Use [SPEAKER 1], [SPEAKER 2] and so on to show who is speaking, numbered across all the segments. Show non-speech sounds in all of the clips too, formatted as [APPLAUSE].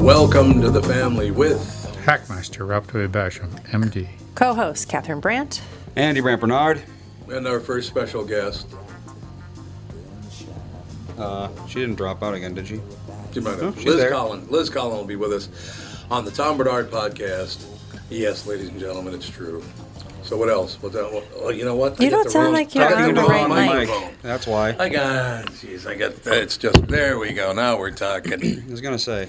[SPEAKER 1] Welcome to the family with
[SPEAKER 2] Hackmaster Ralph W. Basham, MD.
[SPEAKER 3] Co host Catherine Brandt.
[SPEAKER 4] Andy Brant Bernard.
[SPEAKER 1] and our first special guest.
[SPEAKER 4] Uh, she didn't drop out again, did she?
[SPEAKER 1] You might
[SPEAKER 4] Oh,
[SPEAKER 1] have,
[SPEAKER 4] she's
[SPEAKER 1] Liz
[SPEAKER 4] there.
[SPEAKER 1] Collin. Liz Collin will be with us on the Tom Bernard podcast. Yes, ladies and gentlemen, it's true. So what else? What's that? Oh, you know what?
[SPEAKER 3] You
[SPEAKER 1] got
[SPEAKER 3] don't
[SPEAKER 1] the
[SPEAKER 3] sound
[SPEAKER 1] wrong-
[SPEAKER 3] like you're
[SPEAKER 1] I got
[SPEAKER 3] on the
[SPEAKER 1] wrong
[SPEAKER 3] right mic.
[SPEAKER 1] microphone.
[SPEAKER 4] That's why. I
[SPEAKER 1] I got, jeez, I got, uh, it's just, there we go. Now we're [CLEARS THROAT] talking.
[SPEAKER 4] was gonna say.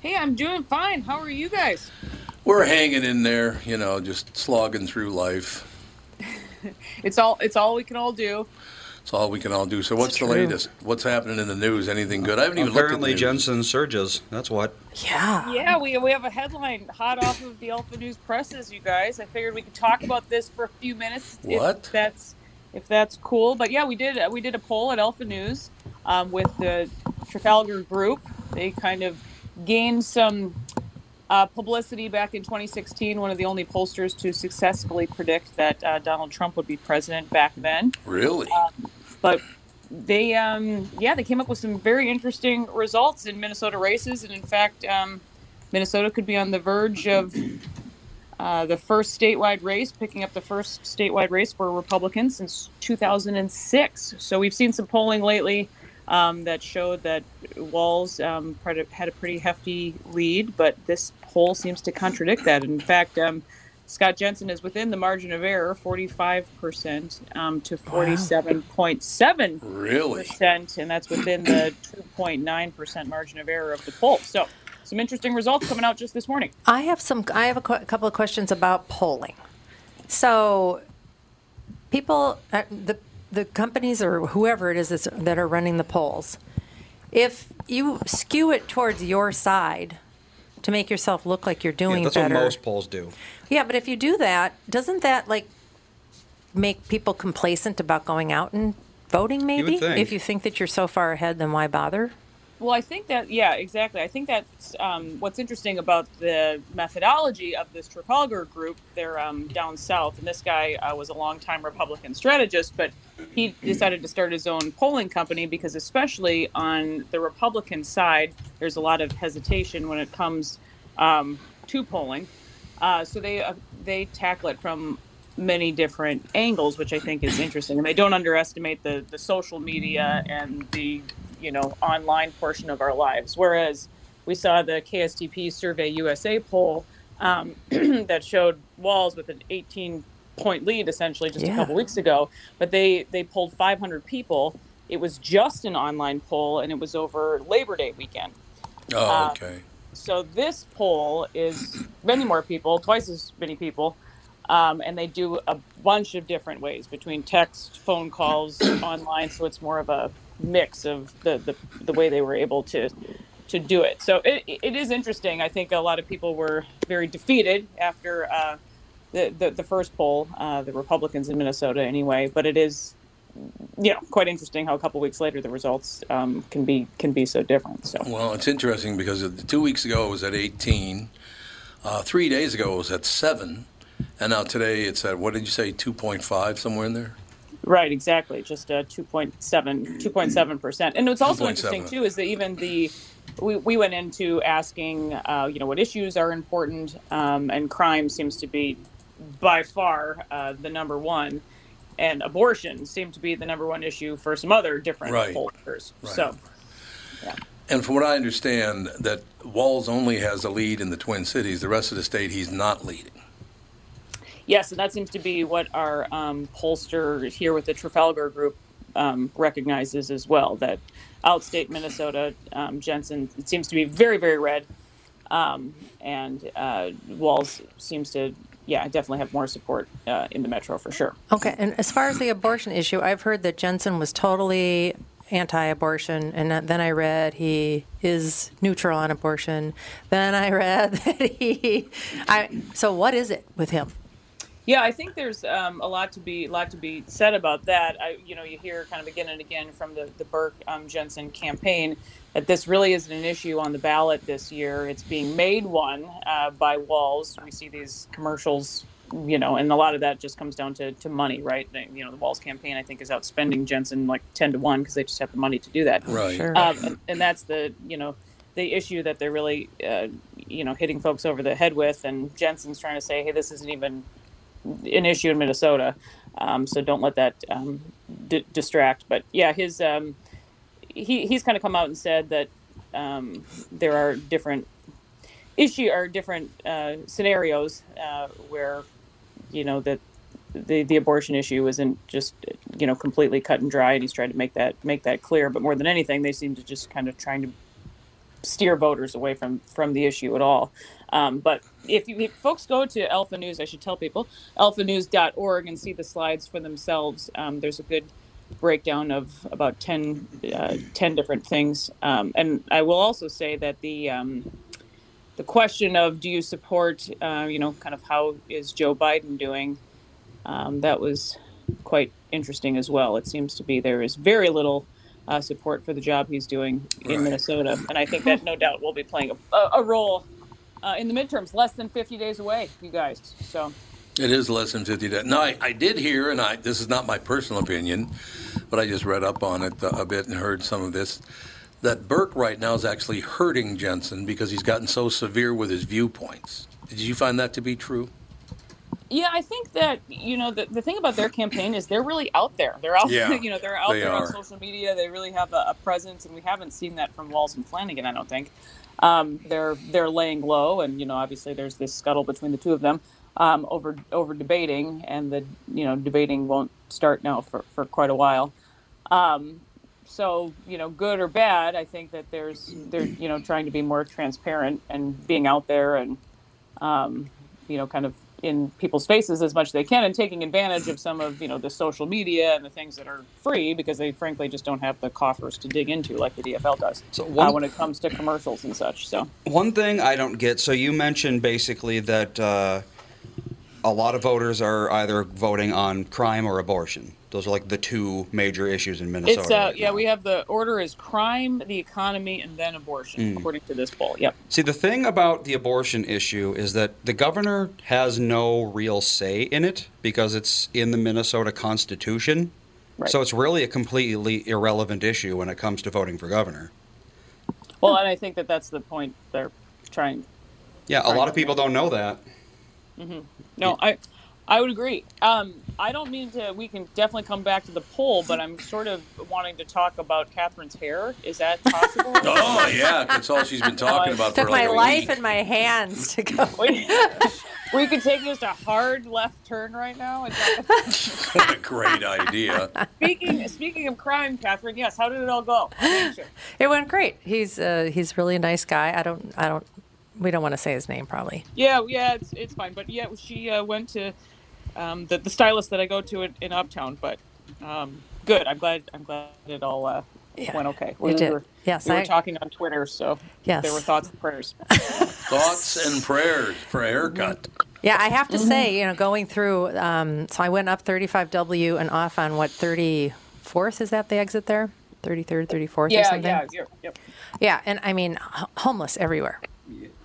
[SPEAKER 5] Hey, I'm doing fine. How are you guys?
[SPEAKER 1] We're hanging in there, you know, just slogging through life.
[SPEAKER 5] It's all it's all we can all do.
[SPEAKER 1] It's all we can all do. So, what's the
[SPEAKER 5] true.
[SPEAKER 1] latest? What's happening in the news? Anything good? I haven't even
[SPEAKER 4] Apparently,
[SPEAKER 1] looked at the news.
[SPEAKER 4] Jensen surges. That's what.
[SPEAKER 1] Ah.
[SPEAKER 3] Yeah.
[SPEAKER 5] Yeah, we we have a headline hot off of the Alpha News presses, you guys. I figured we could talk about this for a few minutes. if
[SPEAKER 1] What?
[SPEAKER 5] that's if that's cool. But yeah, we did we did a poll at Alpha News um, with the Trafalgar Group. They kind of gained some uh, publicity back in 2016. One of the only pollsters to successfully predict that uh, Donald Trump would be president back then. Uh,
[SPEAKER 1] Really?
[SPEAKER 5] but they um yeah they came up with some very interesting results in minnesota races and in fact um, minnesota could be on the verge of uh, the first statewide race picking up the first statewide race for republicans since 2006 so we've seen some polling lately um, that showed that walls um, had a- had a pretty hefty lead but this poll seems to contradict that in fact um, Scott Jensen is within the margin of error, 45% um, to 47.7%,
[SPEAKER 1] Really?
[SPEAKER 5] and that's within the 2.9% margin of error of the poll. So, some interesting results coming out just this morning.
[SPEAKER 3] I have some. I have a cou- couple of questions about polling. So, people, uh, the the companies or whoever it is that's, that are running the polls, if you skew it towards your side to make yourself look like you're doing
[SPEAKER 4] Yeah, that's
[SPEAKER 3] better,
[SPEAKER 4] what most polls do.
[SPEAKER 3] yeah. But if you do that, doesn't that like make people complacent about going out and voting? Maybe
[SPEAKER 4] think.
[SPEAKER 3] if you think that you're so far ahead, then why bother?
[SPEAKER 5] Well, I think that yeah, exactly. I think that's um, what's interesting about the methodology of this Trafalgar group. They're um, down south, and this guy uh, was a longtime Republican strategist, but he decided to start his own polling company because, especially on the Republican side, there's a lot of hesitation when it comes um, to polling. Uh, so they uh, they tackle it from many different angles, which I think is interesting. And they don't underestimate the the social media and the you know online portion of our lives. Whereas we saw the [CLEARS THROAT] KSTP Survey USA poll um, that showed Walls with an 18 point lead essentially just a
[SPEAKER 3] Yeah.
[SPEAKER 5] couple weeks ago. But they they polled 500 people. It was just an online poll, and it was over Labor Day weekend.
[SPEAKER 1] Oh, okay.
[SPEAKER 5] So this poll is many more people, twice as many people, um, and they do a bunch of different ways between text, phone calls, online. So it's more of a mix of the the, the way they were able to to do it. So it, it is interesting. I think a lot of people were very defeated after uh, the, the the first poll, uh, the Republicans in Minnesota anyway. But it is. You know, quite interesting how a couple weeks later the results um, can be can be so different. So
[SPEAKER 1] Well, it's interesting because it- two weeks ago it was at 18, uh, three days ago it was at 7, and now today it's at, what did you say, 2.5, somewhere in there?
[SPEAKER 5] Right, exactly. Just uh, 2.7, 2.7%. And what's also interesting,
[SPEAKER 1] 2.7.
[SPEAKER 5] too, is that even the, we, we went into asking, uh, you know, what issues are important, um, and crime seems to be by far uh, the number one, and abortion seemed to be the number one issue for some other different
[SPEAKER 1] Right.
[SPEAKER 5] pollsters.
[SPEAKER 1] Right.
[SPEAKER 5] So,
[SPEAKER 1] And from what I understand, that Walls only has a lead in the Twin Cities. The rest of the state, he's not leading.
[SPEAKER 5] yes, and that seems to be what our um, pollster here with the Trafalgar Group um, recognizes as well that outstate Minnesota, um, Jensen, it seems to be very, very red. um, and uh, Walls seems to, yeah, definitely have more support uh, in the metro for sure.
[SPEAKER 3] Okay, and as far as the abortion issue, I've heard that Jensen was totally anti-abortion, and then I read he is neutral on abortion. Then I read [LAUGHS] that he, I. So what is it with him?
[SPEAKER 5] Yeah, I think there's um, a lot to be a lot to be said about that. I, you know, you hear kind of again and again from the the Burke um, Jensen campaign that this really isn't an issue on the ballot this year. It's being made one uh, by Walls. We see these commercials, you know, and a lot of that just comes down to, to money, right? They- You know, the Walls campaign I think is outspending Jensen like ten to one because they just have the money to do that.
[SPEAKER 1] Right.
[SPEAKER 3] Sure.
[SPEAKER 5] um, and, and that's the you know the issue that they're really uh, you know hitting folks over the head with and jensen's trying to say hey this isn't even an issue in minnesota um, so don't let that um, d- distract but yeah his um, he, he's kind of come out and said that um, there are different issue or different uh, scenarios uh, where you know that the, the abortion issue isn't just you know completely cut and dry and he's tried to make that make that clear but more than anything they seem to just kind of trying to steer voters away from from the issue at all um, but if you if folks go to alpha news i should tell people alphanews.org and see the slides for themselves um, there's a good breakdown of about 10 uh, 10 different things um, and i will also say that the um, the question of do you support uh, you know kind of how is joe biden doing um, that was quite interesting as well. It seems to be there is very little uh, support for the job he's doing in
[SPEAKER 1] Right.
[SPEAKER 5] Minnesota, and I think that no doubt will be playing a, a, a role uh, in the midterms. Less than 50 days away, you guys. So
[SPEAKER 1] It is less than 50 days. Now, I, I did hear, and I this is not my personal opinion, but I just read up on it uh, a bit and heard some of this, that Burke right now is actually hurting Jensen because he's gotten so severe with his viewpoints. Did you find that to be true?
[SPEAKER 5] Yeah, I think that you know the, the thing about their campaign is they're really out there. They're out, [LAUGHS]
[SPEAKER 1] Yeah,
[SPEAKER 5] you know, they're out
[SPEAKER 1] they
[SPEAKER 5] there
[SPEAKER 1] are.
[SPEAKER 5] on social media. They really have a, a presence, and we haven't seen that from Walls and Flanagan. I don't think um, they're they're laying low, and you know, obviously there's this scuttle between the two of them um, over over debating, and the you know debating won't start now for for quite a while. Um, so you know, good or bad, I think that there's they're you know trying to be more transparent and being out there and um, you know, kind of in people's faces as much as they can and taking advantage of some of, you know, the social media and the things that are free because they frankly just don't have the coffers to dig into like the DFL does
[SPEAKER 4] So
[SPEAKER 5] uh,
[SPEAKER 4] one-
[SPEAKER 5] when it comes to commercials and such. So,
[SPEAKER 4] One thing I don't get. So you mentioned basically that uh, a lot of voters are either voting on crime or abortion. Those are like the two major issues in Minnesota.
[SPEAKER 5] it's, uh,
[SPEAKER 4] right
[SPEAKER 5] yeah,
[SPEAKER 4] now.
[SPEAKER 5] we have the order is crime, the economy, and then
[SPEAKER 4] Hmm.
[SPEAKER 5] abortion, according to this poll. Yep.
[SPEAKER 4] See, the thing about the abortion issue is that the governor has no real say in it because it's in the Minnesota Constitution.
[SPEAKER 5] Right.
[SPEAKER 4] So it's really a completely irrelevant issue when it comes to voting for governor.
[SPEAKER 5] Well, and I think that that's the point they're trying
[SPEAKER 4] Yeah, a lot
[SPEAKER 5] Right.
[SPEAKER 4] of people don't know that.
[SPEAKER 5] Mm-hmm. No, I I would agree. Um, I don't mean to. We can definitely come back to the poll, but I'm sort of wanting to talk about Catherine's hair. Is that [LAUGHS] possible?
[SPEAKER 1] [LAUGHS] Oh yeah, that's all she's been talking about
[SPEAKER 3] Took
[SPEAKER 1] Uh, for
[SPEAKER 3] my
[SPEAKER 1] like a
[SPEAKER 3] life
[SPEAKER 1] week.
[SPEAKER 3] in my hands to [LAUGHS] go.
[SPEAKER 5] we, we could take just a hard left turn right now. Is that-
[SPEAKER 1] What a [LAUGHS] great idea.
[SPEAKER 5] speaking speaking of crime, Catherine, yes. How did it all go? Sure.
[SPEAKER 3] It went great. He's uh, he's really a nice guy. I don't I don't we don't want to say his name probably.
[SPEAKER 5] Yeah, yeah, it's it's fine. But yeah, she uh, went to um, the the stylist that I go to in, in Uptown. But um, good. I'm glad. I'm glad it all uh,
[SPEAKER 3] Yeah,
[SPEAKER 5] went okay.
[SPEAKER 3] it did.
[SPEAKER 5] Were,
[SPEAKER 3] Yes,
[SPEAKER 5] we were
[SPEAKER 3] I-
[SPEAKER 5] talking on Twitter, so
[SPEAKER 3] [LAUGHS] Yes.
[SPEAKER 5] there were thoughts and prayers.
[SPEAKER 1] [LAUGHS] Thoughts and prayers for a
[SPEAKER 3] Mm-hmm.
[SPEAKER 1] haircut.
[SPEAKER 3] Yeah, I have to say, you know, going through. Um, so I went up 35W and off on what 34th is that the exit there? 33rd, 34th, or
[SPEAKER 5] yeah,
[SPEAKER 3] something.
[SPEAKER 5] yeah, yeah, yep.
[SPEAKER 3] Yeah, and I mean, h- homeless everywhere.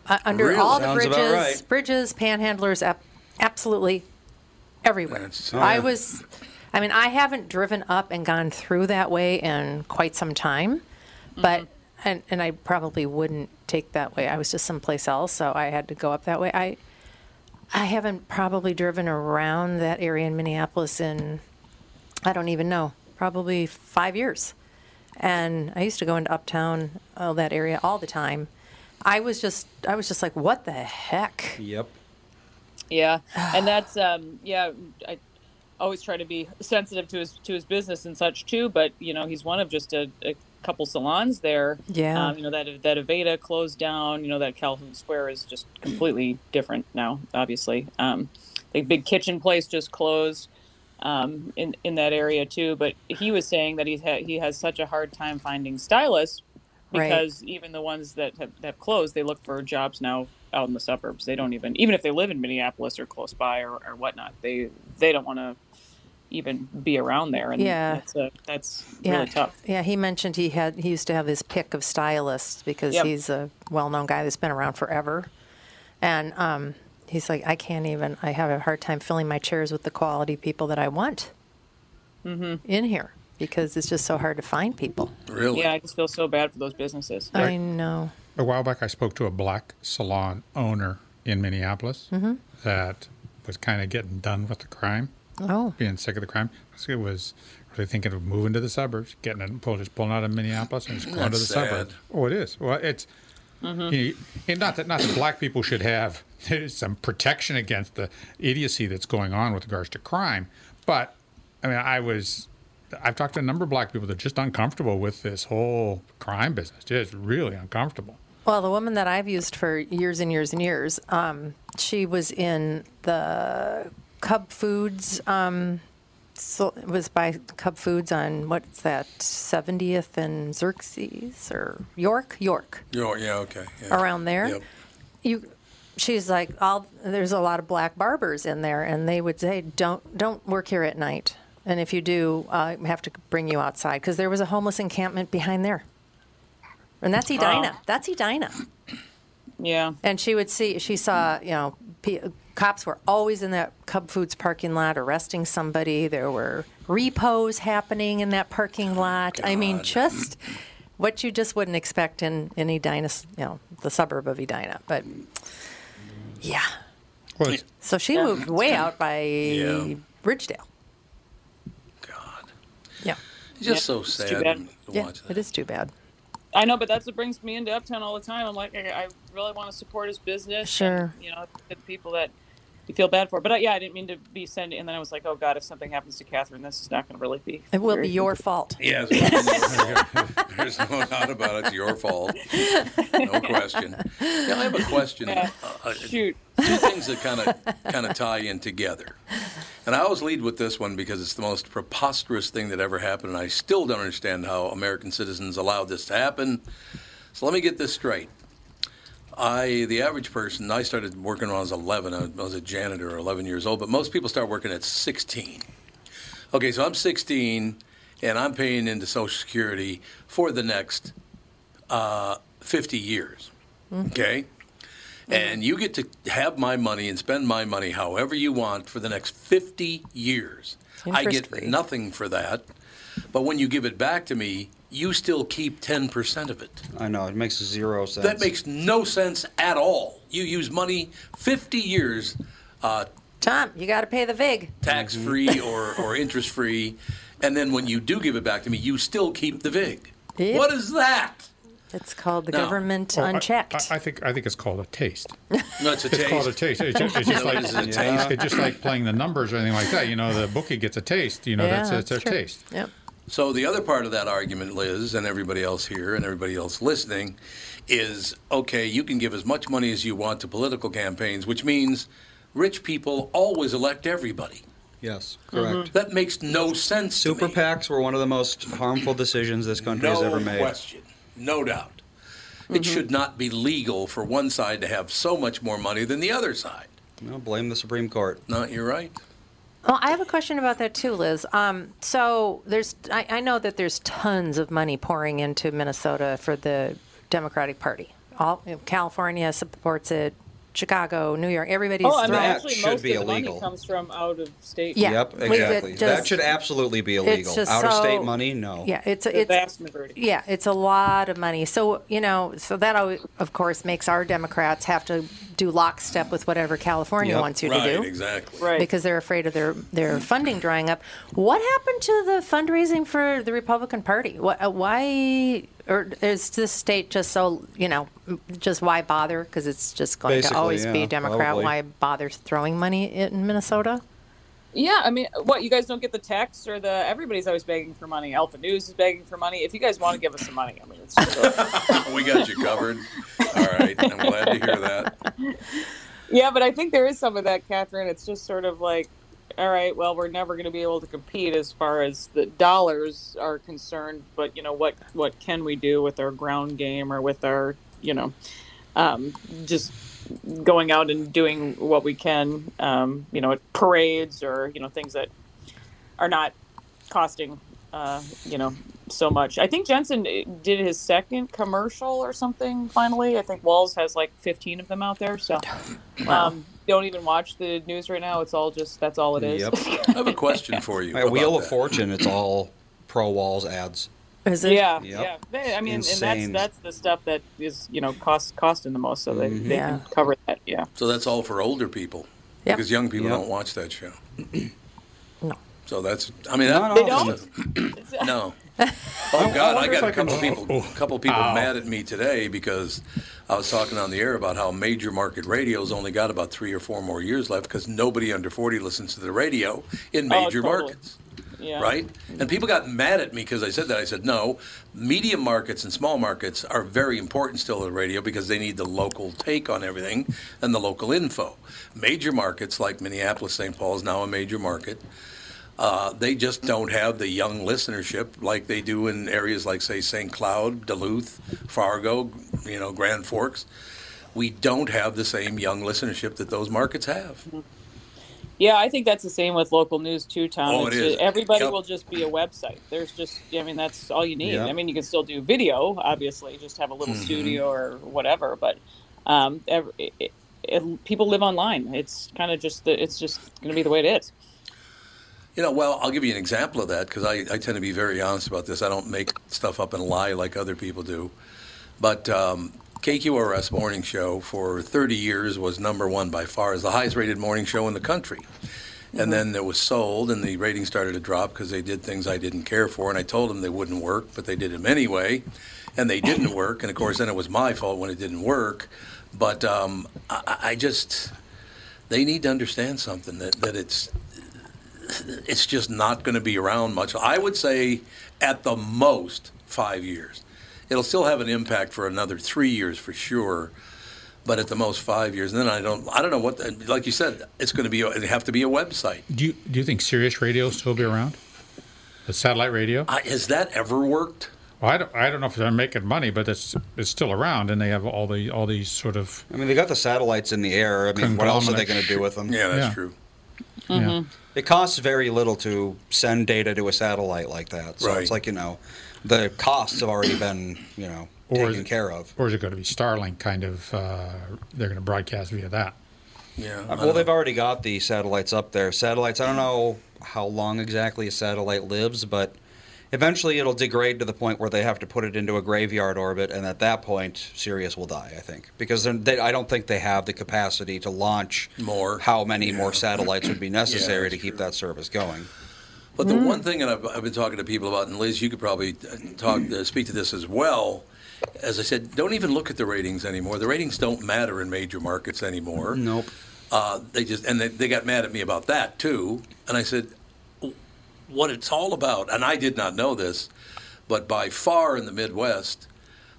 [SPEAKER 3] Uh, under
[SPEAKER 1] Really?
[SPEAKER 3] all the
[SPEAKER 4] Sounds about
[SPEAKER 3] bridges,
[SPEAKER 4] right.
[SPEAKER 3] bridges, panhandlers, ab- absolutely everywhere.
[SPEAKER 1] That's-
[SPEAKER 3] I was, I mean, I haven't driven up and gone through that way in quite some time, but, and, and I probably wouldn't take that way. I was just someplace else, so I had to go up that way. I, I haven't probably driven around that area in Minneapolis in, I don't even know, probably five years. And I used to go into Uptown, all that area, all the time. I was just, I was just like, what the heck?
[SPEAKER 4] Yep.
[SPEAKER 5] Yeah, and that's um, yeah. I always try to be sensitive to his to his business and such too. But you know, he's one of just a, a couple salons there.
[SPEAKER 3] Yeah.
[SPEAKER 5] Um, you know that that Aveda closed down. You know that Calhoun Square is just completely different now. Obviously, um, the big kitchen place just closed um, in in that area too. But he was saying that he's ha- he has such a hard time finding stylists
[SPEAKER 3] Right.
[SPEAKER 5] because even the ones that have, that have closed, they look for jobs now out in the suburbs. They don't even even if they live in Minneapolis or close by or, or whatnot, they they don't want to even be around there. And
[SPEAKER 3] Yeah.
[SPEAKER 5] that's uh that's
[SPEAKER 3] Yeah.
[SPEAKER 5] really tough.
[SPEAKER 3] Yeah, he mentioned he had he used to have his pick of stylists because
[SPEAKER 5] Yep.
[SPEAKER 3] he's a well-known guy that's been around forever, and um, he's like, I can't even. I have a hard time filling my chairs with the quality people that I want
[SPEAKER 5] Mm-hmm.
[SPEAKER 3] in here because it's just so hard to find people.
[SPEAKER 1] Really?
[SPEAKER 5] Yeah, I just feel so bad for those businesses.
[SPEAKER 3] I know.
[SPEAKER 2] A while back, I spoke to a black salon owner in Minneapolis that was kind of getting done with the crime,
[SPEAKER 3] Oh,
[SPEAKER 2] being sick of the crime. So it was really thinking of moving to the suburbs, getting it, pull, just pulling out of Minneapolis and just going to the
[SPEAKER 1] That's sad.
[SPEAKER 2] suburbs. Oh, it is. Well, it's you know, and not that not that black people should have [LAUGHS] some protection against the idiocy that's going on with regards to crime, but I mean, I was. I've talked to a number of black people that are just uncomfortable with this whole crime business. Just really uncomfortable.
[SPEAKER 3] Well, the woman that I've used for years and years and years, um, she was in the Cub Foods. Um, so it was by Cub Foods on what's that, 70th and Xerxes or York, York,
[SPEAKER 1] You're- yeah, okay. yeah. [LAUGHS]
[SPEAKER 3] around there.
[SPEAKER 1] Yep.
[SPEAKER 3] You, she's like, all there's a lot of black barbers in there, and they would say, don't don't work here at night, and if you do, uh, we have to bring you outside because there was a homeless encampment behind there, and that's
[SPEAKER 5] Um,
[SPEAKER 3] Edina. That's Edina.
[SPEAKER 5] Yeah.
[SPEAKER 3] And she would see, she saw, you know, p- cops were always in that Cub Foods parking lot arresting somebody. There were repos happening in that parking lot. I mean,
[SPEAKER 1] Oh, God.
[SPEAKER 3] just what you just wouldn't expect in, in Edina, s- you know, the suburb of Edina. But yeah.
[SPEAKER 2] Well, it's,
[SPEAKER 3] So she moved way out by
[SPEAKER 1] Yeah.
[SPEAKER 3] Ridgedale.
[SPEAKER 1] God.
[SPEAKER 3] Yeah.
[SPEAKER 1] It's just
[SPEAKER 5] Yeah,
[SPEAKER 1] so
[SPEAKER 5] it's too
[SPEAKER 1] sad
[SPEAKER 5] bad.
[SPEAKER 1] to
[SPEAKER 3] Yeah.
[SPEAKER 1] watch that.
[SPEAKER 3] It is too bad.
[SPEAKER 5] I know, but that's what brings me into Uptown all the time. I'm like, I, I really want to support his business.
[SPEAKER 3] Sure.
[SPEAKER 5] And, you know, the people that you feel bad for. But uh, yeah, I didn't mean to be sending. And then I was like, oh God, if something happens to Catherine, this is not going to really be.
[SPEAKER 3] It will be
[SPEAKER 5] very-
[SPEAKER 3] your fault.
[SPEAKER 5] [LAUGHS]
[SPEAKER 1] Yeah, there's- there's no doubt about it. It's your fault.
[SPEAKER 3] [LAUGHS]
[SPEAKER 5] [LAUGHS]
[SPEAKER 1] No question. Now, I have a question. Uh, uh,
[SPEAKER 5] Shoot.
[SPEAKER 1] Two things that kind of kind of tie in together. And I always lead with this one because it's the most preposterous thing that ever happened, and I still don't understand how American citizens allowed this to happen. So let me get this straight. I, the average person, I started working when I was 11. I was a janitor, 11 years old, but most people start working at 16. Okay, so I'm 16, and I'm paying into Social Security for the next uh, 50 years.
[SPEAKER 6] Mm-hmm.
[SPEAKER 1] Okay? And you get to have my money and spend my money however you want for the next 50 years. I get
[SPEAKER 3] Interest-free.
[SPEAKER 1] nothing for that. But when you give it back to me, you still keep 10% of it.
[SPEAKER 4] I know. It makes zero sense.
[SPEAKER 1] That makes no sense at all. You use money 50 years uh,
[SPEAKER 3] Tom, you got to pay the VIG.
[SPEAKER 1] tax free or, or interest free. And then when you do give it back to me, you still keep the VIG.
[SPEAKER 3] Yep.
[SPEAKER 1] What is that?
[SPEAKER 3] It's called the
[SPEAKER 1] No.
[SPEAKER 3] government
[SPEAKER 2] Well, I-
[SPEAKER 3] unchecked.
[SPEAKER 2] I, I think I think it's called a taste.
[SPEAKER 1] No, it's a
[SPEAKER 2] It's
[SPEAKER 1] taste.
[SPEAKER 2] called a taste. It's just, it's just
[SPEAKER 1] No,
[SPEAKER 2] like
[SPEAKER 1] it is a taste.
[SPEAKER 2] it's just like playing the numbers or anything like that. You know, the bookie gets a taste. You know,
[SPEAKER 3] yeah,
[SPEAKER 2] that's, that's, their
[SPEAKER 3] true.
[SPEAKER 2] taste.
[SPEAKER 3] Yep.
[SPEAKER 1] So the other part of that argument, Liz, and everybody else here and everybody else listening, is okay, you can give as much money as you want to political campaigns, which means rich people always elect everybody.
[SPEAKER 4] Yes, correct.
[SPEAKER 1] Mm-hmm. That makes no sense to
[SPEAKER 4] Super
[SPEAKER 1] me.
[SPEAKER 4] PACs were one of the most harmful decisions this country has
[SPEAKER 1] no
[SPEAKER 4] ever made.
[SPEAKER 1] question, no doubt.
[SPEAKER 3] Mm-hmm.
[SPEAKER 1] It should not be legal for one side to have so much more money than the other side.
[SPEAKER 4] No, blame the Supreme Court.
[SPEAKER 1] No, you're right.
[SPEAKER 3] Well, Oh, I have a question about that too, Liz. Um, so there's, I, I know that there's tons of money pouring into Minnesota for the Democratic Party. All California supports it, Chicago, New York, everybody's
[SPEAKER 5] Oh, I mean,
[SPEAKER 3] throwing.
[SPEAKER 4] That
[SPEAKER 5] actually,
[SPEAKER 4] should
[SPEAKER 5] most
[SPEAKER 4] be
[SPEAKER 5] of the
[SPEAKER 4] illegal.
[SPEAKER 5] money comes from out of state.
[SPEAKER 3] Yeah.
[SPEAKER 4] Yep,
[SPEAKER 3] We- it
[SPEAKER 4] exactly. that
[SPEAKER 3] just-
[SPEAKER 4] should absolutely be illegal.
[SPEAKER 3] just
[SPEAKER 4] Out of state
[SPEAKER 3] so-
[SPEAKER 4] money, no.
[SPEAKER 3] yeah, it's
[SPEAKER 5] the
[SPEAKER 3] it's
[SPEAKER 5] vast majority.
[SPEAKER 3] Yeah, it's a lot of money. So, you know, so that al- of course makes our Democrats have to do lockstep with whatever California
[SPEAKER 4] Yep,
[SPEAKER 3] wants you
[SPEAKER 1] right,
[SPEAKER 3] to do.
[SPEAKER 1] exactly.
[SPEAKER 5] Right.
[SPEAKER 3] Because they're afraid of their, their funding drying up. What happened to the fundraising for the Republican Party? What, uh, why, or is this state just so, you know, m- just why bother? Because it's just going
[SPEAKER 4] Basically,
[SPEAKER 3] to always be
[SPEAKER 4] yeah,
[SPEAKER 3] Democrat.
[SPEAKER 4] probably.
[SPEAKER 3] Why bother throwing money in Minnesota?
[SPEAKER 5] Yeah, I mean, what you guys don't get the text or the everybody's always begging for money. Alpha News is begging for money. If you guys want to give us some money, I mean,
[SPEAKER 4] [LAUGHS]
[SPEAKER 5] it's just
[SPEAKER 1] [LAUGHS] We got you covered. All right. I'm glad to hear that.
[SPEAKER 5] [LAUGHS] yeah, but I think there is some of that, Catherine. It's just sort of like, all right, well, we're never going to be able to compete as far as the dollars are concerned, but you know what? What can we do with our ground game or with our, you know, um, just going out and doing what we can, um, you know, at parades or you know things that are not costing, uh, you know, so much. I think Jensen eh, did his second commercial or something. Finally, I think Walls has like fifteen of them out there. So, um, don't even watch the news right now. It's all just that's all it is.
[SPEAKER 4] Yep.
[SPEAKER 5] [LAUGHS]
[SPEAKER 1] I have a question for you.
[SPEAKER 4] My
[SPEAKER 1] about
[SPEAKER 4] Wheel of
[SPEAKER 1] that.
[SPEAKER 4] Fortune, it's all pro walls ads.
[SPEAKER 3] Is it?
[SPEAKER 5] Yeah,
[SPEAKER 4] Yep.
[SPEAKER 5] yeah. They, I mean,
[SPEAKER 4] Insane.
[SPEAKER 5] and that's that's the stuff that is you know cost costing the most, so they,
[SPEAKER 4] Mm-hmm.
[SPEAKER 2] Mm-hmm.
[SPEAKER 5] they
[SPEAKER 3] Yeah.
[SPEAKER 5] can cover that. Yeah.
[SPEAKER 1] Mm-hmm. So that's all for older people
[SPEAKER 3] Yep.
[SPEAKER 1] because young people
[SPEAKER 4] Yep.
[SPEAKER 1] don't watch that show.
[SPEAKER 3] No.
[SPEAKER 1] So that's, I mean,
[SPEAKER 4] Not
[SPEAKER 1] that,
[SPEAKER 4] They
[SPEAKER 5] don't? [LAUGHS]
[SPEAKER 1] no. Oh, God, I
[SPEAKER 2] wonder if
[SPEAKER 1] got
[SPEAKER 2] I
[SPEAKER 1] a
[SPEAKER 2] can-
[SPEAKER 1] couple people,
[SPEAKER 2] oh, oh.
[SPEAKER 1] couple people
[SPEAKER 2] Ow.
[SPEAKER 1] mad at me today because I was talking on the air about how major market radio's only got about three or four more years left because nobody under 40 listens to the radio in
[SPEAKER 5] Oh,
[SPEAKER 1] major
[SPEAKER 5] totally.
[SPEAKER 1] markets.
[SPEAKER 5] Yeah.
[SPEAKER 1] right? And people got mad at me because I said that. I said, no, medium markets and small markets are very important still to the radio because they need the local take on everything and the local info. Major markets like Minneapolis, St. Paul is now a major market. Uh, they just don't have the young listenership like they do in areas like, say, St. Cloud, Duluth, Fargo, you know, Grand Forks. We don't have the same young listenership that those markets have.
[SPEAKER 5] Yeah, I think that's the same with local news too, Tom.
[SPEAKER 1] Oh, it
[SPEAKER 5] It's
[SPEAKER 1] is.
[SPEAKER 5] ju- everybody
[SPEAKER 1] Yep.
[SPEAKER 5] will just be a website. There's just, I mean, that's all you need.
[SPEAKER 4] Yeah.
[SPEAKER 5] I mean, you can still do video, obviously, just have a little
[SPEAKER 4] Mm-hmm.
[SPEAKER 5] studio or whatever. But um, ev it, it, it, people live online. It's kind of just, the, it's just going to be the way it is.
[SPEAKER 1] You know, well, I'll give you an example of that because I, I tend to be very honest about this. I don't make stuff up and lie like other people do. But um, KQRS Morning Show for 30 years was number one by far as the highest rated morning show in the country. And then it was sold, and the ratings started to drop because they did things I didn't care for. And I told them they wouldn't work, but they did them anyway. And they didn't work. And of course, then it was my fault when it didn't work. But um, I- I, I just, they need to understand something that, that it's, it's just not going to be around much. I would say at the most five years. It'll still have an impact for another three years for sure, but at the most five years. And then I don't, I don't know what. the- Like you said, it's going to be. It have to be a website.
[SPEAKER 2] Do you do you think Sirius Radio will still be around? The satellite radio?
[SPEAKER 1] I, has that ever worked?
[SPEAKER 2] Well, I don't, I don't know if they're making money, but it's it's still around, and they have all the all these sort of
[SPEAKER 4] I mean, they got the satellites in the air. I mean, what else are they going to do with them?
[SPEAKER 1] Yeah, that's
[SPEAKER 2] Yeah.
[SPEAKER 1] true.
[SPEAKER 2] yeah.
[SPEAKER 3] Mm-hmm.
[SPEAKER 4] It costs very little to send data to a satellite like that. So
[SPEAKER 1] Right.
[SPEAKER 4] it's like, you know, the costs have already been, you know,
[SPEAKER 2] Or
[SPEAKER 4] taken
[SPEAKER 2] the-
[SPEAKER 4] care of.
[SPEAKER 2] or is it going to be Starlink kind of? Uh, they're going to broadcast via that.
[SPEAKER 1] Yeah. I
[SPEAKER 4] Uh, Well,
[SPEAKER 1] don't
[SPEAKER 4] they've already got the satellites up there. Satellites, I don't know how long exactly a satellite lives, but Eventually, it'll degrade to the point where they have to put it into a graveyard orbit, and at that point, Sirius will die. I think because then they, I don't think they have the capacity to launch
[SPEAKER 1] More.
[SPEAKER 4] How many more satellites would be necessary
[SPEAKER 1] that's
[SPEAKER 4] to keep that service going?
[SPEAKER 1] But the one thing that I've, I've been talking to people about, and Liz, you could probably uh, talk uh, speak to this as well. As I said, don't even look at the ratings anymore. The ratings don't matter in major markets
[SPEAKER 7] Mm-hmm.
[SPEAKER 1] anymore.
[SPEAKER 4] Nope.
[SPEAKER 1] Uh, they just and they, they got mad at me about that too. And I said, what it's all about, and I did not know this, but by far in the Midwest,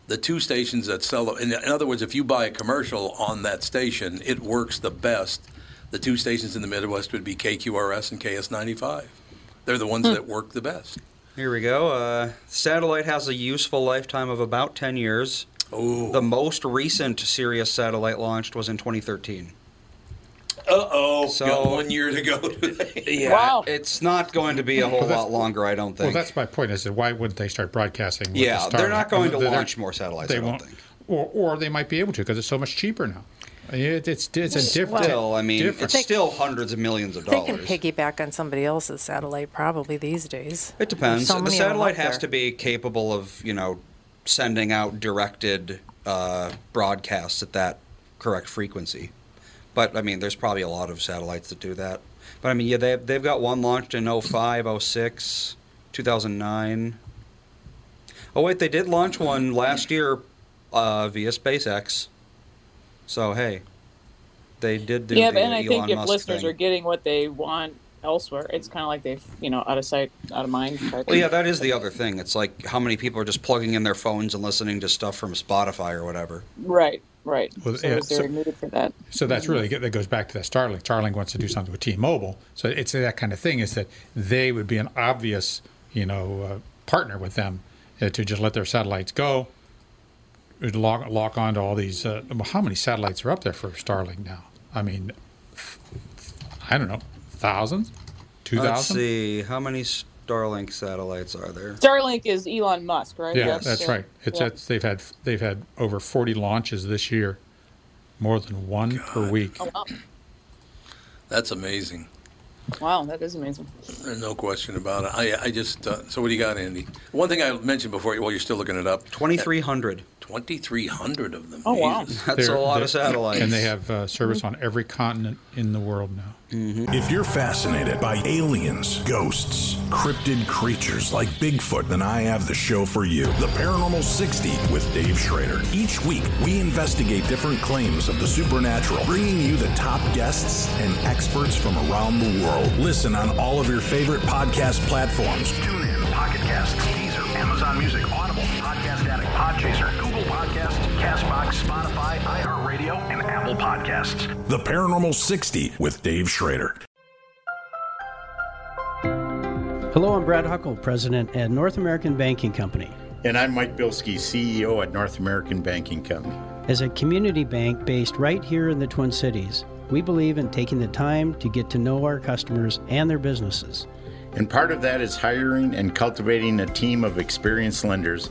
[SPEAKER 1] the two stations that sell in, in other words, if you buy a commercial on that station, it works the best. The two stations in the Midwest would be KQRS and KS95. They're the ones that work the best.
[SPEAKER 4] Here we go. Uh, satellite has a useful lifetime of about 10 years.
[SPEAKER 1] Oh,
[SPEAKER 4] The most recent Sirius satellite launched was in 2013.
[SPEAKER 1] uh oh,
[SPEAKER 4] So-
[SPEAKER 1] got one year to go. [LAUGHS]
[SPEAKER 4] [LAUGHS] Yeah.
[SPEAKER 5] Wow.
[SPEAKER 4] It's not going to be a whole lot longer, I don't
[SPEAKER 2] Well,
[SPEAKER 4] think.
[SPEAKER 2] that's my point. Is that why wouldn't they start broadcasting? With
[SPEAKER 4] Yeah,
[SPEAKER 2] the
[SPEAKER 4] they're not
[SPEAKER 2] Starlink?
[SPEAKER 4] going to
[SPEAKER 2] They're-
[SPEAKER 4] launch more satellites,
[SPEAKER 2] They
[SPEAKER 4] I don't
[SPEAKER 2] won't.
[SPEAKER 4] think.
[SPEAKER 2] Or, or they might be able to because it's so much cheaper now. It, it's it's a different.
[SPEAKER 4] still, I mean,
[SPEAKER 2] different.
[SPEAKER 4] it's still hundreds of millions of
[SPEAKER 3] They can
[SPEAKER 4] dollars.
[SPEAKER 3] piggyback on somebody else's satellite probably these days.
[SPEAKER 4] It depends.
[SPEAKER 3] So
[SPEAKER 4] the
[SPEAKER 3] many of them
[SPEAKER 4] satellite
[SPEAKER 3] out
[SPEAKER 4] has
[SPEAKER 3] there.
[SPEAKER 4] to be capable of, you know, sending out directed uh, broadcasts at that correct frequency. But I mean, there's probably a lot of satellites that do that. But I mean, yeah, they they've got one launched in 05, 06, 2009. Oh wait, they did launch one last year uh, via SpaceX. So hey, they did do
[SPEAKER 5] yeah,
[SPEAKER 4] the
[SPEAKER 5] but, and I
[SPEAKER 4] Elon
[SPEAKER 5] think if
[SPEAKER 4] Musk
[SPEAKER 5] listeners
[SPEAKER 4] thing.
[SPEAKER 5] are getting what they want elsewhere, it's kind of like they've you know out of sight, out of mind. type
[SPEAKER 4] Well, yeah,
[SPEAKER 5] thing.
[SPEAKER 4] that is the other thing. It's like how many people are just plugging in their phones and listening to stuff from Spotify or whatever.
[SPEAKER 5] right, right.
[SPEAKER 2] Well,
[SPEAKER 5] so
[SPEAKER 2] yeah,
[SPEAKER 5] is there
[SPEAKER 2] so-
[SPEAKER 5] a need for that?
[SPEAKER 2] So that's really that goes back to that Starlink. Starlink wants to do something with T-Mobile, so it's that kind of thing. Is that they would be an obvious, you know, uh, partner with them uh, to just let their satellites go, It'd lock lock onto all these. Uh, well, how many satellites are up there for Starlink now? I mean, I don't know, thousands, two
[SPEAKER 4] Let's
[SPEAKER 2] thousand.
[SPEAKER 4] see, how many Starlink satellites are there?
[SPEAKER 5] Starlink is Elon Musk, right?
[SPEAKER 2] Yeah, that's right. It's
[SPEAKER 5] yeah.
[SPEAKER 2] that's, they've had they've had over forty launches this year, more than one per week.
[SPEAKER 5] Oh, Wow.
[SPEAKER 1] That's amazing.
[SPEAKER 5] wow, that is amazing.
[SPEAKER 1] There's no question about it. I, I just uh, so what do you got, Andy? One thing I mentioned before. Well, you're still looking it up.
[SPEAKER 4] 2,300.
[SPEAKER 1] Twenty three hundred of them.
[SPEAKER 5] Oh, wow.
[SPEAKER 1] Jesus.
[SPEAKER 4] That's
[SPEAKER 2] They're-
[SPEAKER 4] a lot
[SPEAKER 2] they're-
[SPEAKER 4] of satellites. Mm-hmm.
[SPEAKER 2] And they have uh, service on every continent in the world now.
[SPEAKER 4] Mm.
[SPEAKER 6] If you're fascinated by aliens, ghosts, cryptid creatures like Bigfoot, then I have the show for you The Paranormal 60 with Dave Schrader. Each week, we investigate different claims of the supernatural, bringing you the top guests and experts from around the world. Listen on all of your favorite podcast platforms.
[SPEAKER 8] Tune in, Pocket Casts, Deezer, Amazon Music, Audible, Podcast Addict, Podchaser, Google Podcasts, Castbox, Spotify, iHeartRadio, and Apple Podcasts.
[SPEAKER 6] The Paranormal 60 with Dave Schrader.
[SPEAKER 9] Hello, I'm Brad Huckle, president at North American Banking Company.
[SPEAKER 10] And I'm Mike Bilski, CEO at North American Banking Company.
[SPEAKER 9] As a community bank based right here in the Twin Cities, we believe in taking the time to get to know our customers and their businesses.
[SPEAKER 10] And part of that is hiring and cultivating a team of experienced lenders.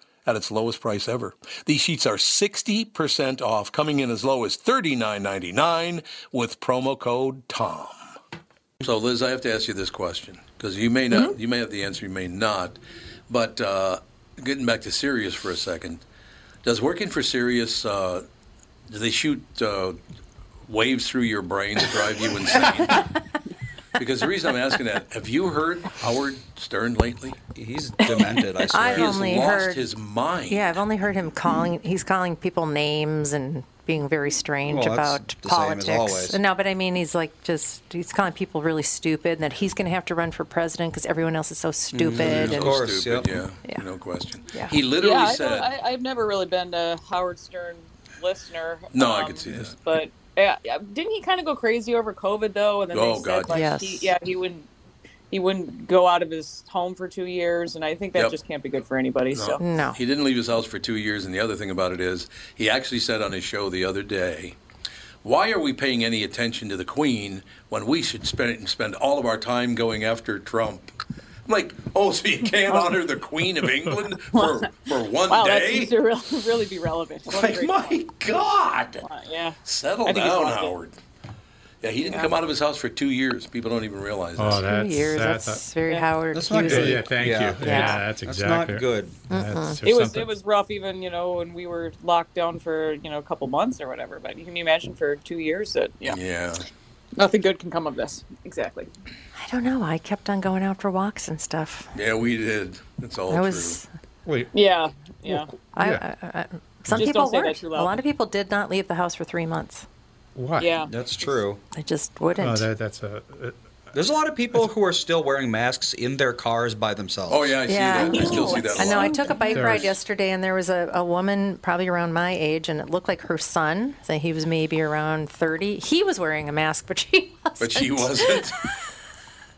[SPEAKER 1] at its lowest price ever. These sheets are 60% off, coming in as low as $39.99 with promo code TOM. So, Liz, I have to ask you this question because you may
[SPEAKER 3] Mm-hmm.
[SPEAKER 1] not, you may have the answer, you may not. But uh, getting back to Sirius for a second, does working for Sirius, uh,
[SPEAKER 3] [LAUGHS]
[SPEAKER 1] do they shoot uh, waves through your brain that drive you insane? Because the reason I'm asking that, have you heard Howard Stern lately?
[SPEAKER 4] He's demented.
[SPEAKER 3] I swear. [LAUGHS] I've
[SPEAKER 1] He's
[SPEAKER 3] only
[SPEAKER 1] lost
[SPEAKER 3] heard-
[SPEAKER 1] his mind.
[SPEAKER 3] Yeah, I've only heard him calling. He's calling people names and being very strange
[SPEAKER 1] Well, that's
[SPEAKER 3] about
[SPEAKER 1] the same as
[SPEAKER 3] politics.
[SPEAKER 1] always.
[SPEAKER 3] No, but I mean, he's like just he's calling people really stupid. And that he's going to have to run for president because everyone else is
[SPEAKER 1] Mm,
[SPEAKER 3] so stupid.
[SPEAKER 1] So
[SPEAKER 3] and
[SPEAKER 1] stupid, yeah, No question.
[SPEAKER 3] Yeah.
[SPEAKER 1] He literally
[SPEAKER 5] yeah, I
[SPEAKER 1] said,
[SPEAKER 5] don't- I, I've never really been a Howard Stern listener.
[SPEAKER 1] "No, I
[SPEAKER 5] um,
[SPEAKER 1] could see that."
[SPEAKER 5] But yeah, yeah, didn't he kind of go crazy over COVID though? And then
[SPEAKER 1] Oh,
[SPEAKER 5] they said
[SPEAKER 1] God,
[SPEAKER 5] like
[SPEAKER 1] yes.
[SPEAKER 5] he, yeah, he wouldn't he wouldn't go out of his home for two years, and I think that
[SPEAKER 1] Yep.
[SPEAKER 5] just can't be good for anybody. So
[SPEAKER 1] He didn't leave his house for two years. And the other thing about it is, he actually said on his show the other day, why are we paying any attention to the Queen when we should spend, spend all of our time going after Trump? I'm like, oh, so you can't honor the Queen
[SPEAKER 5] [LAUGHS]
[SPEAKER 1] of England for, for one
[SPEAKER 5] wow, that
[SPEAKER 1] day?
[SPEAKER 5] seems to really, [LAUGHS] really be relevant. What a
[SPEAKER 1] Like,
[SPEAKER 5] great
[SPEAKER 1] my
[SPEAKER 5] point.
[SPEAKER 1] God.
[SPEAKER 5] Wow, yeah,
[SPEAKER 1] Settle
[SPEAKER 5] I think he's
[SPEAKER 1] down,
[SPEAKER 5] lost it.
[SPEAKER 1] Howard. Yeah, he didn't
[SPEAKER 5] Yeah.
[SPEAKER 1] come out of his house for two years. People don't even realize that.
[SPEAKER 2] Oh, Two that's-
[SPEAKER 3] years, that's, very Howard.
[SPEAKER 2] That's not
[SPEAKER 3] Hughes.
[SPEAKER 2] good. Yeah, thank Yeah. you. Yeah, that's
[SPEAKER 4] That's not
[SPEAKER 2] exactly-
[SPEAKER 4] good.
[SPEAKER 3] That's
[SPEAKER 2] Mm-mm.
[SPEAKER 5] It was it was rough even you know when we were locked down for you know a couple months or whatever. But can you imagine for two years that yeah
[SPEAKER 1] yeah
[SPEAKER 5] nothing good can come of this exactly.
[SPEAKER 3] I don't know. I kept on going out for walks and stuff.
[SPEAKER 1] Yeah, we did. That's all
[SPEAKER 3] I
[SPEAKER 1] true.
[SPEAKER 3] was-
[SPEAKER 2] Wait.
[SPEAKER 5] Yeah, yeah.
[SPEAKER 3] I,
[SPEAKER 1] Yeah.
[SPEAKER 3] I, I, some
[SPEAKER 5] Just
[SPEAKER 3] people
[SPEAKER 5] don't say that
[SPEAKER 3] weren't. A
[SPEAKER 5] too loud.
[SPEAKER 3] lot of people did not leave the house for three months.
[SPEAKER 2] What?
[SPEAKER 5] Yeah.
[SPEAKER 4] That's true.
[SPEAKER 3] I just wouldn't.
[SPEAKER 2] Oh, that, that's a. uh,
[SPEAKER 4] There's a lot of people who are still wearing masks in their cars by themselves.
[SPEAKER 1] Oh, yeah, I see Yeah. that. I still see that a
[SPEAKER 3] I know.
[SPEAKER 1] lot.
[SPEAKER 3] I took a bike
[SPEAKER 4] There's-
[SPEAKER 3] ride yesterday, and there was a, a woman probably around my age, and it looked like her son. So he was maybe around thirty. He was wearing a mask, but she [LAUGHS] wasn't.
[SPEAKER 1] But
[SPEAKER 3] [LAUGHS]
[SPEAKER 1] she wasn't.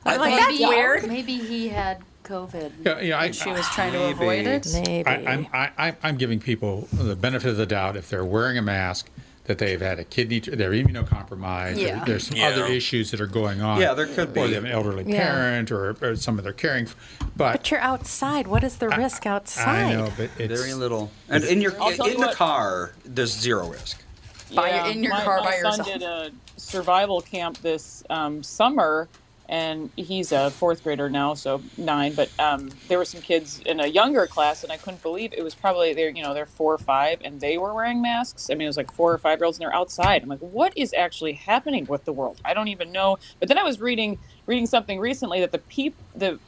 [SPEAKER 3] I'm like, that's
[SPEAKER 7] Maybe-
[SPEAKER 3] weird.
[SPEAKER 7] Maybe he had COVID.
[SPEAKER 2] Yeah, yeah, I-
[SPEAKER 7] and she was trying to avoid it.
[SPEAKER 2] I, I'm, I, I- I'm giving people the benefit of the doubt if they're wearing a mask that they've had a kidney, tr- they're immunocompromised.
[SPEAKER 4] Yeah.
[SPEAKER 2] There, there's some
[SPEAKER 4] Yeah.
[SPEAKER 2] other issues that are going on.
[SPEAKER 4] Yeah, there could
[SPEAKER 2] Or
[SPEAKER 4] be.
[SPEAKER 2] they have an elderly
[SPEAKER 3] Yeah.
[SPEAKER 2] parent or, or someone they're caring for. But
[SPEAKER 3] But you're outside. What is the risk outside?
[SPEAKER 2] I know, but it's
[SPEAKER 4] Very little. And in your
[SPEAKER 5] I'll tell
[SPEAKER 4] in
[SPEAKER 5] you
[SPEAKER 4] the
[SPEAKER 5] what.
[SPEAKER 4] car, there's zero risk.
[SPEAKER 7] By your- in your
[SPEAKER 5] my,
[SPEAKER 7] car
[SPEAKER 5] my
[SPEAKER 7] by
[SPEAKER 5] son
[SPEAKER 7] yourself.
[SPEAKER 5] did a survival camp this um, summer, and he's a fourth grader now, so nine. But um, there were some kids in a younger class, and I couldn't believe it was probably they're you know they're four or five, and they were wearing masks. I mean, it was like four or five year olds, and they're outside. I'm like, what is actually happening with the world? I don't even know. But then I was reading reading something recently that the peop the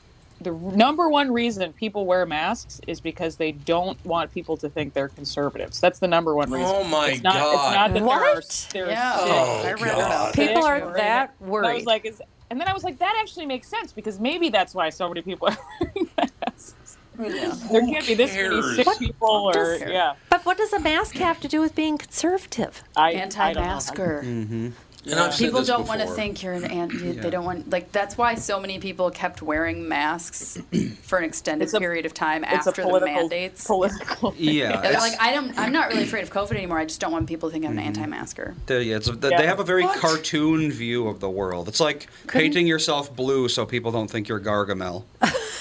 [SPEAKER 5] the number one reason people wear masks is because they don't want people to think they're conservatives. That's the number one reason.
[SPEAKER 1] Oh, my
[SPEAKER 5] it's not,
[SPEAKER 1] God.
[SPEAKER 5] It's not that
[SPEAKER 3] What?
[SPEAKER 5] there are
[SPEAKER 7] Yeah.
[SPEAKER 5] there's
[SPEAKER 7] Oh,
[SPEAKER 5] sick
[SPEAKER 7] I read about
[SPEAKER 5] sick
[SPEAKER 3] People are
[SPEAKER 5] or anything.
[SPEAKER 3] that
[SPEAKER 5] And I was
[SPEAKER 3] worried.
[SPEAKER 5] like, is, and then I was like, that actually makes sense because maybe that's why so many people [LAUGHS] are wearing masks. There can't be this many sick
[SPEAKER 1] cares?
[SPEAKER 5] people or yeah.
[SPEAKER 3] But what does a mask have to do with being conservative?
[SPEAKER 5] I,
[SPEAKER 7] Anti-masker.
[SPEAKER 4] Mm-hmm.
[SPEAKER 1] And I've said
[SPEAKER 7] people
[SPEAKER 1] this
[SPEAKER 7] don't want to
[SPEAKER 1] before.
[SPEAKER 7] think you're an anti.
[SPEAKER 4] Yeah.
[SPEAKER 7] They don't want like that's why so many people kept wearing masks for an extended period of time
[SPEAKER 5] It's
[SPEAKER 7] after
[SPEAKER 5] a
[SPEAKER 7] the
[SPEAKER 5] political,
[SPEAKER 7] mandates.
[SPEAKER 5] political.
[SPEAKER 4] [LAUGHS]
[SPEAKER 5] thing.
[SPEAKER 4] Yeah.
[SPEAKER 7] They're
[SPEAKER 4] it's-
[SPEAKER 7] [LAUGHS] like I don't. I'm not really afraid of COVID anymore. I just don't want people to think I'm an anti-masker.
[SPEAKER 4] They, yeah, it's, they
[SPEAKER 7] Yeah.
[SPEAKER 4] have a very cartoon view of the world. It's like painting yourself blue so people don't think you're Gargamel.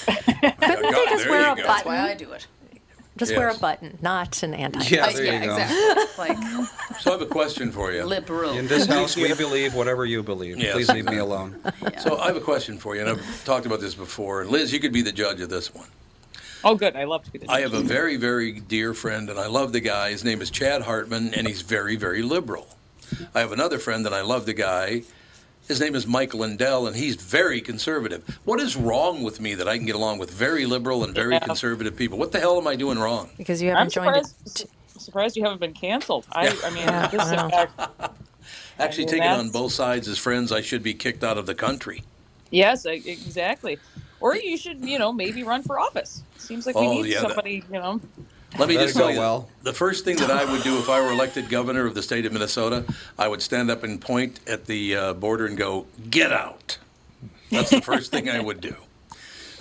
[SPEAKER 3] Couldn't
[SPEAKER 1] Oh,
[SPEAKER 3] they just wear a
[SPEAKER 7] That's
[SPEAKER 3] button?
[SPEAKER 7] why I do it.
[SPEAKER 3] Just wear a
[SPEAKER 1] Yes.
[SPEAKER 3] button, not an anti.
[SPEAKER 4] Yeah, there you go.
[SPEAKER 7] exactly. Like
[SPEAKER 1] So I have a question for you.
[SPEAKER 7] liberal.
[SPEAKER 4] In this house,
[SPEAKER 1] [LAUGHS]
[SPEAKER 4] we believe whatever you believe.
[SPEAKER 1] Yes.
[SPEAKER 4] Please leave me alone.
[SPEAKER 1] So I have a question for you, and I've talked about this before. And Liz, you could be the judge of this one.
[SPEAKER 5] Oh, good. I love to be the.
[SPEAKER 1] I have a very, very dear friend, and I love the guy. His name is Chad Hartman, and he's very, very liberal. I have another friend, and I love the guy. His name is Mike Lindell, and he's very conservative. What is wrong with me that I can get along with very liberal and very
[SPEAKER 5] Yeah.
[SPEAKER 1] conservative people? What the hell am I doing wrong?
[SPEAKER 3] Because you
[SPEAKER 5] I'm
[SPEAKER 3] haven't joined.
[SPEAKER 5] surprised. Surprised you haven't been canceled. I, I mean,
[SPEAKER 3] Yeah,
[SPEAKER 5] this
[SPEAKER 3] I know.
[SPEAKER 5] fact-
[SPEAKER 1] [LAUGHS] Actually,
[SPEAKER 5] Well,
[SPEAKER 1] taking on
[SPEAKER 5] that's-
[SPEAKER 1] both sides as friends, I should be kicked out of the country.
[SPEAKER 5] yes, e- exactly. Or you should, you know, maybe run for office. Seems like we
[SPEAKER 1] Oh,
[SPEAKER 5] need
[SPEAKER 1] yeah, that-
[SPEAKER 5] somebody, you know.
[SPEAKER 1] Let me
[SPEAKER 4] That'd
[SPEAKER 1] just
[SPEAKER 4] go
[SPEAKER 1] tell you,
[SPEAKER 4] well.
[SPEAKER 1] the first thing that I would do if I were elected governor of the state of Minnesota, I would stand up and point at the uh, border and go, "Get out!" That's the first thing I would do.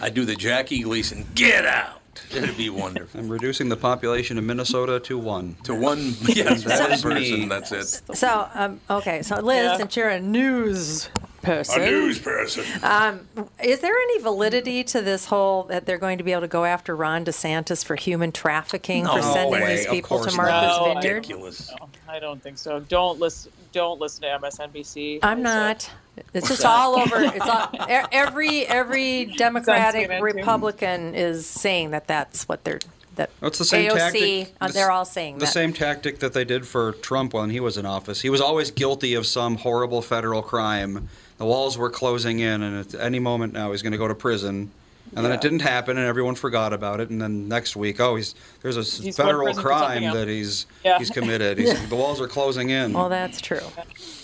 [SPEAKER 1] I'd do the Jackie Gleason, "Get out!" It'd be wonderful.
[SPEAKER 4] I'm reducing the population of Minnesota to one.
[SPEAKER 1] To one,
[SPEAKER 4] [LAUGHS]
[SPEAKER 1] yes,
[SPEAKER 4] That
[SPEAKER 1] one
[SPEAKER 4] is me.
[SPEAKER 1] person. That's it.
[SPEAKER 3] So, um, okay, so Liz,
[SPEAKER 5] Yeah.
[SPEAKER 3] since you're a news person,
[SPEAKER 1] person.
[SPEAKER 3] Um, is there any validity to this whole that they're going to be able to go after Ron DeSantis for human trafficking for
[SPEAKER 1] No
[SPEAKER 3] sending
[SPEAKER 4] way,
[SPEAKER 3] these
[SPEAKER 4] of
[SPEAKER 3] people to
[SPEAKER 4] course
[SPEAKER 3] Martha's
[SPEAKER 5] not. No, I-
[SPEAKER 3] Vineyard?
[SPEAKER 1] Ridiculous.
[SPEAKER 5] No, I don't think so. Don't listen. Don't listen to MSNBC.
[SPEAKER 3] I'm
[SPEAKER 5] It's, uh,
[SPEAKER 3] not. It's just all over. It's all, e- every every Democratic
[SPEAKER 5] CNN too.
[SPEAKER 3] Republican is saying that that's what they're that
[SPEAKER 4] Well, Oh, it's the same
[SPEAKER 3] AOC,
[SPEAKER 4] tactic-
[SPEAKER 3] uh, they're all saying
[SPEAKER 4] the
[SPEAKER 3] that.
[SPEAKER 4] same tactic that they did for Trump when he was in office. He was always guilty of some horrible federal crime. The walls were closing in, and at any moment now he's going to go to prison. And then
[SPEAKER 5] Yeah.
[SPEAKER 4] it didn't happen, and everyone forgot about it. And then next week, oh, he's there's a s-
[SPEAKER 5] He's going to
[SPEAKER 4] federal
[SPEAKER 5] prison for something
[SPEAKER 4] crime
[SPEAKER 5] else.
[SPEAKER 4] that he's
[SPEAKER 5] Yeah.
[SPEAKER 4] he's committed. He's,
[SPEAKER 5] [LAUGHS] Yeah.
[SPEAKER 4] The walls are closing in.
[SPEAKER 3] Well, that's true.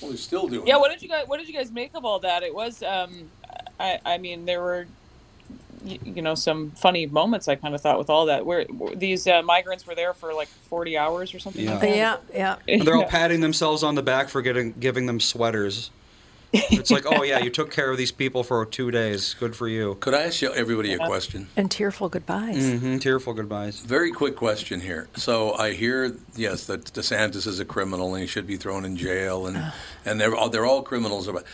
[SPEAKER 1] Well, he's still doing.
[SPEAKER 5] Yeah, what did you guys what did you guys make of all that? It was um I I mean there were y- you know some funny moments I kind of thought with all that. Where where these uh, migrants were there for like 40 hours or something. like that.
[SPEAKER 3] Yeah,
[SPEAKER 5] [LAUGHS]
[SPEAKER 3] yeah.
[SPEAKER 4] And they're all patting themselves on the back for getting giving them sweaters. It's like, oh yeah, you took care of these people for two days. Good for you.
[SPEAKER 1] Could I ask everybody a question?
[SPEAKER 3] And tearful goodbyes.
[SPEAKER 4] hmm Tearful goodbyes.
[SPEAKER 1] Very quick question here. So I hear yes that DeSantis is a criminal and he should be thrown in jail, and and they're all, they're all criminals. But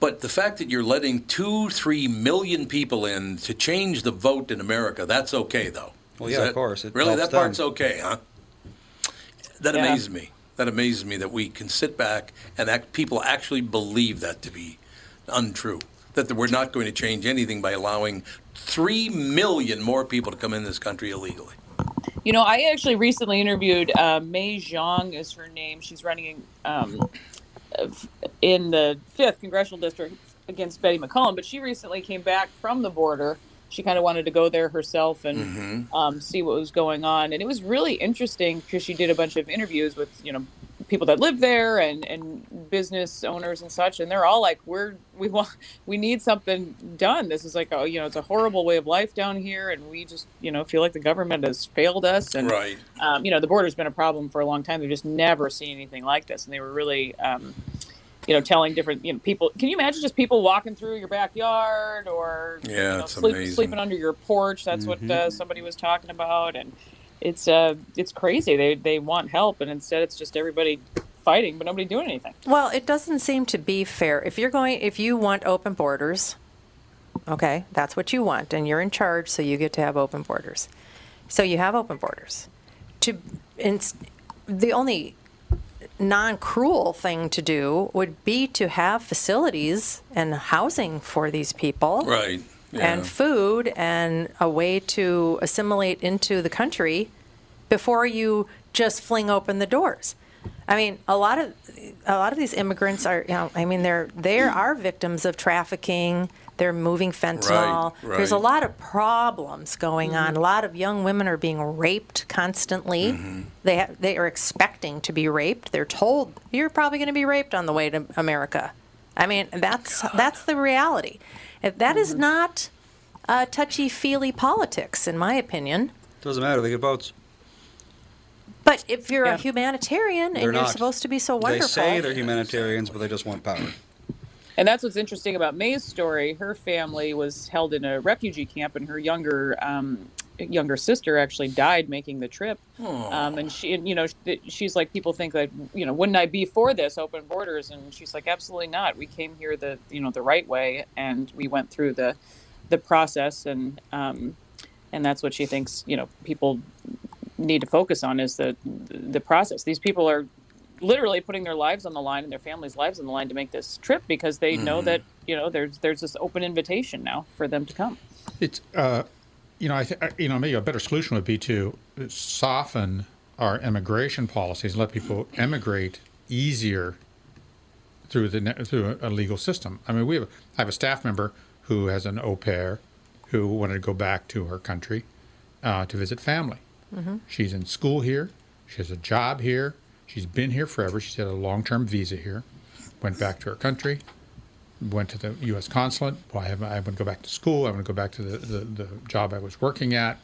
[SPEAKER 1] but the fact that you're letting two three million people in to change the vote in America, that's okay though.
[SPEAKER 4] Well,
[SPEAKER 1] Is
[SPEAKER 4] yeah, of
[SPEAKER 1] that-
[SPEAKER 4] course. It
[SPEAKER 1] really,
[SPEAKER 4] helps
[SPEAKER 1] that part's
[SPEAKER 4] them.
[SPEAKER 1] okay, huh? That
[SPEAKER 4] Yeah.
[SPEAKER 1] amazes me. That amazes me that we can sit back and act, people actually believe that to be untrue. That we're not going to change anything by allowing three million more people to come in this country illegally.
[SPEAKER 5] You know, I actually recently interviewed uh, Mei Zhang is her name. She's running um, of- in the fifth congressional district against Betty McCollum, but she recently came back from the border. She kind of wanted to go there herself and um, see what was going on, and it was really interesting because she did a bunch of interviews with you know people that live there and and business owners and such, and they're all like, "We're we want we need something done. This is like oh you know it's a horrible way of life down here, and we just you know feel like the government has failed us, and
[SPEAKER 1] Right.
[SPEAKER 5] um, you know the border's been a problem for a long time. They've just never seen anything like this, and they were really." Um, you know, telling different you know, people. Can you imagine just people walking through your backyard or you
[SPEAKER 1] Yeah,
[SPEAKER 5] know,
[SPEAKER 1] it's
[SPEAKER 5] sleep-
[SPEAKER 1] amazing.
[SPEAKER 5] sleeping under your porch? That's
[SPEAKER 1] Mhm.
[SPEAKER 5] what
[SPEAKER 4] Mm-hmm.
[SPEAKER 5] uh, somebody was talking about, and it's uh, it's crazy. They they want help, and instead it's just everybody fighting, but nobody doing anything.
[SPEAKER 3] Well, it doesn't seem to be fair. If you're going, if you want open borders, okay, that's what you want, and you're in charge, so you get to have open borders. So you have open borders. To and the only non-cruel thing to do would be to have facilities and housing for these people,
[SPEAKER 1] Right. Yeah.
[SPEAKER 3] And food and a way to assimilate into the country before you just fling open the doors. I mean, a lot of a lot of these immigrants are, you know, I mean, they're they are victims of trafficking. They're moving fentanyl.
[SPEAKER 11] Right,
[SPEAKER 3] There's a
[SPEAKER 11] right.
[SPEAKER 3] lot of problems going on. A lot of young women are being raped constantly. They ha- they are expecting to be raped. They're told you're probably going to be raped on the way to America. I mean, that's that's the reality. If that is not uh, touchy feely politics, in my opinion.
[SPEAKER 4] Doesn't matter. They get votes.
[SPEAKER 3] But if you're a humanitarian
[SPEAKER 4] They're
[SPEAKER 3] and you're
[SPEAKER 4] not.
[SPEAKER 3] supposed to be so
[SPEAKER 4] They
[SPEAKER 3] wonderful,
[SPEAKER 4] say they're humanitarians, but they just want power.
[SPEAKER 5] And that's what's interesting about May's story. Her family was held in a refugee camp, and her younger um, younger sister actually died making the trip.
[SPEAKER 11] Aw.
[SPEAKER 5] Um, and she, and, you know, sh- she's like, people think that, you know, wouldn't I be for this open borders? And she's like, absolutely not. We came here the, you know, the right way, and we went through the, the process, and um, and that's what she thinks, you know, people need to focus on is the the process. These people are literally putting their lives on the line and their families' lives on the line to make this trip because they know
[SPEAKER 2] Mhm.
[SPEAKER 4] Mm-hmm.
[SPEAKER 5] that you know there's there's this open invitation now for them to come.
[SPEAKER 2] It's uh, you know, I th- you know, maybe a better solution would be to soften our immigration policies, let people emigrate easier through the ne- through a legal system. I mean, we have I have a staff member who has an au pair who wanted to go back to her country uh, to visit family.
[SPEAKER 1] Mm-hmm.
[SPEAKER 11] Mhm.
[SPEAKER 2] She's in school here. She has a job here. She's been here forever. She's had a long-term visa here. Went back to her country. Went to the U.S. consulate. Why am I, I want to go back to school. I want to go back to the, the, the job I was working at.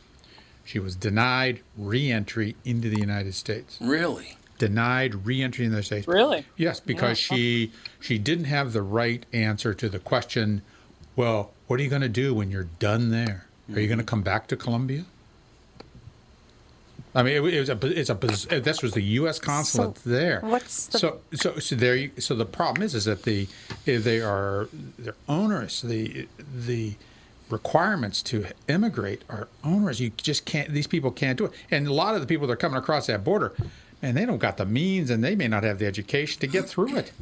[SPEAKER 2] She was denied re-entry into the United States.
[SPEAKER 1] Really?
[SPEAKER 2] Denied re-entry into the United States.
[SPEAKER 5] Really?
[SPEAKER 2] Yes, because
[SPEAKER 5] Yeah.
[SPEAKER 2] she she didn't have the right answer to the question. Well, what are you going to do when you're done there? Are
[SPEAKER 5] Mm-hmm.
[SPEAKER 2] you going to come back to Colombia? I mean, it, wa- it was a bu- it's a bus- uh, this was the U.S. consulate there.
[SPEAKER 11] what's the-
[SPEAKER 2] so so so there? You, so the problem is is that the eh, they are they're onerous. The the requirements to immigrate are onerous. You just can't. These people can't do it. And a lot of the people that are coming across that border, man, they don't got the means, and they may not have the education to get through it.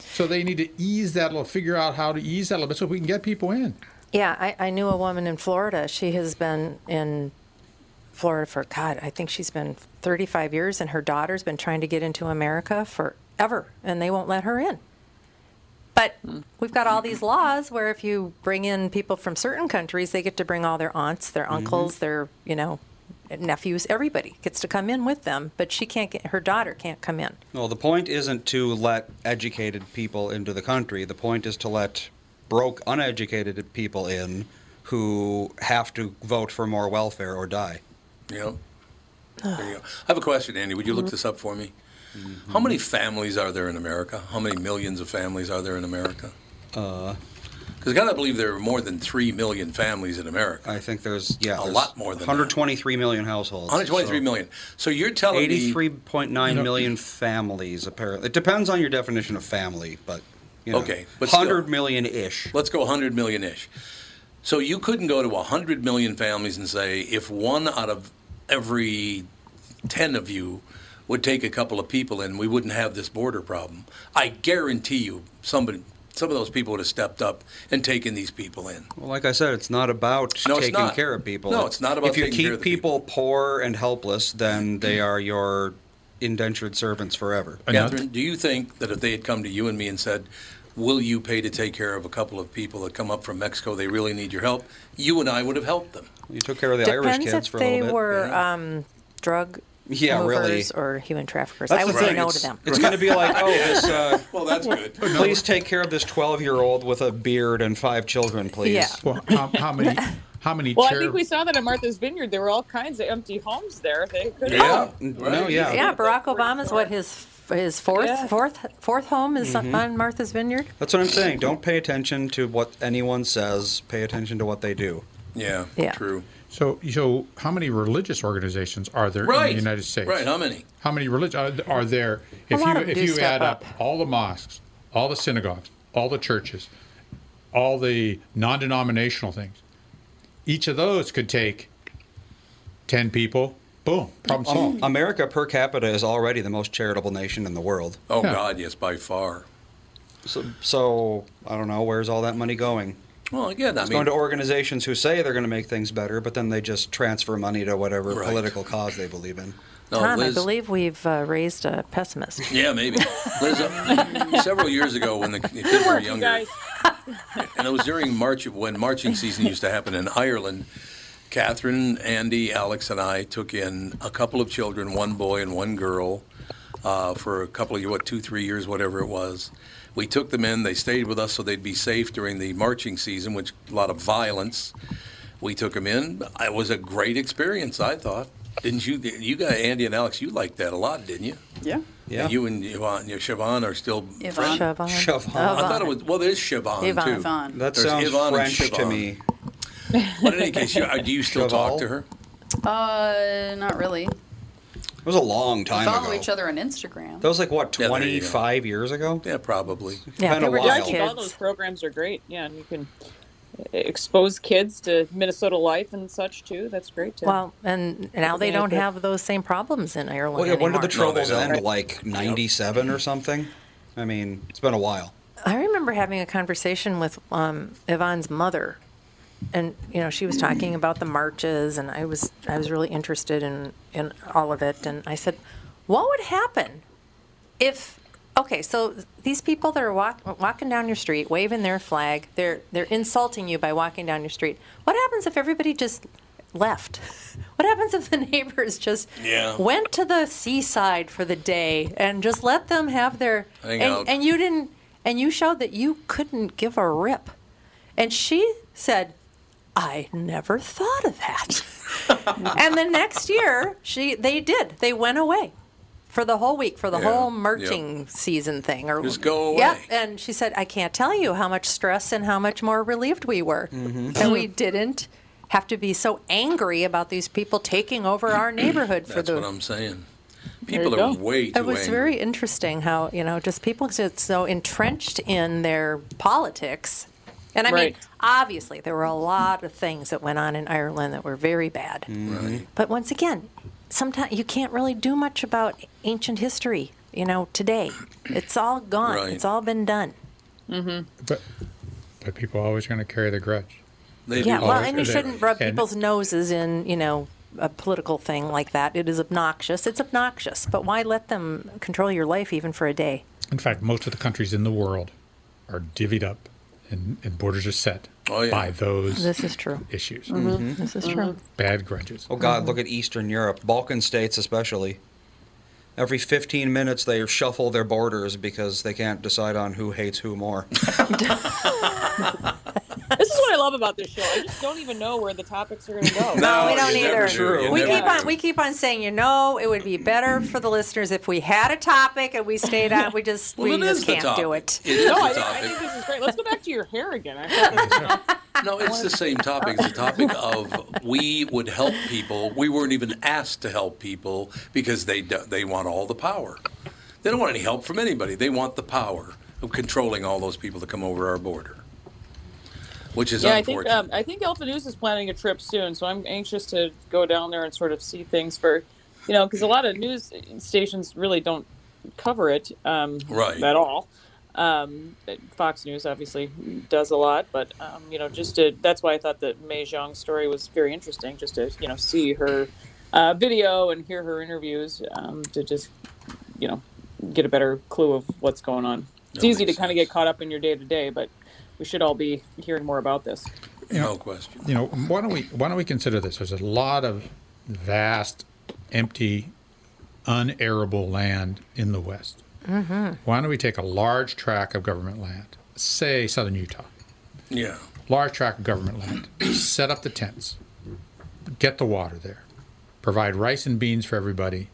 [SPEAKER 2] So they need to ease that. little Figure out how to ease that a little bit so we can get people in.
[SPEAKER 3] Yeah, I, I knew a woman in Florida. She has been in Florida for God. I think she's been 35 years, and her daughter's been trying to get into America forever, and they won't let her in. But
[SPEAKER 4] Hmm.
[SPEAKER 3] we've got all these laws where if you bring in people from certain countries, they get to bring all their aunts,
[SPEAKER 4] Mm-hmm.
[SPEAKER 3] their uncles, their you know nephews. Everybody gets to come in with them, but she can't get her daughter can't come in.
[SPEAKER 4] No, the point isn't to let educated people into the country. The point is to let broke, uneducated people in who have to vote for more welfare or die.
[SPEAKER 1] Yeah. There you go. I have a question, Andy. Would you
[SPEAKER 5] Mm-hmm.
[SPEAKER 1] look this up for me? How many families are there in America? How many millions of families are there in America?
[SPEAKER 4] Uh,
[SPEAKER 1] Because I gotta believe there are more than three million families in America.
[SPEAKER 4] I think there's yeah,
[SPEAKER 1] a lot more than that.
[SPEAKER 4] 123 million households.
[SPEAKER 1] 123 million. So you're telling me-
[SPEAKER 4] 83.9 million families apparently. It depends on your definition of family, but you know,
[SPEAKER 1] Okay, but still.
[SPEAKER 4] 100 million ish.
[SPEAKER 1] Let's go 100 million ish. So you couldn't go to 100 million families and say, if one out of every 10 of you would take a couple of people in, we wouldn't have this border problem. I guarantee you, somebody, some of those people would have stepped up and taken these people in.
[SPEAKER 4] Well, like I said, it's not about
[SPEAKER 1] No, it's
[SPEAKER 4] taking
[SPEAKER 1] not.
[SPEAKER 4] care of people.
[SPEAKER 1] No, it's not about
[SPEAKER 4] If you
[SPEAKER 1] taking
[SPEAKER 4] keep
[SPEAKER 1] care of the
[SPEAKER 4] people, poor and helpless, then they are your indentured servants forever.
[SPEAKER 1] Catherine, do you think that if they had come to you and me and said, Will you pay to take care of a couple of people that come up from Mexico? They really need your help. You and I would have helped them.
[SPEAKER 4] You took care of
[SPEAKER 3] Depends if they were um, drug
[SPEAKER 1] Yeah, really.
[SPEAKER 3] movers or human traffickers.
[SPEAKER 4] That's
[SPEAKER 3] I
[SPEAKER 4] the
[SPEAKER 3] would say
[SPEAKER 4] thing.
[SPEAKER 3] no
[SPEAKER 4] it's,
[SPEAKER 3] to them.
[SPEAKER 4] It's going to be like,
[SPEAKER 3] [LAUGHS]
[SPEAKER 4] oh, this. Uh,
[SPEAKER 1] [LAUGHS] well, that's good.
[SPEAKER 4] [LAUGHS]
[SPEAKER 2] Oh,
[SPEAKER 4] Please take care of this 12 year old with a beard and five children, please.
[SPEAKER 5] Yeah.
[SPEAKER 2] Well, how, how many? How many?
[SPEAKER 5] Well, I think we saw that at Martha's Vineyard. There were all kinds of empty homes there. They could
[SPEAKER 4] Yeah. No, yeah.
[SPEAKER 3] Yeah, Barack Obama's what his his fourth
[SPEAKER 5] Yeah.
[SPEAKER 3] fourth fourth home is
[SPEAKER 4] Mhm.
[SPEAKER 3] on Martha's Vineyard.
[SPEAKER 4] That's what I'm saying. Don't pay attention to what anyone says. Pay attention to what they do.
[SPEAKER 1] Yeah,
[SPEAKER 3] Yeah.
[SPEAKER 1] true.
[SPEAKER 2] So, so how many religious organizations are there
[SPEAKER 1] Right.
[SPEAKER 2] in the United States?
[SPEAKER 1] Right, how many?
[SPEAKER 2] How many religious are, are there?
[SPEAKER 1] A
[SPEAKER 2] If
[SPEAKER 1] lot
[SPEAKER 2] you
[SPEAKER 1] of them
[SPEAKER 2] if
[SPEAKER 1] do
[SPEAKER 2] you
[SPEAKER 1] step
[SPEAKER 2] add up. all the mosques, all the synagogues, all the churches, all the non-denominational things, each of those could take ten people. Boom, problem
[SPEAKER 3] Oh.
[SPEAKER 2] solved.
[SPEAKER 4] Um, America per capita is already the most charitable nation in the world.
[SPEAKER 1] Oh, God, yes, by far.
[SPEAKER 4] So, so I don't know where's all that money going.
[SPEAKER 1] Well, again, I
[SPEAKER 4] it's
[SPEAKER 1] mean-
[SPEAKER 4] going to organizations who say they're going to make things better, but then they just transfer money to whatever political cause they believe in.
[SPEAKER 3] Tom, I believe we've uh, raised a pessimist.
[SPEAKER 1] Yeah, maybe. Liz, uh, several years ago when the kids were younger, and it was during March when marching season used to happen in Ireland. Catherine, Andy, Alex, and I took in a couple of children, one boy and one girl, uh, for a couple of what two, three years, whatever it was. We took them in. They stayed with us so they'd be safe during the marching season, which a lot of violence. We took them in. It was a great experience, I thought. Didn't you? You got Andy and Alex. You liked that a lot, didn't you?
[SPEAKER 5] Yeah.
[SPEAKER 4] Yeah.
[SPEAKER 1] You and Yvonne, you Siobhan are still
[SPEAKER 7] Yvonne.
[SPEAKER 1] friends.
[SPEAKER 7] Siobhan. Siobhan.
[SPEAKER 1] I thought it was. Well, there's Siobhan
[SPEAKER 7] Yvonne.
[SPEAKER 1] too.
[SPEAKER 7] Yvonne.
[SPEAKER 4] That
[SPEAKER 1] There's
[SPEAKER 4] sounds
[SPEAKER 1] Yvonne and
[SPEAKER 4] French to
[SPEAKER 1] Siobhan.
[SPEAKER 4] me.
[SPEAKER 1] [LAUGHS] But in any case, you, uh, do you still talk to her?
[SPEAKER 7] Uh, not really.
[SPEAKER 4] It was a long
[SPEAKER 7] We
[SPEAKER 4] time
[SPEAKER 7] follow
[SPEAKER 4] ago.
[SPEAKER 7] each other on Instagram.
[SPEAKER 4] That was like what
[SPEAKER 1] Yeah, there you go.
[SPEAKER 4] 25 years ago.
[SPEAKER 1] Yeah, probably.
[SPEAKER 7] Yeah,
[SPEAKER 4] been
[SPEAKER 7] they
[SPEAKER 4] a
[SPEAKER 7] were
[SPEAKER 4] while.
[SPEAKER 7] just
[SPEAKER 5] All those programs are great. Yeah, and you can expose kids to Minnesota life and such too. That's great too.
[SPEAKER 3] Well, and now they don't
[SPEAKER 5] Yeah.
[SPEAKER 3] have those same problems in Ireland
[SPEAKER 4] Well, yeah, when
[SPEAKER 3] anymore.
[SPEAKER 4] did the troubles end?
[SPEAKER 3] Right.
[SPEAKER 4] Like 97 or something? I mean, it's been a while.
[SPEAKER 3] I remember having a conversation with um, Yvonne's mother, and you know she was talking about the marches, and I was I was really interested in in all of it, and I said, what would happen if okay, so these people that are walk, walking down your street, waving their flag, they're they're insulting you by walking down your street. What happens if everybody just left? [LAUGHS] What happens if the neighbors just
[SPEAKER 1] Yeah.
[SPEAKER 3] went to the seaside for the day and just let them have their
[SPEAKER 1] Hang
[SPEAKER 3] and,
[SPEAKER 1] out.
[SPEAKER 3] and you didn't and you showed that you couldn't give a rip. And she said, I never thought of
[SPEAKER 1] [LAUGHS]
[SPEAKER 3] that. and the next year, she they did. They went away for the whole week for the
[SPEAKER 1] Yeah,
[SPEAKER 3] whole
[SPEAKER 1] yeah.
[SPEAKER 3] marching season thing or
[SPEAKER 1] Just go away.
[SPEAKER 3] Yeah, and she said, "I can't tell you how much stress and how much more relieved we were
[SPEAKER 4] Mm-hmm.
[SPEAKER 1] Mm-hmm.
[SPEAKER 3] that we didn't have to be so angry about these people taking over our neighborhood for
[SPEAKER 1] That's
[SPEAKER 3] the
[SPEAKER 1] what I'm saying.
[SPEAKER 3] There
[SPEAKER 1] People
[SPEAKER 3] you
[SPEAKER 1] are
[SPEAKER 3] go.
[SPEAKER 1] way too
[SPEAKER 3] It was
[SPEAKER 1] angry.
[SPEAKER 3] very interesting how you know just people get so entrenched in their politics, and I
[SPEAKER 5] Right.
[SPEAKER 3] mean, obviously there were a lot of things that went on in Ireland that were very bad.
[SPEAKER 1] Mm-hmm.
[SPEAKER 3] But once again, sometimes you can't really do much about ancient history. You know, today it's all gone.
[SPEAKER 2] Right.
[SPEAKER 3] It's all been done. Mm-hmm.
[SPEAKER 2] But but people are always going to carry the grudge.
[SPEAKER 3] yeah, well,
[SPEAKER 2] Always
[SPEAKER 3] and you
[SPEAKER 2] gonna-
[SPEAKER 3] shouldn't rub
[SPEAKER 2] and-
[SPEAKER 3] people's noses in, you know, a political thing like that. It is obnoxious. It's obnoxious, but why let them control your life even for a day?
[SPEAKER 2] In fact, most of the countries in the world are divvied up and, and borders are set
[SPEAKER 3] Oh, yeah.
[SPEAKER 2] by those
[SPEAKER 3] This is true.
[SPEAKER 2] issues.
[SPEAKER 3] Mhm. This
[SPEAKER 5] Mm-hmm.
[SPEAKER 3] is true.
[SPEAKER 2] Bad grudges.
[SPEAKER 4] Oh God, look at Eastern Europe, Balkan states especially. Every 15 minutes, they shuffle their borders because they can't decide on who hates who
[SPEAKER 3] [LAUGHS]
[SPEAKER 4] more.
[SPEAKER 5] This is what I love about this show. I just don't even know where the topics are going to go.
[SPEAKER 4] No,
[SPEAKER 3] we don't
[SPEAKER 4] you never
[SPEAKER 3] either.
[SPEAKER 4] do. You
[SPEAKER 3] We
[SPEAKER 4] never
[SPEAKER 3] keep on we keep on saying, you know, it would be better for the listeners if we had a topic and we stayed on. We just
[SPEAKER 1] Well,
[SPEAKER 3] we
[SPEAKER 1] it
[SPEAKER 3] just
[SPEAKER 1] is the
[SPEAKER 3] can't do
[SPEAKER 1] topic.
[SPEAKER 3] it.
[SPEAKER 1] It is
[SPEAKER 5] no,
[SPEAKER 1] the
[SPEAKER 5] I, think- I
[SPEAKER 1] topic.
[SPEAKER 5] think this is great. Let's go back to your hair again. I thought this was-
[SPEAKER 1] No, it's the same topic. It's the topic of we would help people. We weren't even asked to help people because they do, they want all the power. They don't want any help from anybody. They want the power of controlling all those people that come over our border, which is
[SPEAKER 5] yeah, I
[SPEAKER 1] unfortunate.
[SPEAKER 5] think um, I think Alpha News is planning a trip soon, so I'm anxious to go down there and sort of see things for, you know, because a lot of news stations really don't cover it um,
[SPEAKER 1] Right.
[SPEAKER 5] at all. Um, Fox News obviously does a lot, but um, you know, just to that's why I thought that Mei Zhang story was very interesting, just to you know see her uh, video and hear her interviews um, to just you know get a better clue of what's going on. It's
[SPEAKER 1] That
[SPEAKER 5] easy to
[SPEAKER 1] makes
[SPEAKER 5] kind of get caught up in your day to day, but we should all be hearing more about this.
[SPEAKER 1] no
[SPEAKER 5] um,
[SPEAKER 1] question.
[SPEAKER 2] you know why don't we why don't we consider this there's a lot of vast empty unairable land in the west
[SPEAKER 3] Mm-hmm.
[SPEAKER 2] why don't we take a large tract of government land say southern utah
[SPEAKER 1] Yeah.
[SPEAKER 2] large tract of government land set up the tents get the water there provide rice and beans for everybody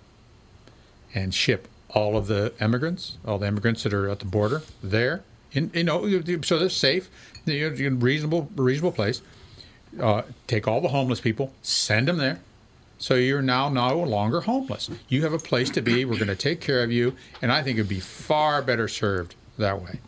[SPEAKER 2] and ship all of the immigrants all the immigrants that are at the border there in you know you- you- so they're safe you know, in reasonable reasonable place uh, take all the homeless people, send them there. So you're now no longer homeless. You have a place to be. We're going to take care of you, and I think it'd be far better served that way.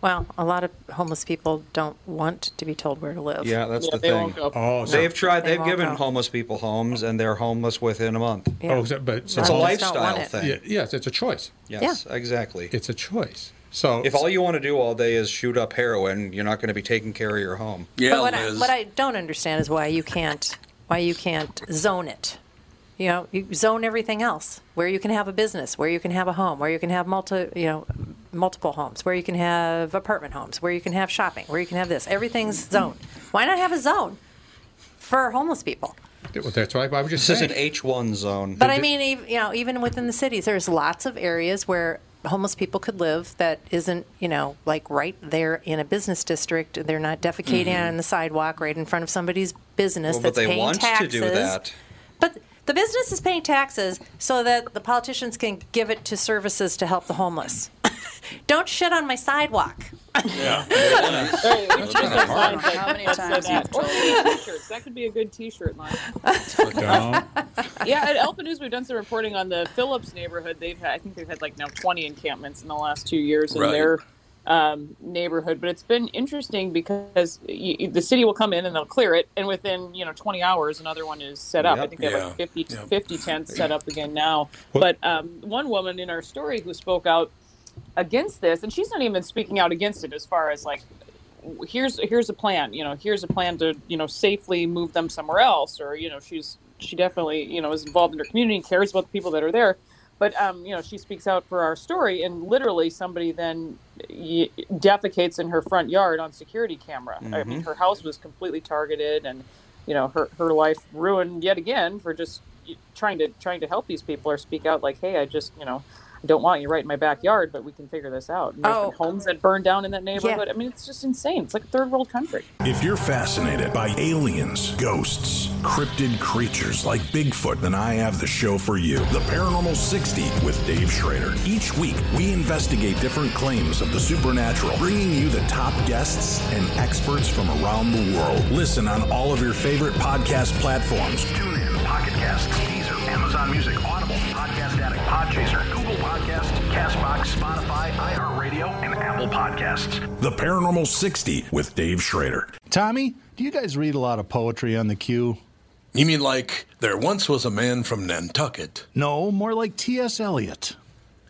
[SPEAKER 3] Well, a lot of homeless people don't want to be told where to live.
[SPEAKER 4] Yeah, that's the thing.
[SPEAKER 2] Oh,
[SPEAKER 4] they've tried.
[SPEAKER 3] They
[SPEAKER 4] They've
[SPEAKER 3] won't
[SPEAKER 4] given
[SPEAKER 3] go.
[SPEAKER 4] homeless people homes, and they're homeless within a month.
[SPEAKER 3] Yeah. Oh, so-
[SPEAKER 2] but
[SPEAKER 4] it's
[SPEAKER 2] so
[SPEAKER 4] a
[SPEAKER 2] some-
[SPEAKER 4] lifestyle thing.
[SPEAKER 2] Yeah, yes, it's a choice.
[SPEAKER 4] Yes, exactly.
[SPEAKER 2] It's a choice. Oh, So
[SPEAKER 4] if all you want to do all day is shoot up heroin, you're not going to be taking care of your home.
[SPEAKER 3] but what I, what I don't understand is why you can't why you can't zone it. You know, you zone everything else where you can have a business, where you can have a home, where you can have multi you know multiple homes, where you can have apartment homes, where you can have shopping, where you can have this. Everything's zoned. Why not have a zone for homeless people?
[SPEAKER 2] Well, that's why I was just
[SPEAKER 4] this
[SPEAKER 2] saying.
[SPEAKER 4] is an H one zone.
[SPEAKER 3] But I mean, ev- you know, even within the cities, there's lots of areas where homeless people could live that isn't, you know, like right there in a business district. They're not defecating
[SPEAKER 4] Mhm.
[SPEAKER 3] on the sidewalk right in front of somebody's business
[SPEAKER 4] well, but
[SPEAKER 3] that's
[SPEAKER 4] they
[SPEAKER 3] paying
[SPEAKER 4] want
[SPEAKER 3] taxes.
[SPEAKER 4] to do that.
[SPEAKER 3] But the business is paying taxes so that the politicians can give it to services to help the homeless. [LAUGHS] Don't shit on my sidewalk.
[SPEAKER 7] [LAUGHS]
[SPEAKER 1] Yeah.
[SPEAKER 5] Hey, we changed our signs, like,
[SPEAKER 7] How many
[SPEAKER 5] let's say
[SPEAKER 7] times
[SPEAKER 5] that.
[SPEAKER 7] you've
[SPEAKER 5] Or maybe t-shirts. That could be a good t-shirt line.
[SPEAKER 2] Don't.
[SPEAKER 5] [LAUGHS] yeah, at Alpha News, we've done some reporting on the Phillips neighborhood. They've had, I think they've had like now 20 encampments in the last two years in
[SPEAKER 1] Right.
[SPEAKER 5] their um, neighborhood. But it's been interesting because y y the city will come in and they'll clear it, and within you know 20 hours, another one is set up. I
[SPEAKER 4] Yep.
[SPEAKER 5] think they have like
[SPEAKER 1] Yeah.
[SPEAKER 5] 50,
[SPEAKER 1] Yep.
[SPEAKER 5] 50 tents set up again now. But um, one woman in our story who spoke out against this, and she's not even speaking out against it as far as like here's here's a plan you know here's a plan to you know safely move them somewhere else or you know she's she definitely you know is involved in her community and cares about the people that are there but um you know she speaks out for our story and literally somebody then y- defecates in her front yard on security camera i mean
[SPEAKER 4] Mhm.
[SPEAKER 5] her house was completely targeted and you know her her life ruined yet again for just y- trying to trying to help these people or speak out like hey i just you know I don't want you right in my backyard, but we can figure this out. And there's been
[SPEAKER 3] Oh.
[SPEAKER 5] homes that burned down in that neighborhood. I mean, it's just insane. It's like a third world country.
[SPEAKER 6] If you're fascinated by aliens, ghosts, cryptid creatures like Bigfoot, then I have the show for you The Paranormal 60 with Dave Schrader. Each week, we investigate different claims of the supernatural, bringing you the top guests and experts from around the world. Listen on all of your favorite podcast platforms.
[SPEAKER 8] Tune in, Pocket Casts, Deezer, Amazon Music, Audible, Podcast Addict, Podchaser, Google Podcasts, Castbox, Spotify, iHeartRadio, and Apple Podcasts.
[SPEAKER 6] The Paranormal 60 with Dave Schrader.
[SPEAKER 12] Tommy, do you guys read a lot of poetry on the queue?
[SPEAKER 13] You mean like there once was a man from Nantucket?
[SPEAKER 12] No, more like T.S. Eliot.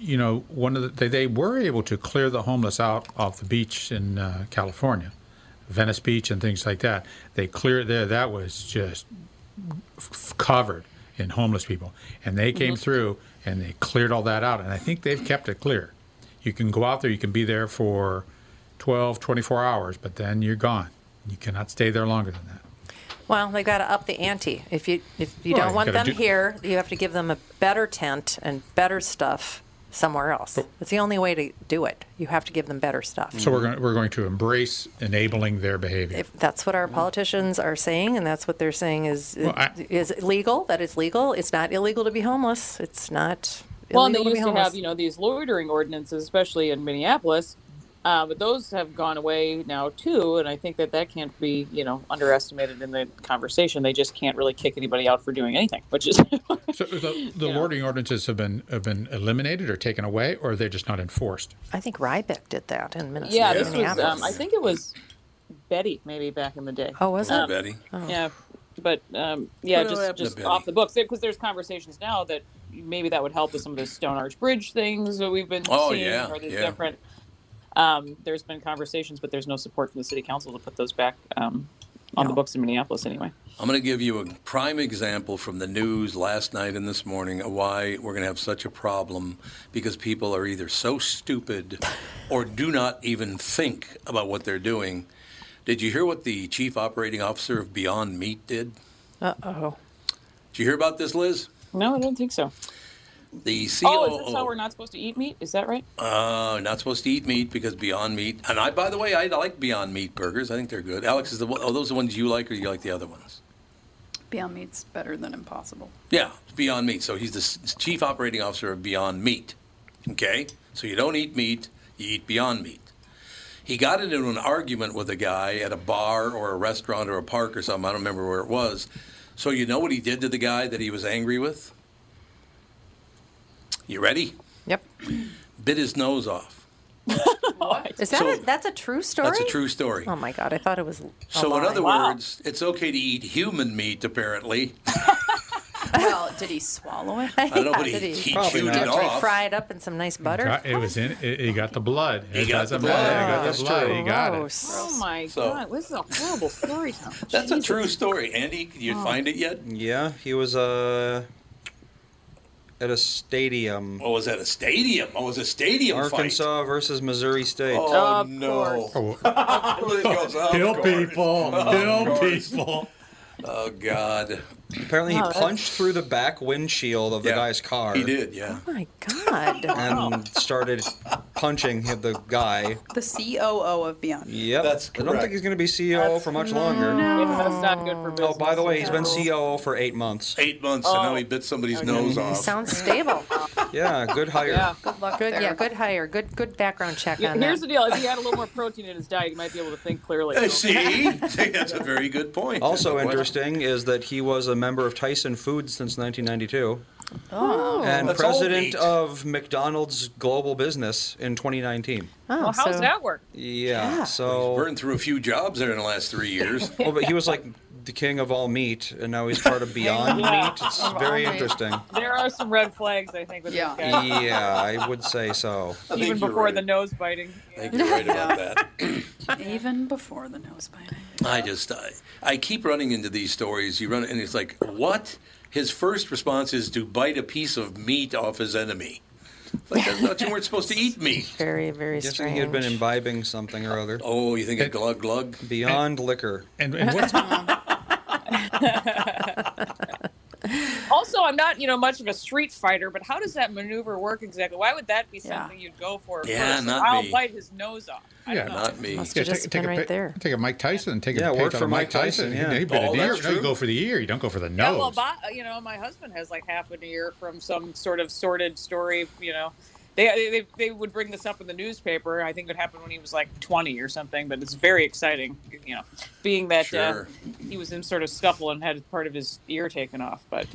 [SPEAKER 2] you know, one of the, they, they were able to clear the homeless out off the beach in uh, California, Venice Beach and things like that. They cleared there. That was just f- covered in homeless people, and they came
[SPEAKER 11] Mhm.
[SPEAKER 2] through and they cleared all that out. And I think they've kept it clear. You can go out there. You can be there for 12, 24 hours, but then you're gone. You cannot stay there longer than that.
[SPEAKER 3] Well, they've got to up the ante. If you if you
[SPEAKER 2] Well,
[SPEAKER 3] don't
[SPEAKER 2] you
[SPEAKER 3] want
[SPEAKER 2] gotta
[SPEAKER 3] them
[SPEAKER 2] do-
[SPEAKER 3] here, you have to give them a better tent and better stuff somewhere else. It's the only way to do it. You have to give them better stuff.
[SPEAKER 2] So we're going we're going to embrace enabling their behavior.
[SPEAKER 3] Mm-hmm. If that's what our politicians are saying, and that's what they're saying is
[SPEAKER 2] Well, I-
[SPEAKER 3] is legal. That it's legal. It's not illegal to be homeless. It's not.
[SPEAKER 5] Well, and they
[SPEAKER 3] illegal
[SPEAKER 5] used to
[SPEAKER 3] be homeless.
[SPEAKER 5] have you know these loitering ordinances, especially in Minneapolis, uh, but those have gone away now too. And I think that that can't be you know underestimated in the conversation. They just can't really kick anybody out for doing anything, which is [LAUGHS]
[SPEAKER 2] So the,
[SPEAKER 3] [LAUGHS]
[SPEAKER 2] the wording ordinances have been have been eliminated or taken away, or they're just not enforced.
[SPEAKER 3] I think Ryback did that in Minnesota.
[SPEAKER 5] yeah. This was
[SPEAKER 3] Minneapolis.
[SPEAKER 5] um, I think it was Betty maybe back in the day.
[SPEAKER 3] Oh, was it?
[SPEAKER 5] Um,
[SPEAKER 1] Betty. Oh.
[SPEAKER 5] Yeah, but um, yeah,
[SPEAKER 1] Whatever
[SPEAKER 5] just
[SPEAKER 1] happened to
[SPEAKER 5] just
[SPEAKER 1] Betty?
[SPEAKER 5] off the books because there's conversations now that maybe that would help with some of the Stone Arch Bridge things that we've been
[SPEAKER 1] Oh,
[SPEAKER 5] seeing
[SPEAKER 1] yeah,
[SPEAKER 5] or these
[SPEAKER 1] yeah.
[SPEAKER 5] different. Um, there's been conversations, but there's no support from the city council to put those back um, on the books in Minneapolis anyway.
[SPEAKER 1] I'm going to give you a prime example from the news last night and this morning of why we're going to have such a problem because people are either so stupid or do not even think about what they're doing. Did you hear what the chief operating officer of Beyond Meat did?
[SPEAKER 3] Uh oh.
[SPEAKER 1] Did you hear about this, Liz?
[SPEAKER 5] No, I don't think so.
[SPEAKER 1] The E COO.
[SPEAKER 5] Oh, is this how we're not supposed to eat meat? Is that right?
[SPEAKER 1] Uh, not supposed to eat meat because Beyond Meat. And I, by the way, I like Beyond Meat burgers. I think they're good. Alex, is the one- are those the ones you like, or you like the other ones?
[SPEAKER 7] Beyond Meat's better than Impossible.
[SPEAKER 1] Yeah, it's Beyond Meat. So he's the s- chief operating officer of Beyond Meat. Okay, so you don't eat meat; you eat Beyond Meat. He got into an argument with a guy at a bar or a restaurant or a park or something. I don't remember where it was. So you know what he did to the guy that he was angry with? You ready?
[SPEAKER 3] Yep.
[SPEAKER 1] Bit his nose off.
[SPEAKER 3] Is that a, that's a true story?
[SPEAKER 1] That's a true story.
[SPEAKER 3] Oh my god, I thought it was. a
[SPEAKER 1] So, in
[SPEAKER 3] lie.
[SPEAKER 1] other words, it's okay to eat human meat, apparently.
[SPEAKER 7] Well, did he swallow
[SPEAKER 1] [LAUGHS]
[SPEAKER 7] it?
[SPEAKER 3] I
[SPEAKER 1] don't know, but he- he Probably chewed not. it off.
[SPEAKER 3] Fried up in some nice butter.
[SPEAKER 2] Got- it was in. It, it got the blood.
[SPEAKER 1] He
[SPEAKER 2] It
[SPEAKER 1] got
[SPEAKER 2] doesn't
[SPEAKER 1] the blood.
[SPEAKER 2] matter. It got
[SPEAKER 1] That's
[SPEAKER 2] the blood.
[SPEAKER 1] true.
[SPEAKER 2] He got it.
[SPEAKER 3] Gross.
[SPEAKER 5] Oh my
[SPEAKER 1] So-
[SPEAKER 5] god, this is a horrible story. Tom.
[SPEAKER 1] [LAUGHS] That's a true story. Andy, you
[SPEAKER 5] Oh.
[SPEAKER 1] find it yet?
[SPEAKER 4] Yeah, he was uh, at a stadium.
[SPEAKER 1] Oh, was that a stadium? Oh, it was a stadium
[SPEAKER 4] Arkansas versus Missouri State.
[SPEAKER 1] Oh, no. Hill
[SPEAKER 4] Oh,
[SPEAKER 2] Hill people. Hill people.
[SPEAKER 1] Oh God!
[SPEAKER 4] Apparently, he
[SPEAKER 3] Wow, that's-
[SPEAKER 4] punched through the back windshield of the guy's car.
[SPEAKER 1] He did, yeah.
[SPEAKER 3] Oh my God. [LAUGHS]
[SPEAKER 4] And started punching the guy.
[SPEAKER 7] The COO of Beyond.
[SPEAKER 4] Yep. That's I don't think
[SPEAKER 7] correct.
[SPEAKER 4] he's going to be CEO for much longer.
[SPEAKER 5] That's not good for
[SPEAKER 4] Oh,
[SPEAKER 5] business.
[SPEAKER 4] by the way, he's been COO for eight months.
[SPEAKER 1] Eight months,
[SPEAKER 4] and
[SPEAKER 1] now he bit somebody's nose off.
[SPEAKER 3] Sounds stable.
[SPEAKER 4] Yeah, good hire.
[SPEAKER 3] Good luck. Good, yeah, good hire. Good, good background check
[SPEAKER 5] Yeah,
[SPEAKER 3] on
[SPEAKER 5] here's the
[SPEAKER 3] that.
[SPEAKER 5] deal: if he had a little more protein in his diet, he might be able to think clearly.
[SPEAKER 1] Uh, See, See, [LAUGHS] that's a very good point.
[SPEAKER 4] Also
[SPEAKER 1] That's a question.
[SPEAKER 4] interesting is that he was a member of Tyson Foods since 1992
[SPEAKER 5] [LAUGHS]
[SPEAKER 3] Oh.
[SPEAKER 4] and
[SPEAKER 1] That's all meat.
[SPEAKER 4] president of McDonald's global business in 2019.
[SPEAKER 3] Oh,
[SPEAKER 5] well, how's
[SPEAKER 3] so-
[SPEAKER 5] that work?
[SPEAKER 4] Yeah,
[SPEAKER 5] Yeah.
[SPEAKER 4] so
[SPEAKER 1] burned through a few jobs there in the last three years.
[SPEAKER 4] [LAUGHS] well, but he was like the king of all meat, and now he's part of Beyond
[SPEAKER 5] Yeah.
[SPEAKER 4] Meat. It's
[SPEAKER 5] Of all
[SPEAKER 4] very
[SPEAKER 5] meat.
[SPEAKER 4] interesting.
[SPEAKER 5] There are some red flags, I think, with
[SPEAKER 7] Yeah.
[SPEAKER 5] this guy.
[SPEAKER 4] Yeah, I would say so.
[SPEAKER 5] [LAUGHS] Even before the nose biting.
[SPEAKER 1] I think you're right about
[SPEAKER 3] [LAUGHS]
[SPEAKER 1] that.
[SPEAKER 7] Even before the nose bite.
[SPEAKER 1] I just, I, I keep running into these stories. You run, and it's like, what? His first response is to bite a piece of meat off his enemy. Like, I thought you weren't supposed to eat meat.
[SPEAKER 3] Very, very
[SPEAKER 4] Guessing he had been imbibing something or other.
[SPEAKER 1] Oh, you think a glug glug?
[SPEAKER 4] Beyond liquor.
[SPEAKER 2] And, and what's
[SPEAKER 5] Also, I'm not, you know, much of a street fighter, but how does that maneuver work exactly? Why would that be something you'd go for
[SPEAKER 1] Yeah,
[SPEAKER 5] first?
[SPEAKER 1] not
[SPEAKER 5] I'll
[SPEAKER 1] me.
[SPEAKER 5] bite his nose off. I
[SPEAKER 2] yeah,
[SPEAKER 5] don't know.
[SPEAKER 3] Must have just been
[SPEAKER 2] a
[SPEAKER 3] right
[SPEAKER 2] pic-
[SPEAKER 3] there.
[SPEAKER 2] Take a Mike Tyson. Take
[SPEAKER 4] Yeah,
[SPEAKER 2] a
[SPEAKER 4] it
[SPEAKER 2] pic
[SPEAKER 4] worked
[SPEAKER 2] out
[SPEAKER 4] for
[SPEAKER 2] of
[SPEAKER 4] Mike Tyson, yeah.
[SPEAKER 2] You, bit
[SPEAKER 4] Oh,
[SPEAKER 2] an ear.
[SPEAKER 4] that's
[SPEAKER 2] No, you
[SPEAKER 4] true.
[SPEAKER 2] go for the ear. You don't go for the nose.
[SPEAKER 5] Yeah, well, Bob, you know, my husband has like half an ear from some sort of sordid story. You know, they, they they would bring this up in the newspaper. I think it happened when he was like 20 or something. But it's very exciting, you know, being that uh,
[SPEAKER 1] Sure.
[SPEAKER 5] he was in sort of scuffle and had part of his ear taken off. But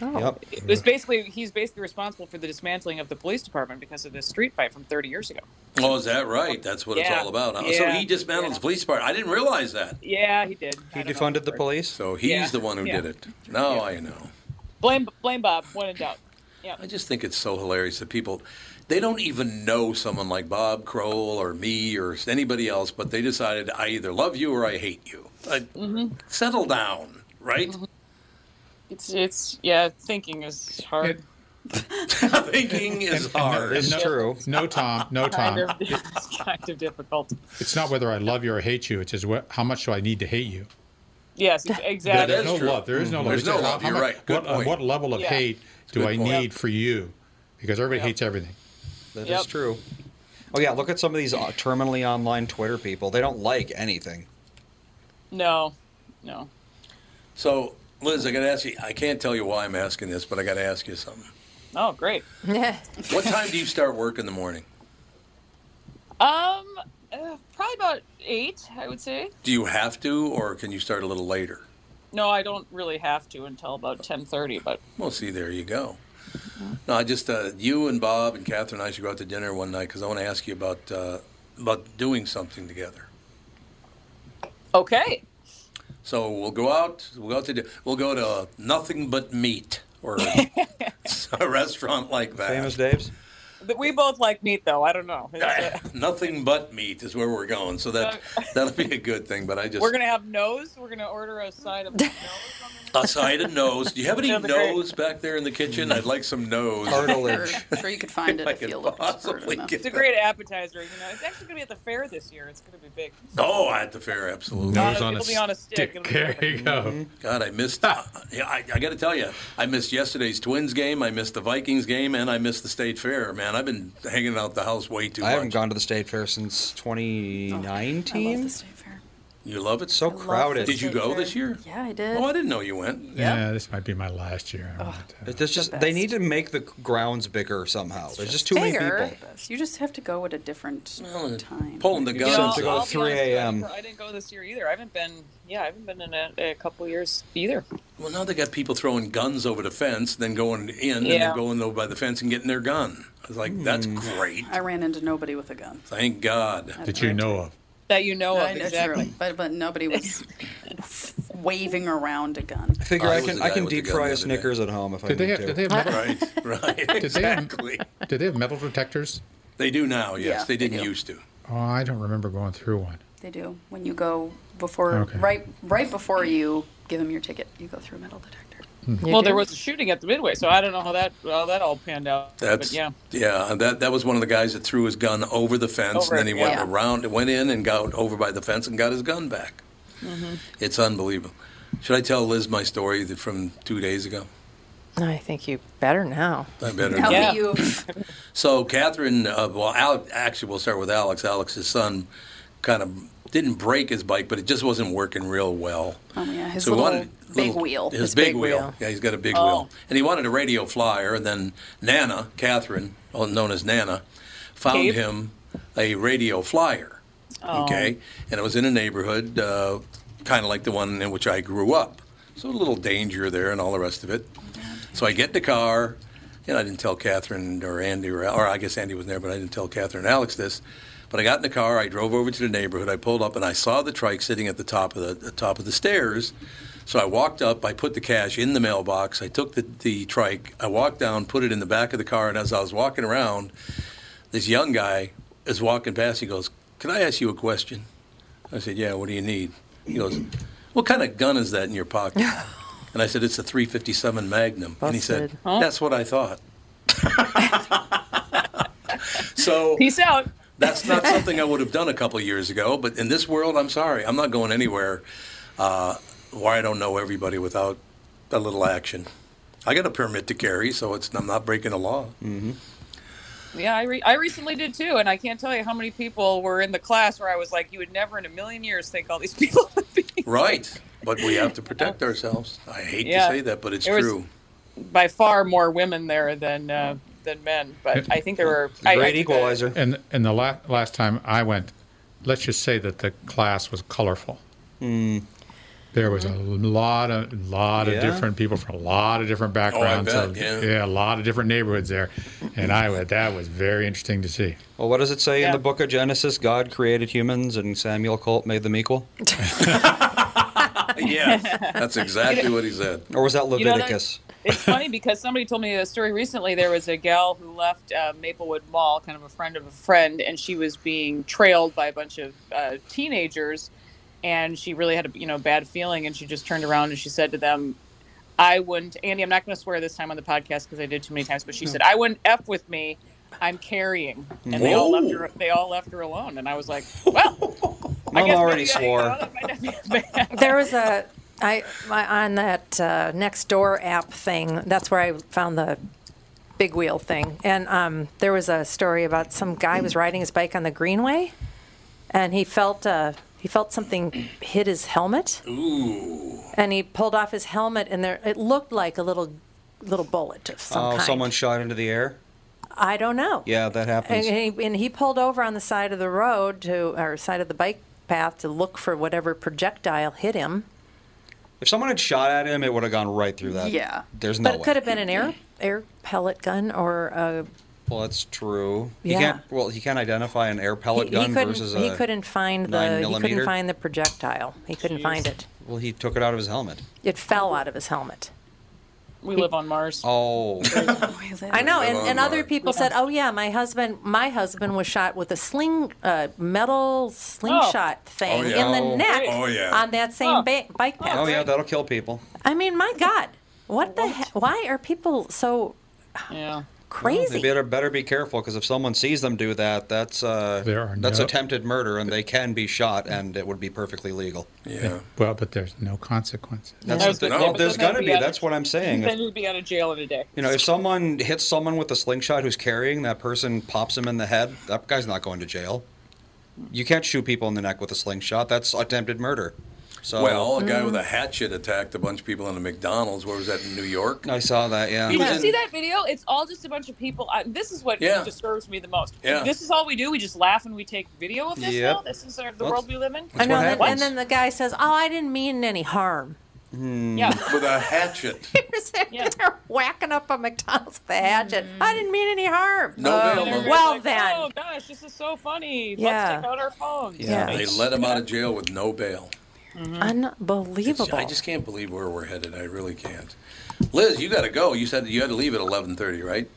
[SPEAKER 4] Yep.
[SPEAKER 5] it was basically he's basically responsible for the dismantling of the police department because of this street fight from 30 years ago.
[SPEAKER 1] Oh, is that right? That's what it's
[SPEAKER 5] Yeah.
[SPEAKER 1] all about. huh? So
[SPEAKER 5] Yeah.
[SPEAKER 1] he dismantled the police department. I didn't realize that.
[SPEAKER 5] Yeah, he did.
[SPEAKER 4] He defunded the police.
[SPEAKER 1] So he's
[SPEAKER 5] Yeah.
[SPEAKER 1] the one who
[SPEAKER 5] Yeah.
[SPEAKER 1] did it. Now I know.
[SPEAKER 5] Blame blame Bob when in doubt. Yeah.
[SPEAKER 1] I just think it's so hilarious that people they don't even know someone like Bob Crowell or me or anybody else, but they decided I either love you or I hate you. Like,
[SPEAKER 5] Mm-hmm.
[SPEAKER 1] Settle down, right?
[SPEAKER 5] It's it's yeah. Thinking is hard.
[SPEAKER 2] It-
[SPEAKER 1] [LAUGHS] Thinking
[SPEAKER 5] [LAUGHS]
[SPEAKER 1] is hard.
[SPEAKER 4] It's true.
[SPEAKER 2] no, Tom.
[SPEAKER 3] [LAUGHS]
[SPEAKER 2] No,
[SPEAKER 5] kind
[SPEAKER 2] Tom.
[SPEAKER 5] of, it's kind of difficult.
[SPEAKER 2] It's not whether I love you or hate you. It's just what, how much do I need to hate you?
[SPEAKER 5] Yes, ex- exactly.
[SPEAKER 2] There's no love. There is no love.
[SPEAKER 1] Mm-hmm. Mm. There's
[SPEAKER 2] It's
[SPEAKER 1] no
[SPEAKER 2] just
[SPEAKER 1] love.
[SPEAKER 2] how
[SPEAKER 1] You're
[SPEAKER 2] much-
[SPEAKER 1] right. Good
[SPEAKER 2] what, uh,
[SPEAKER 1] point.
[SPEAKER 2] what level of
[SPEAKER 5] Yeah.
[SPEAKER 2] hate do
[SPEAKER 1] good
[SPEAKER 2] I
[SPEAKER 1] point.
[SPEAKER 2] need for you? Because everybody hates everything.
[SPEAKER 4] That is
[SPEAKER 5] Yep.
[SPEAKER 4] true. Oh yeah, look at some of these uh, terminally online Twitter people. They don't like anything.
[SPEAKER 5] No, no.
[SPEAKER 1] So Liz, I gotta ask you I can't tell you why I'm asking this, but I gotta ask you something.
[SPEAKER 5] Oh, great.
[SPEAKER 1] [LAUGHS] What time do you start work in the morning?
[SPEAKER 5] Um, uh, probably about eight, I would say.
[SPEAKER 1] Do you have to or can you start a little later?
[SPEAKER 5] No, I don't really have to until about ten thirty. But
[SPEAKER 1] Well, see, there you go. No, I just uh, you and Bob and Catherine and I should go out to dinner one night because I want to ask you about uh, about doing something together.
[SPEAKER 5] okay,
[SPEAKER 1] So we'll go out. We'll go out to di- we'll go to nothing but meat or [LAUGHS] a restaurant like that.
[SPEAKER 4] Famous Dave's.
[SPEAKER 5] but we both like meat, though. I don't know. It's, uh,
[SPEAKER 1] [LAUGHS] Nothing but meat is where we're going. So that that'll be a good thing. But I just
[SPEAKER 5] we're gonna have nose. We're gonna order a side of nose.
[SPEAKER 1] [LAUGHS] a side of nose. Do you have any
[SPEAKER 5] That'd be great.
[SPEAKER 1] nose back there in the kitchen? I'd like some nose.
[SPEAKER 7] Sure,
[SPEAKER 5] [LAUGHS]
[SPEAKER 4] Cartilage.
[SPEAKER 7] sure you could find it
[SPEAKER 1] [LAUGHS] I
[SPEAKER 7] if
[SPEAKER 1] could
[SPEAKER 7] you looked for
[SPEAKER 1] possibly
[SPEAKER 7] it enough.
[SPEAKER 1] get
[SPEAKER 5] It's a great appetizer. You know, it's actually gonna be at the fair this year. It's gonna be big.
[SPEAKER 1] Oh, at the fair, absolutely. Mm-hmm.
[SPEAKER 2] Nose
[SPEAKER 5] it'll
[SPEAKER 2] on a
[SPEAKER 5] be on a stick.
[SPEAKER 2] stick.
[SPEAKER 5] It'll be
[SPEAKER 2] There
[SPEAKER 5] perfect.
[SPEAKER 2] you go.
[SPEAKER 1] God, I missed.
[SPEAKER 4] Ah.
[SPEAKER 1] uh, yeah, I, I got to tell you, I missed yesterday's Twins game. I missed the Vikings game, and I missed the State Fair. Man, I've been hanging out the house way too
[SPEAKER 4] I haven't
[SPEAKER 1] much.
[SPEAKER 4] gone to the state fair
[SPEAKER 7] I
[SPEAKER 4] since
[SPEAKER 7] love
[SPEAKER 4] 2019.
[SPEAKER 7] the state fair.
[SPEAKER 1] you love it
[SPEAKER 4] so
[SPEAKER 1] so?
[SPEAKER 4] crowded.
[SPEAKER 1] Did you
[SPEAKER 7] State
[SPEAKER 1] go
[SPEAKER 7] Fair.
[SPEAKER 1] this year?
[SPEAKER 7] Yeah, I did.
[SPEAKER 1] Oh, I didn't know you went.
[SPEAKER 2] Yeah, this might be my last year. I
[SPEAKER 4] It's
[SPEAKER 2] want to-
[SPEAKER 4] just, just-
[SPEAKER 7] The
[SPEAKER 4] they
[SPEAKER 7] best.
[SPEAKER 4] need to make the grounds bigger somehow. There's just too many
[SPEAKER 7] Bigger.
[SPEAKER 4] people.
[SPEAKER 7] You just have to go at a different
[SPEAKER 1] Well,
[SPEAKER 7] time.
[SPEAKER 1] Pulling the
[SPEAKER 5] You know,
[SPEAKER 1] gun.
[SPEAKER 4] to
[SPEAKER 5] I'll-
[SPEAKER 4] go
[SPEAKER 5] I'll be
[SPEAKER 4] 3
[SPEAKER 5] honest with you, I
[SPEAKER 4] a.m..
[SPEAKER 5] didn't- I didn't go this year either. I haven't been. Yeah, I haven't been in a, a couple years either.
[SPEAKER 1] Well, now they got people throwing guns over the fence, then going in and
[SPEAKER 5] Yeah.
[SPEAKER 1] then going over by the fence and getting their gun. I was like, that's
[SPEAKER 2] Hmm.
[SPEAKER 1] great.
[SPEAKER 7] I ran into nobody with a gun.
[SPEAKER 1] Thank God.
[SPEAKER 2] that you know of.
[SPEAKER 5] That you know
[SPEAKER 7] I
[SPEAKER 5] of
[SPEAKER 7] know,
[SPEAKER 5] exactly.
[SPEAKER 7] true, but but nobody
[SPEAKER 5] [LAUGHS]
[SPEAKER 7] was waving around a gun.
[SPEAKER 4] I figure
[SPEAKER 1] I
[SPEAKER 4] I
[SPEAKER 1] was
[SPEAKER 4] can
[SPEAKER 1] the
[SPEAKER 4] I
[SPEAKER 1] guy
[SPEAKER 4] can
[SPEAKER 1] with the
[SPEAKER 4] deep
[SPEAKER 1] gun the
[SPEAKER 4] fry
[SPEAKER 1] other
[SPEAKER 4] a
[SPEAKER 1] day.
[SPEAKER 4] Snickers at home if I
[SPEAKER 2] Did they
[SPEAKER 4] need
[SPEAKER 2] have?
[SPEAKER 4] to.
[SPEAKER 2] Did they have? Metal, [LAUGHS]
[SPEAKER 1] Right, right,
[SPEAKER 2] they have-
[SPEAKER 1] exactly.
[SPEAKER 2] did they have metal detectors?
[SPEAKER 1] They do now, yes.
[SPEAKER 7] Yeah,
[SPEAKER 1] they
[SPEAKER 7] they
[SPEAKER 1] didn't
[SPEAKER 7] do.
[SPEAKER 1] used to.
[SPEAKER 2] Oh, I don't remember going through one.
[SPEAKER 7] They do when you go before
[SPEAKER 2] Okay.
[SPEAKER 7] right right before you give them your ticket. You go through metal detector.
[SPEAKER 2] Hmm.
[SPEAKER 5] Well, there was a shooting at the midway, so I don't know how that how that all panned out.
[SPEAKER 1] That's
[SPEAKER 5] but yeah.
[SPEAKER 1] yeah, That that was one of the guys that threw his gun over the fence,
[SPEAKER 5] Over,
[SPEAKER 1] and then he went
[SPEAKER 7] yeah.
[SPEAKER 3] Mm-hmm.
[SPEAKER 1] around, went in, and got over by the fence and got his gun back. It's unbelievable. Should I tell Liz my story that- from two days ago?
[SPEAKER 3] I think you better now.
[SPEAKER 1] I better.
[SPEAKER 3] Now that
[SPEAKER 1] [LAUGHS]
[SPEAKER 7] you.
[SPEAKER 1] So Catherine, uh, well, Al- actually, we'll start with Alex. Alex, his son, kind of didn't break his bike, but it just wasn't working real well.
[SPEAKER 7] Oh yeah, his
[SPEAKER 1] So we
[SPEAKER 7] little
[SPEAKER 1] wanted-
[SPEAKER 7] big
[SPEAKER 1] little-
[SPEAKER 7] wheel.
[SPEAKER 1] His, big, wheel. Yeah, he's got a big
[SPEAKER 7] Oh.
[SPEAKER 1] wheel. And he wanted a radio flyer, and then Nana, Catherine, well, known as Nana, found
[SPEAKER 8] Cave.
[SPEAKER 1] him a radio flyer.
[SPEAKER 8] Oh.
[SPEAKER 1] Okay, and it was in a neighborhood, uh, kind of like the one in which I grew up. So a little danger there, and all the rest of it. So I get in the car, and I didn't tell Catherine or Andy or, or I guess Andy was there, but I didn't tell Catherine and Alex this. But I got in the car, I drove over to the neighborhood, I pulled up, and I saw the trike sitting at the top of the, the top of the stairs. So I walked up, I put the cash in the mailbox, I took the, the trike, I walked down, put it in the back of the car, and as I was walking around, this young guy is walking past. He goes, "Can I ask you a question?" I said, "Yeah. What do you need?" He goes, "What kind of gun is that in your pocket?" And I said, "It's a 357 Magnum." And he said,
[SPEAKER 5] Busted. Huh?
[SPEAKER 1] "That's what I thought." so
[SPEAKER 5] Peace out.
[SPEAKER 1] that's
[SPEAKER 5] [LAUGHS]
[SPEAKER 1] not something I would have done a couple of years ago. But in this world, I'm sorry, I'm not going anywhere. Uh, where I don't know everybody without a little action. I got a permit to carry, so it's I'm not breaking the law. Mm-hmm.
[SPEAKER 5] Yeah, I, re- I recently did too, and I can't tell you how many people were in the class where I was like, you would never in a million years think all these [LAUGHS] people.
[SPEAKER 1] Right. But we have to protect ourselves. I hate
[SPEAKER 5] Yeah.
[SPEAKER 1] to say that, but it's
[SPEAKER 5] There was-
[SPEAKER 1] true.
[SPEAKER 5] By far more women there than uh, than men,
[SPEAKER 1] [LAUGHS]
[SPEAKER 5] but I think there were I- I think that-
[SPEAKER 2] And and the la- last time I went, let's just say that the class was colorful.
[SPEAKER 4] Hmm.
[SPEAKER 2] There was a
[SPEAKER 1] Mm-hmm.
[SPEAKER 2] lot of lot
[SPEAKER 14] Yeah.
[SPEAKER 2] of different people from a lot of different backgrounds.
[SPEAKER 1] Oh,
[SPEAKER 4] bet,
[SPEAKER 2] of-
[SPEAKER 4] yeah.
[SPEAKER 2] a lot of different neighborhoods there, and I went. That was very interesting to see.
[SPEAKER 4] Well, what does it say in the book of Genesis? God created humans and Samuel Colt made them
[SPEAKER 3] [LAUGHS]
[SPEAKER 1] [LAUGHS]
[SPEAKER 4] equal?
[SPEAKER 1] yes, [LAUGHS]
[SPEAKER 5] [LAUGHS]
[SPEAKER 1] that's exactly what he said.
[SPEAKER 4] Or was that
[SPEAKER 5] You know, that-
[SPEAKER 4] Leviticus?
[SPEAKER 5] it's funny because somebody told me a story recently. There was a gal who left uh, Maplewood Mall, kind of a friend of a friend, and she was being trailed by a bunch of uh, teenagers, and she really had a you know bad feeling, and she just turned around and she said to them, "I wouldn't, Andy. I'm not going to swear this time on the podcast because I did too many times, but she
[SPEAKER 11] No.
[SPEAKER 5] said I wouldn't f with me." I'm carrying, and they all left
[SPEAKER 11] Whoa.
[SPEAKER 5] her. They all left her alone, and I was
[SPEAKER 4] [LAUGHS]
[SPEAKER 5] like, "Well, I
[SPEAKER 4] Mom
[SPEAKER 5] guess
[SPEAKER 4] already
[SPEAKER 5] maybe I-
[SPEAKER 4] swore.
[SPEAKER 3] there was a I my, on that uh, next door app thing. That's where I found the big wheel thing, and um, there was a story about some guy was riding his bike on the greenway, and he felt uh, he felt something hit his helmet.
[SPEAKER 1] Ooh.
[SPEAKER 3] And he pulled off his helmet, and there it looked like a little little bullet of some
[SPEAKER 4] oh,
[SPEAKER 3] kind.
[SPEAKER 4] someone shot into the air?
[SPEAKER 3] I don't know.
[SPEAKER 4] Yeah, that happens.
[SPEAKER 3] And he, and he pulled over on the side of the road to, or side of the bike path to look for whatever projectile hit him.
[SPEAKER 4] If someone had shot at him, it would have gone right through that.
[SPEAKER 3] Yeah.
[SPEAKER 4] There's no
[SPEAKER 3] but it
[SPEAKER 4] way.
[SPEAKER 3] could have been an air air pellet gun or a.
[SPEAKER 4] Well, that's true.
[SPEAKER 3] Yeah.
[SPEAKER 4] He can't, well, he can't identify an air pellet
[SPEAKER 3] he
[SPEAKER 4] gun
[SPEAKER 3] couldn't.
[SPEAKER 4] versus a
[SPEAKER 3] He couldn't find
[SPEAKER 4] nine
[SPEAKER 3] the. He
[SPEAKER 4] millimeter?
[SPEAKER 3] couldn't find the projectile. He couldn't find it.
[SPEAKER 4] Well, he took it out of his helmet.
[SPEAKER 3] It fell out of his helmet.
[SPEAKER 5] We live on Mars.
[SPEAKER 3] [LAUGHS]
[SPEAKER 4] Oh.
[SPEAKER 3] I know, and, and other
[SPEAKER 4] Walmart.
[SPEAKER 3] people said, "Oh yeah, my husband, my husband was shot with a sling, uh, metal slingshot thing
[SPEAKER 4] Oh, yeah.
[SPEAKER 3] in the
[SPEAKER 4] Oh,
[SPEAKER 3] neck
[SPEAKER 4] Oh, yeah.
[SPEAKER 3] on that same ba- bike path."
[SPEAKER 4] oh, yeah, that'll kill people.
[SPEAKER 3] I mean, my God, what the? He- why are people so
[SPEAKER 5] yeah.
[SPEAKER 4] They
[SPEAKER 3] crazy?
[SPEAKER 4] better better be careful because if someone sees them do that, that's uh,
[SPEAKER 2] There are
[SPEAKER 4] that's
[SPEAKER 2] no-
[SPEAKER 4] attempted murder, and they can be shot, and it would be perfectly legal.
[SPEAKER 1] Yeah.
[SPEAKER 2] Well, but there's no consequences.
[SPEAKER 4] That's what the, well, there's gonna be. That's what I'm saying.
[SPEAKER 5] [LAUGHS] Then
[SPEAKER 4] If,
[SPEAKER 5] you'd be out of jail in a day.
[SPEAKER 4] you know, if someone hits someone with a slingshot who's carrying that person, pops him in the head, that guy's not going to jail. You can't shoot people in the neck with a slingshot. That's attempted murder. So
[SPEAKER 1] well, a guy
[SPEAKER 5] Mm-hmm.
[SPEAKER 1] with a hatchet attacked a bunch of people in a McDonald's. Where was that in New York?
[SPEAKER 4] I saw that. Yeah.
[SPEAKER 5] Did you see that video? It's all just a bunch of people. I, this is what
[SPEAKER 1] Yeah.
[SPEAKER 5] disturbs me the most.
[SPEAKER 1] Yeah.
[SPEAKER 5] This is all we do. We just laugh and we take video of this.
[SPEAKER 4] Yep.
[SPEAKER 5] Now? This is our, the
[SPEAKER 4] That's-
[SPEAKER 5] world we live in.
[SPEAKER 3] I know, and then, and then the guy says, "Oh, I didn't mean any harm."
[SPEAKER 1] Yeah. Hmm. With a hatchet.
[SPEAKER 3] [LAUGHS] They're whacking up a McDonald's with a hatchet. I didn't mean any harm.
[SPEAKER 1] No
[SPEAKER 3] Oh,
[SPEAKER 1] bail, Mom.
[SPEAKER 3] well
[SPEAKER 5] Like,
[SPEAKER 3] then,
[SPEAKER 5] Oh gosh, this is so funny.
[SPEAKER 3] Yeah.
[SPEAKER 5] Let's take out our phones.
[SPEAKER 1] They let him out of jail with no bail.
[SPEAKER 3] Mm-hmm. unbelievable.
[SPEAKER 1] I just can't believe where we're headed. I really can't. Liz, you got to go. You said you had to leave at 11:30, right?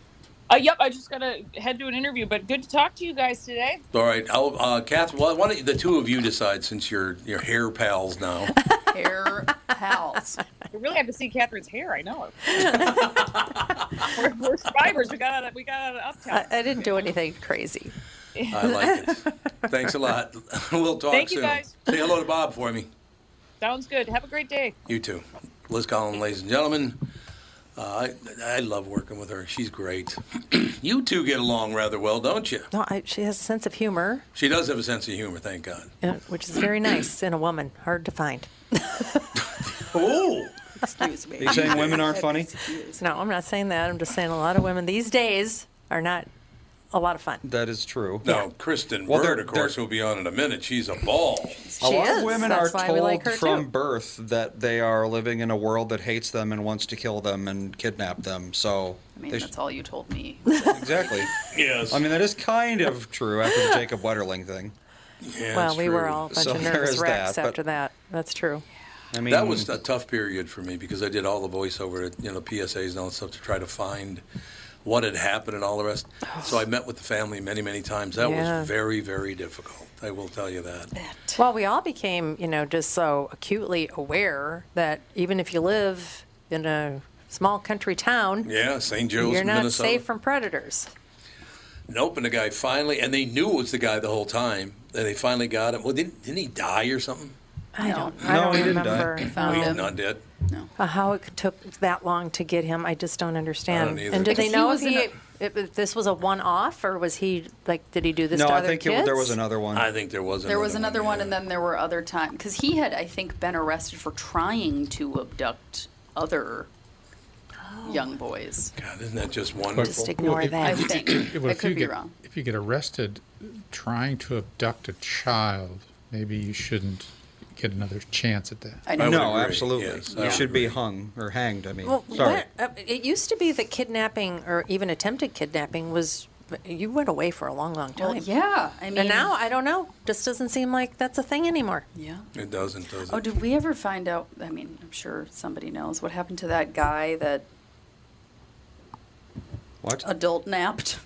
[SPEAKER 5] Uh, yep. I just gotta head to an interview, but good to talk to you guys today.
[SPEAKER 1] All right. I'll, uh, Kath, why why don't you- the two of you decide since you're you're hair pals now?
[SPEAKER 5] [LAUGHS] Hair pals. We really have to see Catherine's hair. I know. [LAUGHS] we're, we're survivors. We got out. Of, we got out of uptown.
[SPEAKER 3] I, I didn't do anything crazy.
[SPEAKER 4] [LAUGHS]
[SPEAKER 1] I like it. Thanks a lot. [LAUGHS] we'll talk
[SPEAKER 5] Thank you,
[SPEAKER 1] soon.
[SPEAKER 5] guys.
[SPEAKER 1] Say hello to Bob for me.
[SPEAKER 5] Sounds good. Have a great day.
[SPEAKER 1] You too. Liz Collins, ladies and gentlemen. Uh, I, I love working with her. She's great. [CLEARS THROAT] you two get along rather well, don't you?
[SPEAKER 3] No, I, she has a sense of humor,
[SPEAKER 1] She does have a sense of humor, thank God.
[SPEAKER 3] uh, which is very nice in a woman. Hard to
[SPEAKER 4] [LAUGHS]
[SPEAKER 3] find. [LAUGHS]
[SPEAKER 1] oh.
[SPEAKER 7] Excuse me.
[SPEAKER 4] Are you saying women aren't funny?
[SPEAKER 3] No, I'm not saying that. I'm just saying a lot of women these days are not a lot of fun.
[SPEAKER 4] That is true.
[SPEAKER 1] Now, Kristen
[SPEAKER 4] Well,
[SPEAKER 1] Bird,
[SPEAKER 4] they're-
[SPEAKER 1] of course, will be on in a minute. She's a ball.
[SPEAKER 4] A lot of women
[SPEAKER 3] That's
[SPEAKER 4] are
[SPEAKER 3] why
[SPEAKER 4] told
[SPEAKER 3] we like her,
[SPEAKER 4] from
[SPEAKER 3] too.
[SPEAKER 4] birth that they are living in a world that hates them and wants to kill them and kidnap them. So
[SPEAKER 7] I mean,
[SPEAKER 4] they
[SPEAKER 7] that's all you told me.
[SPEAKER 4] exactly.
[SPEAKER 1] yes.
[SPEAKER 4] I mean, that is kind of true after the Jacob Wetterling thing.
[SPEAKER 3] well, we were all a bunch of nervous wrecks after that. That's true.
[SPEAKER 4] I
[SPEAKER 1] that
[SPEAKER 4] mean-
[SPEAKER 1] was a tough period for me because I did all the voiceover, you know, PSAs and all that stuff to try to find what had happened and all the rest. So I met with the family many, many times. That
[SPEAKER 3] Yeah.
[SPEAKER 1] was very, very difficult. I will tell you that.
[SPEAKER 3] Well, we all became, you know, just so acutely aware that even if you live in a small country town,
[SPEAKER 1] Yeah, St. Joe's,
[SPEAKER 3] you're not
[SPEAKER 1] Minnesota.
[SPEAKER 3] safe from predators.
[SPEAKER 1] Nope, and the guy finally, and they knew it was the guy the whole time. And they finally got him. Well, didn't, didn't he die or something?
[SPEAKER 3] I don't.
[SPEAKER 1] No,
[SPEAKER 3] I don't
[SPEAKER 1] he didn't die.
[SPEAKER 3] remember. um,
[SPEAKER 1] They found He's him. not dead.
[SPEAKER 3] Uh, how it took that long to get him, I just don't understand.
[SPEAKER 4] either.
[SPEAKER 3] and did
[SPEAKER 4] Because
[SPEAKER 3] they
[SPEAKER 4] he
[SPEAKER 3] know if
[SPEAKER 4] was
[SPEAKER 3] he, if, if this was a one-off, or was he like, did he do this
[SPEAKER 4] no,
[SPEAKER 3] to
[SPEAKER 4] I
[SPEAKER 3] other
[SPEAKER 4] think
[SPEAKER 3] kids?
[SPEAKER 4] It, there was another one.
[SPEAKER 1] I think there was
[SPEAKER 7] There was another one, and then there were other times because he had, I think, been arrested for trying to abduct other
[SPEAKER 3] Oh.
[SPEAKER 7] young boys.
[SPEAKER 1] God, isn't that just
[SPEAKER 7] wonderful? Just ignore
[SPEAKER 2] if-
[SPEAKER 7] that.
[SPEAKER 2] if-
[SPEAKER 7] I think.
[SPEAKER 2] if-
[SPEAKER 7] I
[SPEAKER 2] if you
[SPEAKER 7] could be
[SPEAKER 2] get-
[SPEAKER 7] wrong.
[SPEAKER 2] If you get arrested trying to abduct a child, maybe you shouldn't get another chance at that.
[SPEAKER 7] I
[SPEAKER 4] know. I would No, agree. absolutely. Yes, I You would should be agree. hung or hanged. I mean,
[SPEAKER 3] Well, what, uh, it used to be that kidnapping or even attempted kidnapping was you went away for a long, long time.
[SPEAKER 7] Well, yeah, I mean-
[SPEAKER 3] and now I don't know. Just doesn't seem like that's a thing anymore.
[SPEAKER 7] Yeah.
[SPEAKER 1] It doesn't, does it?
[SPEAKER 7] Oh, did we ever find out? I mean, I'm sure somebody knows what happened to that guy that
[SPEAKER 4] What?
[SPEAKER 7] adult napped.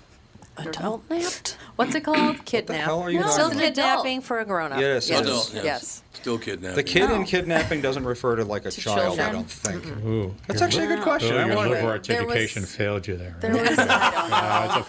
[SPEAKER 3] Adult [CLEARS THROAT] napped? What's it called? Kidnapped.
[SPEAKER 4] hell are you talking
[SPEAKER 3] Still
[SPEAKER 4] about?
[SPEAKER 3] kidnapping for a grown-up.
[SPEAKER 4] Yes, it
[SPEAKER 3] yes,
[SPEAKER 4] is.
[SPEAKER 3] yes.
[SPEAKER 1] Still kidnapping.
[SPEAKER 4] The kid in kidnapping doesn't refer to like a child,
[SPEAKER 3] children.
[SPEAKER 4] I don't think.
[SPEAKER 2] Ooh,
[SPEAKER 4] That's
[SPEAKER 2] your
[SPEAKER 4] actually a good
[SPEAKER 2] li-
[SPEAKER 4] question.
[SPEAKER 2] Bill,
[SPEAKER 4] I
[SPEAKER 2] Oh, your
[SPEAKER 4] wanna-
[SPEAKER 2] liberal arts
[SPEAKER 4] There was-
[SPEAKER 2] education failed you there.
[SPEAKER 7] There was
[SPEAKER 2] Ah,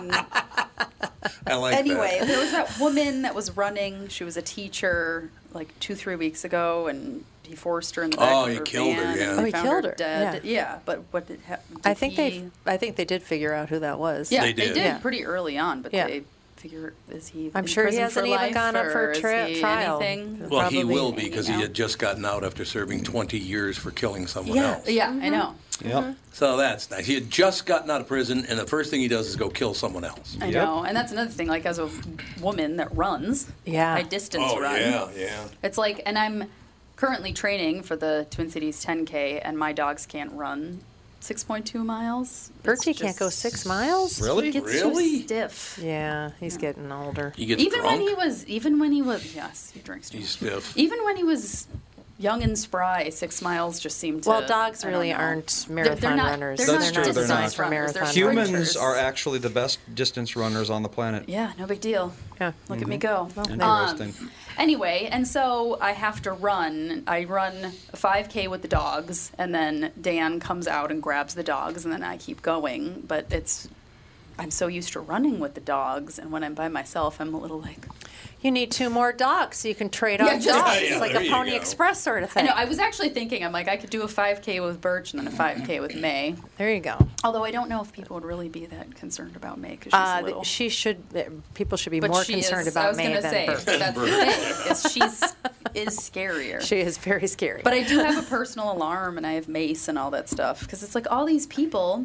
[SPEAKER 2] [LAUGHS] it's a fail.
[SPEAKER 4] [LAUGHS]
[SPEAKER 1] I like
[SPEAKER 7] Um, anyway, there was that woman that was running. She was a teacher like two, three weeks ago, and he forced her in the back
[SPEAKER 1] Oh,
[SPEAKER 7] of
[SPEAKER 1] he
[SPEAKER 7] her
[SPEAKER 1] killed her,
[SPEAKER 7] van.
[SPEAKER 1] yeah.
[SPEAKER 7] And
[SPEAKER 1] Oh, he
[SPEAKER 7] found
[SPEAKER 3] killed
[SPEAKER 7] her
[SPEAKER 3] her,
[SPEAKER 7] dead.
[SPEAKER 3] yeah.
[SPEAKER 7] Yeah. but what did happen?
[SPEAKER 3] I think they. I think they did figure out who that was.
[SPEAKER 7] Yeah, they did, pretty early on, but they figure is he?
[SPEAKER 3] I'm
[SPEAKER 7] in
[SPEAKER 3] sure he
[SPEAKER 7] prison
[SPEAKER 3] hasn't
[SPEAKER 7] for
[SPEAKER 3] even
[SPEAKER 7] life,
[SPEAKER 3] gone up
[SPEAKER 7] or
[SPEAKER 3] for
[SPEAKER 7] is
[SPEAKER 3] tri-
[SPEAKER 7] he
[SPEAKER 3] trial.
[SPEAKER 7] Anything?
[SPEAKER 1] Well, he
[SPEAKER 7] Probably,
[SPEAKER 1] will be because
[SPEAKER 7] you
[SPEAKER 1] he
[SPEAKER 7] know.
[SPEAKER 1] had just gotten out after serving 20 years for killing someone
[SPEAKER 7] Yeah, Mm-hmm.
[SPEAKER 1] else.
[SPEAKER 7] yeah,
[SPEAKER 3] Mm-hmm.
[SPEAKER 7] I know.
[SPEAKER 1] Yep. So that's nice. He had just gotten out of prison, and the first thing he does is go kill someone else.
[SPEAKER 7] I know, and that's another thing. Like as a woman that runs,
[SPEAKER 3] Yeah.
[SPEAKER 7] I distance
[SPEAKER 1] oh,
[SPEAKER 7] run.
[SPEAKER 1] Yeah, yeah.
[SPEAKER 7] It's like, and I'm currently training for the Twin Cities 10K, and my dogs can't run 6.2 miles.
[SPEAKER 3] Berkey can't go six miles.
[SPEAKER 7] Really? He gets too Really? stiff.
[SPEAKER 3] Yeah, he's getting older.
[SPEAKER 1] He
[SPEAKER 7] even when he was, even when he was, yes, he drinks. too
[SPEAKER 1] He's
[SPEAKER 7] much.
[SPEAKER 1] stiff.
[SPEAKER 7] Even when he was young and spry, six miles just seemed to.
[SPEAKER 3] Well, dogs
[SPEAKER 7] I don't
[SPEAKER 3] really
[SPEAKER 7] know.
[SPEAKER 3] aren't
[SPEAKER 7] They're- they're
[SPEAKER 3] marathon
[SPEAKER 7] not-
[SPEAKER 3] runners.
[SPEAKER 7] they're
[SPEAKER 4] That's
[SPEAKER 7] not
[SPEAKER 4] true. They're
[SPEAKER 7] distance
[SPEAKER 4] not.
[SPEAKER 7] runners, they're
[SPEAKER 4] Humans
[SPEAKER 7] sprinters.
[SPEAKER 4] are actually the best distance runners on the planet.
[SPEAKER 7] Yeah, no big deal.
[SPEAKER 3] Yeah.
[SPEAKER 7] Look
[SPEAKER 2] Mm-hmm.
[SPEAKER 7] at me
[SPEAKER 4] Mm-hmm.
[SPEAKER 7] go. Um,
[SPEAKER 4] Interesting.
[SPEAKER 7] Anyway, and so I have to run. I run a 5K with the dogs, and then Dan comes out and grabs the dogs, and then I keep going. But it's, I'm so used to running with the dogs, and when I'm by myself, I'm a little like,
[SPEAKER 3] You need two more dogs so you can trade
[SPEAKER 7] Yeah,
[SPEAKER 3] off
[SPEAKER 7] just-
[SPEAKER 3] dogs.
[SPEAKER 7] Yeah,
[SPEAKER 3] It's like
[SPEAKER 7] there
[SPEAKER 3] a
[SPEAKER 7] you
[SPEAKER 3] Pony
[SPEAKER 7] go.
[SPEAKER 3] Express sort of
[SPEAKER 7] I
[SPEAKER 3] thing.
[SPEAKER 7] know. I was actually thinking, I'm like, I could do a 5K with Birch and then a 5K with May.
[SPEAKER 3] There you go.
[SPEAKER 7] Although I don't know if people would really be that concerned about May because she's
[SPEAKER 3] Uh, th-
[SPEAKER 7] little.
[SPEAKER 3] she should. uh, People should be
[SPEAKER 7] But
[SPEAKER 3] more
[SPEAKER 7] she
[SPEAKER 3] concerned
[SPEAKER 7] is- I
[SPEAKER 3] about
[SPEAKER 7] was
[SPEAKER 3] May
[SPEAKER 7] gonna
[SPEAKER 3] than
[SPEAKER 7] say,
[SPEAKER 3] Bert.
[SPEAKER 7] that's
[SPEAKER 3] [LAUGHS]
[SPEAKER 7] the thing, is she's is scarier.
[SPEAKER 3] She is very scary.
[SPEAKER 7] But I do have a personal alarm and I have mace and all that stuff because it's like all these people.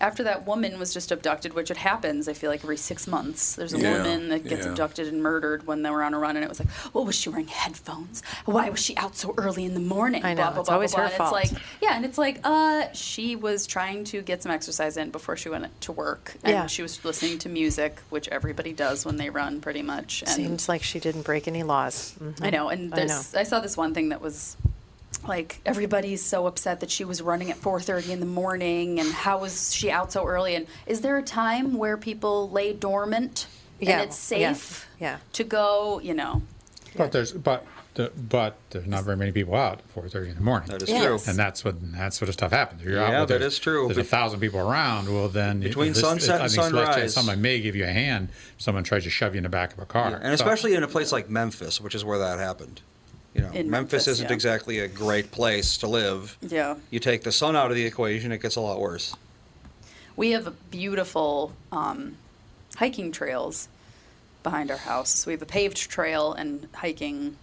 [SPEAKER 7] After that woman was just abducted, which it happens, I feel like every six months, there's a
[SPEAKER 3] Yeah,
[SPEAKER 7] woman that gets
[SPEAKER 3] yeah.
[SPEAKER 7] abducted and murdered when they were on a run, and it was like, well, was she wearing headphones? Why was she out so early in the morning?
[SPEAKER 3] I
[SPEAKER 7] blah,
[SPEAKER 3] know,
[SPEAKER 7] blah,
[SPEAKER 3] it's
[SPEAKER 7] blah,
[SPEAKER 3] always
[SPEAKER 7] blah, blah.
[SPEAKER 3] her fault.
[SPEAKER 7] And it's like, yeah, and it's like, uh, she was trying to get some exercise in before she went to work, and
[SPEAKER 3] Yeah.
[SPEAKER 7] she was listening to music, which everybody does when they run, pretty much. And
[SPEAKER 3] [LAUGHS] Seems like she didn't break any laws. Mhm.
[SPEAKER 7] I know. And
[SPEAKER 3] I
[SPEAKER 7] there's, I, saw this one thing that was like everybody's so upset that she was running at 4:30 in the morning, and how was she out so early? And is there a time where people lay dormant
[SPEAKER 3] Yeah,
[SPEAKER 7] and it's safe
[SPEAKER 3] yes, yeah.
[SPEAKER 7] to go? You know,
[SPEAKER 2] But there's but the, but there's not very many people out at four thirty in the morning. That
[SPEAKER 4] is true. Yes.
[SPEAKER 2] and that's what that's what stuff happens. You're out,
[SPEAKER 4] Yeah,
[SPEAKER 2] well,
[SPEAKER 4] that
[SPEAKER 2] there's-
[SPEAKER 4] is true.
[SPEAKER 2] There's a thousand people around. Well, then
[SPEAKER 4] Between
[SPEAKER 2] this-
[SPEAKER 4] sunset
[SPEAKER 2] I
[SPEAKER 4] and
[SPEAKER 2] think it's less chance
[SPEAKER 4] sunrise.
[SPEAKER 2] someone may give you a hand. Someone tries to shove you in the back of a car,
[SPEAKER 4] And
[SPEAKER 2] So-
[SPEAKER 4] especially in a place like Memphis, which is where that happened. You know,
[SPEAKER 7] In
[SPEAKER 4] Memphis,
[SPEAKER 7] Memphis,
[SPEAKER 4] isn't
[SPEAKER 7] yeah.
[SPEAKER 4] exactly a great place to live.
[SPEAKER 7] Yeah.
[SPEAKER 4] You take the sun out of the equation, it gets a lot worse. [LAUGHS]
[SPEAKER 7] We have beautiful um, hiking trails behind our house. So we have a paved trail and hiking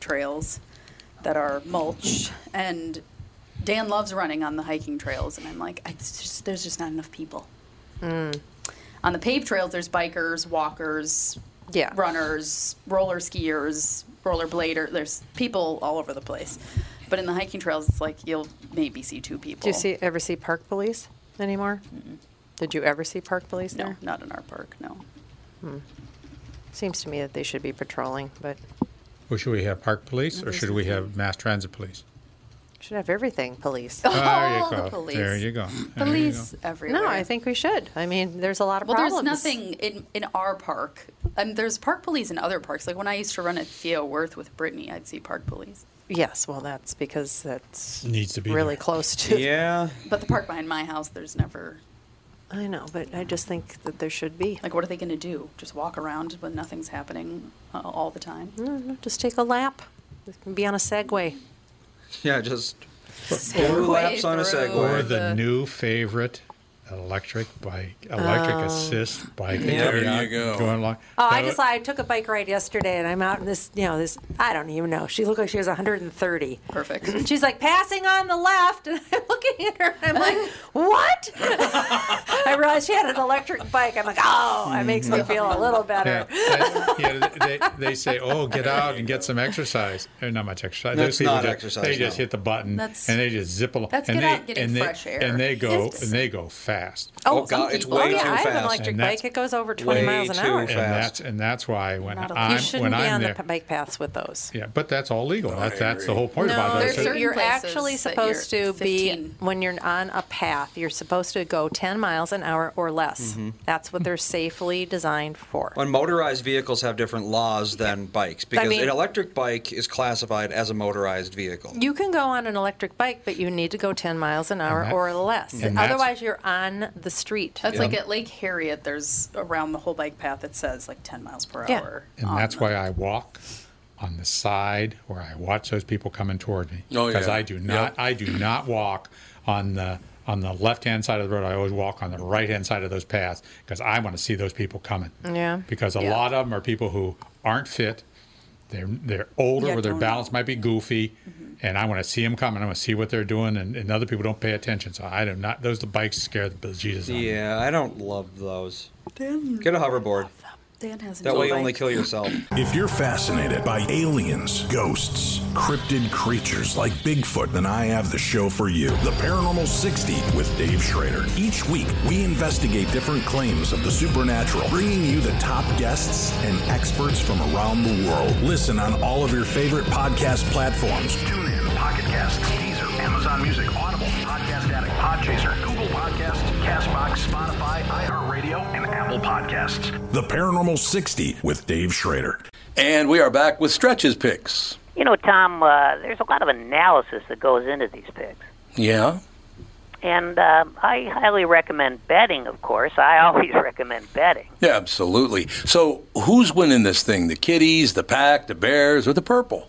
[SPEAKER 7] trails that are mulch. And Dan loves running on the hiking trails, and I'm like, I, it's just, there's just not enough people.
[SPEAKER 3] Hmm.
[SPEAKER 7] On the paved trails, there's bikers, walkers,
[SPEAKER 3] yeah.
[SPEAKER 7] runners, roller skiers, roller blader. There's people all over the place. But in the hiking trails, it's like you'll maybe see two people.
[SPEAKER 3] Do you see ever see park police anymore? Did you ever see park police
[SPEAKER 7] No,
[SPEAKER 3] there?
[SPEAKER 7] not in our park. No.
[SPEAKER 3] Hmm. Seems to me that they should be patrolling, but
[SPEAKER 2] Well, should we have park police or
[SPEAKER 3] There's
[SPEAKER 2] should we have mass transit police?
[SPEAKER 3] should have everything police.
[SPEAKER 7] Oh,
[SPEAKER 2] Ah, there you
[SPEAKER 7] the
[SPEAKER 2] go.
[SPEAKER 7] police.
[SPEAKER 2] There you go. There you
[SPEAKER 7] Police
[SPEAKER 2] go.
[SPEAKER 7] everywhere.
[SPEAKER 3] No, I think we should. I mean, there's a lot of
[SPEAKER 7] Well,
[SPEAKER 3] problems.
[SPEAKER 7] there's nothing in, in our park. Um, there's park police in other parks. Like when I used to run at Theo Worth with Brittany, I'd see park police.
[SPEAKER 3] Yes, well, that's because that's
[SPEAKER 2] Needs to be
[SPEAKER 3] really
[SPEAKER 2] there.
[SPEAKER 3] close to.
[SPEAKER 4] Yeah.
[SPEAKER 7] But the park behind my house, there's never.
[SPEAKER 3] I know, but I just think that there should be.
[SPEAKER 7] Like, what are they going to do? Just walk around when nothing's happening uh, all the time?
[SPEAKER 3] [LAUGHS] No, no, just take a lap. It can Be on a Segway.
[SPEAKER 4] Yeah, just
[SPEAKER 7] Segway
[SPEAKER 4] laps on a through Segway.
[SPEAKER 2] Or the new favorite electric bike, electric
[SPEAKER 3] Oh.
[SPEAKER 2] assist bike.
[SPEAKER 1] Yeah.
[SPEAKER 2] They're
[SPEAKER 1] There
[SPEAKER 2] not
[SPEAKER 1] you go.
[SPEAKER 2] Going along.
[SPEAKER 3] Oh, I
[SPEAKER 2] That-
[SPEAKER 3] just I took a bike ride yesterday, and I'm out in this, you know, this I don't even know. She looked like she was 130.
[SPEAKER 7] Perfect.
[SPEAKER 3] [CLEARS THROAT] She's like passing on the left, [LAUGHS] and I'm looking at her, and I'm like, what? [LAUGHS] I realized she had an electric bike. I'm like, oh, it makes me feel a little better.
[SPEAKER 2] Yeah, yeah, they, they say, "Oh, get out and get some exercise." Or not much exercise.
[SPEAKER 4] That's
[SPEAKER 2] Those people
[SPEAKER 4] not
[SPEAKER 2] just-
[SPEAKER 4] exercise,
[SPEAKER 2] They just
[SPEAKER 4] no.
[SPEAKER 2] hit the button
[SPEAKER 7] That's-
[SPEAKER 2] and they just zip along.
[SPEAKER 7] That's
[SPEAKER 2] and
[SPEAKER 7] get
[SPEAKER 2] they,
[SPEAKER 7] out getting
[SPEAKER 2] and they,
[SPEAKER 7] fresh air.
[SPEAKER 2] And they go
[SPEAKER 7] It's-
[SPEAKER 2] and they go fast.
[SPEAKER 3] Oh,
[SPEAKER 4] Oh, God, it's
[SPEAKER 3] oh,
[SPEAKER 4] way
[SPEAKER 3] yeah,
[SPEAKER 4] too
[SPEAKER 3] I have an
[SPEAKER 4] fast.
[SPEAKER 3] electric
[SPEAKER 2] And
[SPEAKER 3] bike.
[SPEAKER 2] that's
[SPEAKER 3] It goes over 20
[SPEAKER 4] way
[SPEAKER 3] miles an
[SPEAKER 4] too
[SPEAKER 3] hour.
[SPEAKER 2] And that's and that's why when
[SPEAKER 3] Not a-
[SPEAKER 2] I'm
[SPEAKER 3] you shouldn't
[SPEAKER 2] when
[SPEAKER 3] be
[SPEAKER 2] I'm
[SPEAKER 3] on
[SPEAKER 2] there,
[SPEAKER 3] the bike paths with those.
[SPEAKER 2] yeah, but that's all legal. that's that's the
[SPEAKER 1] agree.
[SPEAKER 2] whole point about it.
[SPEAKER 7] there's
[SPEAKER 2] So-
[SPEAKER 7] certain
[SPEAKER 3] you're
[SPEAKER 7] places
[SPEAKER 3] actually
[SPEAKER 7] that
[SPEAKER 3] supposed
[SPEAKER 7] you're
[SPEAKER 3] to be
[SPEAKER 7] 15.
[SPEAKER 3] when you're on a path you're supposed to go 10 miles an hour or less
[SPEAKER 4] Mhm.
[SPEAKER 3] that's what they're safely designed for
[SPEAKER 4] When motorized vehicles have different laws than bikes, because
[SPEAKER 3] mean-
[SPEAKER 4] an electric bike is classified as a motorized vehicle.
[SPEAKER 3] you can go on an electric bike but you need to go 10 miles an hour
[SPEAKER 4] that-
[SPEAKER 3] or less
[SPEAKER 4] and that's-
[SPEAKER 3] otherwise you're on the street
[SPEAKER 7] That's like at Lake Harriet, there's around the whole bike path that says like 10 miles per
[SPEAKER 3] Yeah.
[SPEAKER 7] hour.
[SPEAKER 2] and that's why I walk on the side where I watch those people coming toward me.
[SPEAKER 1] Oh,
[SPEAKER 2] Because
[SPEAKER 1] yeah.
[SPEAKER 2] I do not, I do not walk on the on the left hand side of the road. I always walk on the right hand side of those paths because I want to see those people coming.
[SPEAKER 3] yeah
[SPEAKER 2] Because a
[SPEAKER 3] Yeah.
[SPEAKER 2] lot of them are people who aren't fit. They're they're older
[SPEAKER 3] Yeah, Mm-hmm.
[SPEAKER 2] or their
[SPEAKER 3] don't
[SPEAKER 2] balance might be goofy, and I want to see them coming. I want to see what they're doing, and, and other people don't pay attention. So I do not. Those the bikes scare the bejesus out of me.
[SPEAKER 4] Yeah, I don't love those. Get a hoverboard.
[SPEAKER 7] Dan has
[SPEAKER 4] That way you only
[SPEAKER 7] [COUGHS]
[SPEAKER 4] kill yourself.
[SPEAKER 6] If you're fascinated by aliens, ghosts, cryptid creatures like Bigfoot, then I have the show for you The Paranormal 60 with Dave Schrader. Each week, we investigate different claims of the supernatural, bringing you the top guests and experts from around the world. Listen on all of your favorite podcast platforms.
[SPEAKER 8] TuneIn, Pocket Casts, Deezer, Amazon Music, Audible, Podcast Addict, Podchaser, Google Podcasts, Castbox, Spotify, iHeartRadio, and Apple Podcasts.
[SPEAKER 6] The Paranormal 60 with Dave Schrader.
[SPEAKER 1] And we are back with stretches picks.
[SPEAKER 11] You know, Tom, uh, there's a lot of analysis that goes into these picks.
[SPEAKER 1] Yeah.
[SPEAKER 11] And uh, I highly recommend betting, of course. I [LAUGHS] always recommend betting.
[SPEAKER 1] Yeah, absolutely. So who's winning this thing? The Kitties, the Pack, the Bears, or the Purple?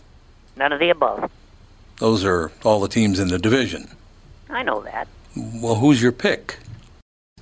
[SPEAKER 11] None of the above.
[SPEAKER 1] Those are all the teams in the division.
[SPEAKER 11] I know that.
[SPEAKER 1] Well, who's your pick?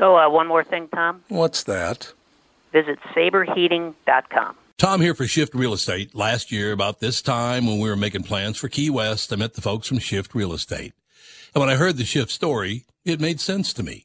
[SPEAKER 11] Oh, uh, one more thing, Tom.
[SPEAKER 1] What's that?
[SPEAKER 11] Visit saberheating.com.
[SPEAKER 13] Tom here for Shift Real Estate. Last year, about this time when we were making plans for Key West, I met the folks from Shift Real Estate. And when I heard the Shift story, it made sense to me.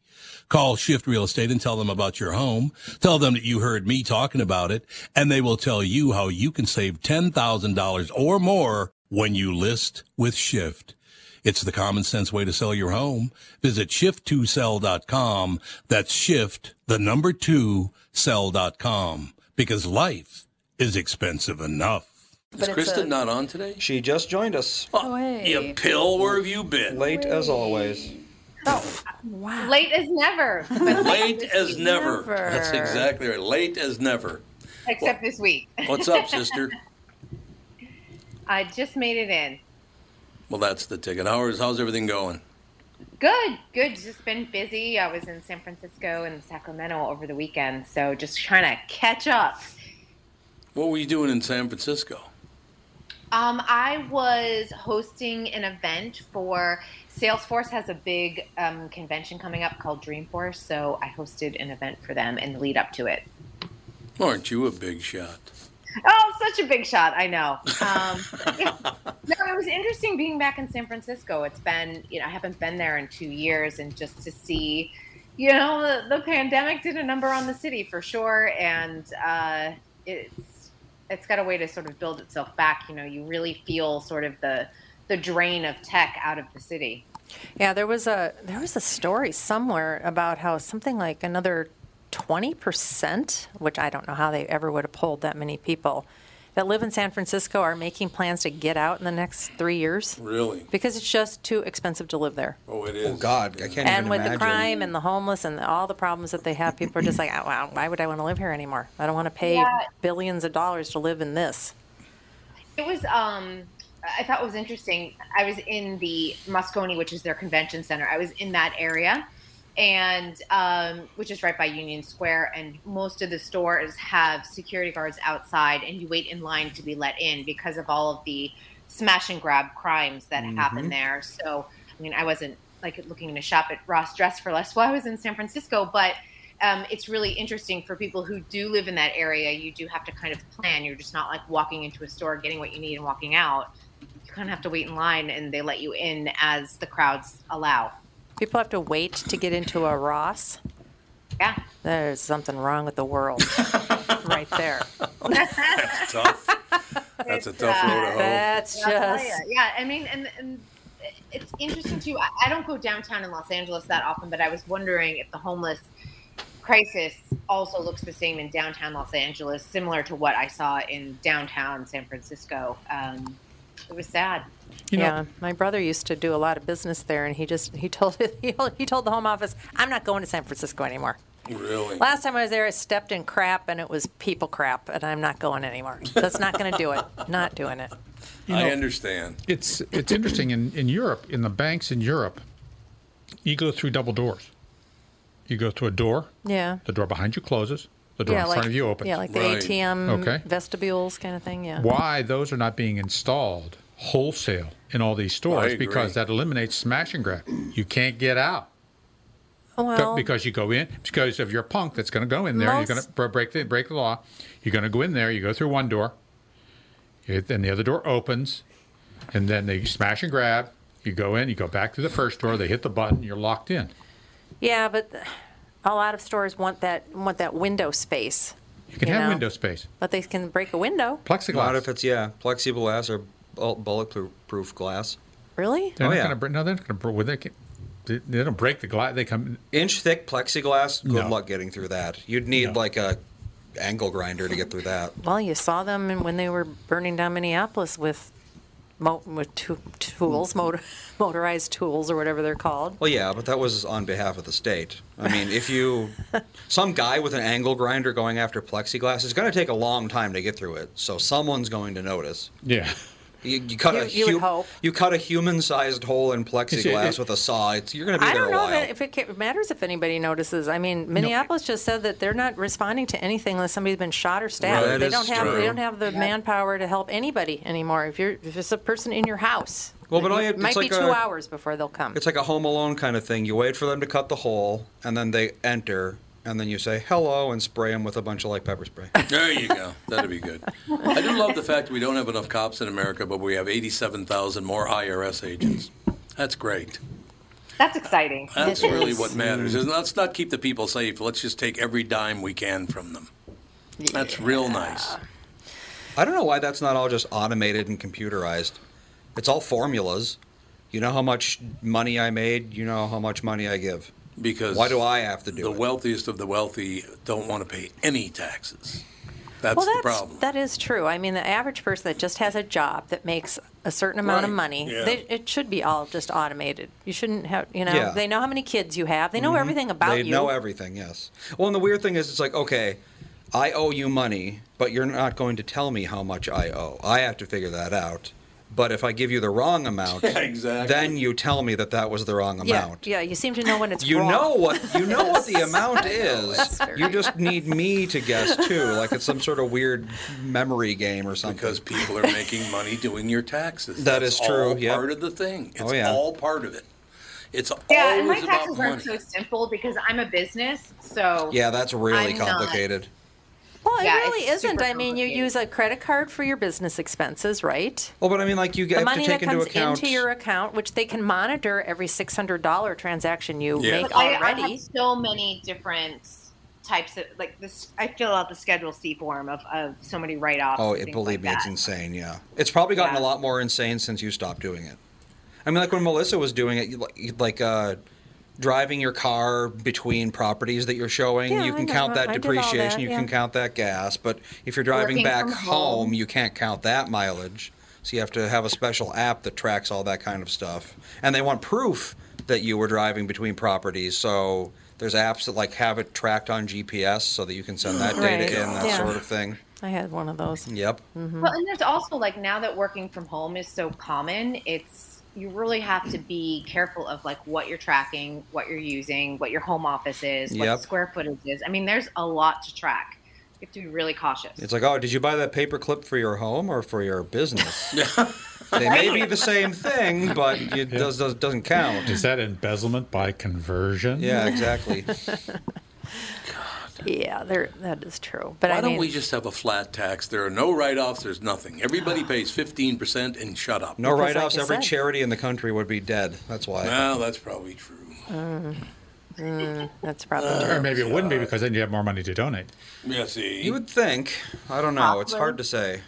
[SPEAKER 13] Call Shift Real Estate and tell them about your home. Tell them that you heard me talking about it and they will tell you how you can save $10,000 or more when you list with Shift. It's the common sense way to sell your home. Visit shift2sell.com. That's shift, the number two, sell.com because life is expensive enough.
[SPEAKER 1] Is Kristen not on today?
[SPEAKER 4] She just joined us.
[SPEAKER 1] You pill, where have you been?
[SPEAKER 4] Late as always.
[SPEAKER 15] Wow. Late as never. but
[SPEAKER 1] [LAUGHS] Late as never.
[SPEAKER 15] Never.
[SPEAKER 1] That's exactly right. Late as never.
[SPEAKER 15] Except this week.
[SPEAKER 1] What's up, [LAUGHS] sister?
[SPEAKER 15] [LAUGHS] I just made it in.
[SPEAKER 1] Well, that's the ticket. How's how's everything going?
[SPEAKER 15] Good, good. Just been busy. I was in San Francisco and Sacramento over the weekend, so just trying to catch up.
[SPEAKER 1] What were you doing in San Francisco?
[SPEAKER 15] Um, I was hosting an event for Salesforce has a big um, convention coming up called Dreamforce, so I hosted an event for them in the lead up to it.
[SPEAKER 1] Aren't you a big shot?
[SPEAKER 15] Oh, such a big shot! I know. Um, yeah. No, it was interesting being back in San Francisco. It's been, you know, I haven't been there in two years, and just to see, you know, the, the pandemic did a number on the city for sure, and uh, it's it's got a way to sort of build itself back. You know, you really feel sort of the the drain of tech out of the city.
[SPEAKER 3] Yeah, there was a there was a story somewhere about how something like another twenty percent, which I don't know how they ever would have polled that many people that live in San Francisco are making plans to get out in the next three years.
[SPEAKER 1] Really?
[SPEAKER 3] Because it's just too expensive to live there.
[SPEAKER 1] Oh, it is.
[SPEAKER 4] Oh God, I
[SPEAKER 3] and
[SPEAKER 4] can't even
[SPEAKER 3] with
[SPEAKER 4] imagine.
[SPEAKER 3] the crime and the homeless and the, all the problems that they have, people are just like, oh, wow, why would I want to live here anymore? I don't want to pay
[SPEAKER 15] Yeah.
[SPEAKER 3] billions of dollars to live in this.
[SPEAKER 15] It was um I thought it was interesting. I was in the Moscone, which is their convention center. I was in that area and um, which is right by Union Square and most of the stores have security guards outside and you wait in line to be let in because of all of the smash and grab crimes that happen
[SPEAKER 16] Mhm.
[SPEAKER 15] there. So I mean I wasn't like looking to shop at Ross Dress for Less while I was in San Francisco, but um, it's really interesting for people who do live in that area. You do have to kind of plan. You're just not like walking into a store, getting what you need, and walking out. You kind of have to wait in line, and they let you in as the crowds allow.
[SPEAKER 3] People have to wait to get into a Ross.
[SPEAKER 15] Yeah.
[SPEAKER 3] There's something wrong with the world right there.
[SPEAKER 1] [LAUGHS]
[SPEAKER 3] [LAUGHS]
[SPEAKER 1] That's tough. That's a tough road
[SPEAKER 3] uh,
[SPEAKER 1] to hoe.
[SPEAKER 3] That's
[SPEAKER 15] Yeah, I'll tell
[SPEAKER 3] just-
[SPEAKER 15] ya. yeah. I mean, and, and it's interesting too. I, I don't go downtown in Los Angeles that often, but I was wondering if the homeless crisis also looks the same in downtown Los Angeles, similar to what I saw in downtown San Francisco. Um, it was sad.
[SPEAKER 3] yeah, my brother used to do a lot of business there, and he just he told [LAUGHS] he, he told the home office, "I'm not going to San Francisco anymore."
[SPEAKER 1] Really?
[SPEAKER 3] Last time I was there, I stepped in crap, and it was people crap, and I'm not going anymore. That's not going to do
[SPEAKER 1] [LAUGHS]
[SPEAKER 3] it. Not doing it.
[SPEAKER 2] You
[SPEAKER 1] I
[SPEAKER 2] know-
[SPEAKER 1] understand.
[SPEAKER 2] It's it's interesting in, in Europe, in the banks in Europe, you go through double doors. You go through a door,
[SPEAKER 3] Yeah.
[SPEAKER 2] the door behind you closes, the door
[SPEAKER 3] yeah,
[SPEAKER 2] in
[SPEAKER 3] like,
[SPEAKER 2] front of you opens.
[SPEAKER 3] Yeah, like the ATM
[SPEAKER 2] Okay.
[SPEAKER 3] vestibules kind of thing. Yeah.
[SPEAKER 2] Why those are not being installed wholesale in all these
[SPEAKER 1] I
[SPEAKER 2] stores
[SPEAKER 1] agree.
[SPEAKER 2] because that eliminates smash and grab. You can't get out.
[SPEAKER 3] Well,
[SPEAKER 2] because you go in because of your punk that's going to go in there. You're going
[SPEAKER 3] Most-
[SPEAKER 2] to br- break the break the law. You're going to go in there. You go through one door, you- then the other door opens, and then they smash and grab. You go in. You go back through the first door. They hit the button. You're locked in.
[SPEAKER 3] yeah, but a lot of stores want that want that window space.
[SPEAKER 2] You can have window space.
[SPEAKER 3] but they can break a window.
[SPEAKER 2] Plexiglass.
[SPEAKER 4] Not if it's yeah, plexiglass or bu- bulletproof glass.
[SPEAKER 3] Really?
[SPEAKER 2] They're
[SPEAKER 4] Oh,
[SPEAKER 2] not
[SPEAKER 4] yeah.
[SPEAKER 2] Gonna, br- no, they're not going to. Well, they, can, they, they don't break the glass. They come.
[SPEAKER 4] Inch thick plexiglass. Good
[SPEAKER 2] No.
[SPEAKER 4] luck getting through that. You'd need like a angle grinder to get through that.
[SPEAKER 3] Well, you saw them in- when they were burning down Minneapolis with mo- with tu- tools, motor- [LAUGHS] motorized tools or whatever they're called.
[SPEAKER 4] Well, yeah, but that was on behalf of the state. I mean, if
[SPEAKER 2] [LAUGHS]
[SPEAKER 4] you some guy with an angle grinder going after plexiglass, it's going to take a long time to get through it. So someone's going to notice.
[SPEAKER 2] Yeah.
[SPEAKER 4] You, you cut a
[SPEAKER 3] You- you would
[SPEAKER 4] hu-
[SPEAKER 3] hope.
[SPEAKER 4] you cut a human-sized hole in plexiglass
[SPEAKER 2] it-
[SPEAKER 4] with a saw. It's, you're going to be
[SPEAKER 3] I
[SPEAKER 4] there
[SPEAKER 3] don't
[SPEAKER 4] a
[SPEAKER 3] know
[SPEAKER 4] while.
[SPEAKER 3] that if it ca- matters if anybody notices. I mean, Minneapolis just said that they're not responding to anything unless somebody's been shot or stabbed.
[SPEAKER 4] Right, that
[SPEAKER 3] they
[SPEAKER 4] is
[SPEAKER 3] don't have
[SPEAKER 4] true.
[SPEAKER 3] they don't have the manpower to help anybody anymore. If you're if it's a person in your house,
[SPEAKER 4] Well, but all you-
[SPEAKER 3] it
[SPEAKER 4] it's
[SPEAKER 3] might be
[SPEAKER 4] like
[SPEAKER 3] two
[SPEAKER 4] a-
[SPEAKER 3] hours before they'll come.
[SPEAKER 4] Mm-hmm. It's like a Home Alone kind of thing. You wait for them to cut the hole, and then they enter, and then you say hello and spray them with a bunch of like pepper spray.
[SPEAKER 1] There you go. That'd be good. I do love the fact that we don't have enough cops in America, but we have 87,000 more IRS agents. That's great.
[SPEAKER 15] That's exciting.
[SPEAKER 1] [LAUGHS] That's really what matters. Is let's not keep the people safe. Let's just take every dime we can from them. That's real nice.
[SPEAKER 4] I don't know why that's not all just automated and computerized. It's all formulas. You know how much money I made. You know how much money I give.
[SPEAKER 1] Because
[SPEAKER 4] why do I have to do
[SPEAKER 1] the
[SPEAKER 4] it?
[SPEAKER 1] wealthiest of the wealthy don't want to pay any taxes. That's
[SPEAKER 3] well,
[SPEAKER 1] the
[SPEAKER 3] that's,
[SPEAKER 1] problem.
[SPEAKER 3] That is true. I mean, the average person that just has a job that makes a certain amount of
[SPEAKER 1] Right.
[SPEAKER 3] money,
[SPEAKER 1] Yeah.
[SPEAKER 3] they, it should be all just automated. You shouldn't have, you know,
[SPEAKER 4] Yeah.
[SPEAKER 3] they know how many kids you have, they know
[SPEAKER 4] Mhm.
[SPEAKER 3] everything about
[SPEAKER 4] they
[SPEAKER 3] you.
[SPEAKER 4] know everything, yes. Well, and the weird thing is, it's like, okay, I owe you money, but you're not going to tell me how much I owe. I have to figure that out. But if I give you the wrong amount,
[SPEAKER 1] Yeah, exactly.
[SPEAKER 4] then you tell me that that was the wrong
[SPEAKER 3] yeah,
[SPEAKER 4] amount.
[SPEAKER 3] yeah, you seem to know when it's
[SPEAKER 4] You
[SPEAKER 3] wrong.
[SPEAKER 4] know what you know
[SPEAKER 3] [LAUGHS]
[SPEAKER 4] what the
[SPEAKER 3] Yes.
[SPEAKER 4] amount
[SPEAKER 3] I know,
[SPEAKER 4] is.
[SPEAKER 3] that's very
[SPEAKER 4] You just need me to guess too, like it's some sort of weird memory game or something.
[SPEAKER 1] Because people are making money doing your taxes.
[SPEAKER 4] That
[SPEAKER 1] That's
[SPEAKER 4] is true,
[SPEAKER 1] All
[SPEAKER 4] yep.
[SPEAKER 1] Part of the thing. It's
[SPEAKER 4] Oh, yeah.
[SPEAKER 1] all part of it. It's
[SPEAKER 15] Yeah, and my
[SPEAKER 1] always about
[SPEAKER 15] taxes aren't
[SPEAKER 1] money.
[SPEAKER 15] so simple because I'm a business. So
[SPEAKER 4] Yeah, that's really
[SPEAKER 15] I'm not-
[SPEAKER 4] complicated.
[SPEAKER 3] Well, it
[SPEAKER 15] Yeah, it's
[SPEAKER 3] really isn't.
[SPEAKER 15] super
[SPEAKER 3] I mean, you use a credit card for your business expenses, right?
[SPEAKER 4] Well, but I mean, like you
[SPEAKER 3] the
[SPEAKER 4] have
[SPEAKER 3] money
[SPEAKER 4] to take
[SPEAKER 3] that
[SPEAKER 4] into
[SPEAKER 3] comes
[SPEAKER 4] account.
[SPEAKER 3] into your account, which they can monitor every six hundred dollar transaction you
[SPEAKER 4] Yeah.
[SPEAKER 3] make
[SPEAKER 15] But I, I
[SPEAKER 3] already.
[SPEAKER 15] have so many different types of like this. I fill out the Schedule C form of, of so many write offs.
[SPEAKER 4] Oh, it, believe me, it's insane. Yeah, it's probably gotten a lot more insane since you stopped doing it. I mean, like when Melissa was doing it, you like, you'd like uh, driving your car between properties that you're showing,
[SPEAKER 15] Yeah,
[SPEAKER 4] you
[SPEAKER 15] I
[SPEAKER 4] can
[SPEAKER 15] know.
[SPEAKER 4] count that
[SPEAKER 15] I did all
[SPEAKER 4] depreciation,
[SPEAKER 15] that,
[SPEAKER 4] you
[SPEAKER 15] yeah.
[SPEAKER 4] can count that gas. But if you're driving
[SPEAKER 15] Working
[SPEAKER 4] back
[SPEAKER 15] from
[SPEAKER 4] home,
[SPEAKER 15] home.
[SPEAKER 4] you can't count that mileage. So you have to have a special app that tracks all that kind of stuff. And they want proof that you were driving between properties. So there's apps that like have it tracked on GPS so that you can send that data
[SPEAKER 3] Right.
[SPEAKER 4] in, that
[SPEAKER 3] Yeah.
[SPEAKER 4] sort of thing.
[SPEAKER 3] I had one of those. [LAUGHS]
[SPEAKER 4] Yep.
[SPEAKER 3] hmm
[SPEAKER 15] Well, and there's also like now that working from home is so common, it's you really have to be careful of like what you're tracking, what you're using, what your home office is, what
[SPEAKER 4] Yep.
[SPEAKER 15] the square footage is. I mean, there's a lot to track. You have to be really cautious.
[SPEAKER 4] It's like, oh, did you buy that paper clip for your home or for your
[SPEAKER 2] [LAUGHS]
[SPEAKER 4] business? they may be the same thing, but it does, does, doesn't count.
[SPEAKER 2] Is that embezzlement by conversion?
[SPEAKER 4] Yeah, exactly.
[SPEAKER 3] Yeah, there that is true. But
[SPEAKER 1] Why
[SPEAKER 3] I
[SPEAKER 1] don't
[SPEAKER 3] mean,
[SPEAKER 1] we just have a flat tax? There are no write-offs. There's nothing. Everybody pays 15% and shut up.
[SPEAKER 4] No write offs. Every
[SPEAKER 1] chair.
[SPEAKER 4] charity in the country would be dead. That's why.
[SPEAKER 1] Well, that's probably true.
[SPEAKER 3] Mm, mm, that's probably true.
[SPEAKER 2] or maybe it wouldn't be because then you have more money to donate.
[SPEAKER 1] Yeah, see.
[SPEAKER 4] You would think. I don't know. It's hard to say.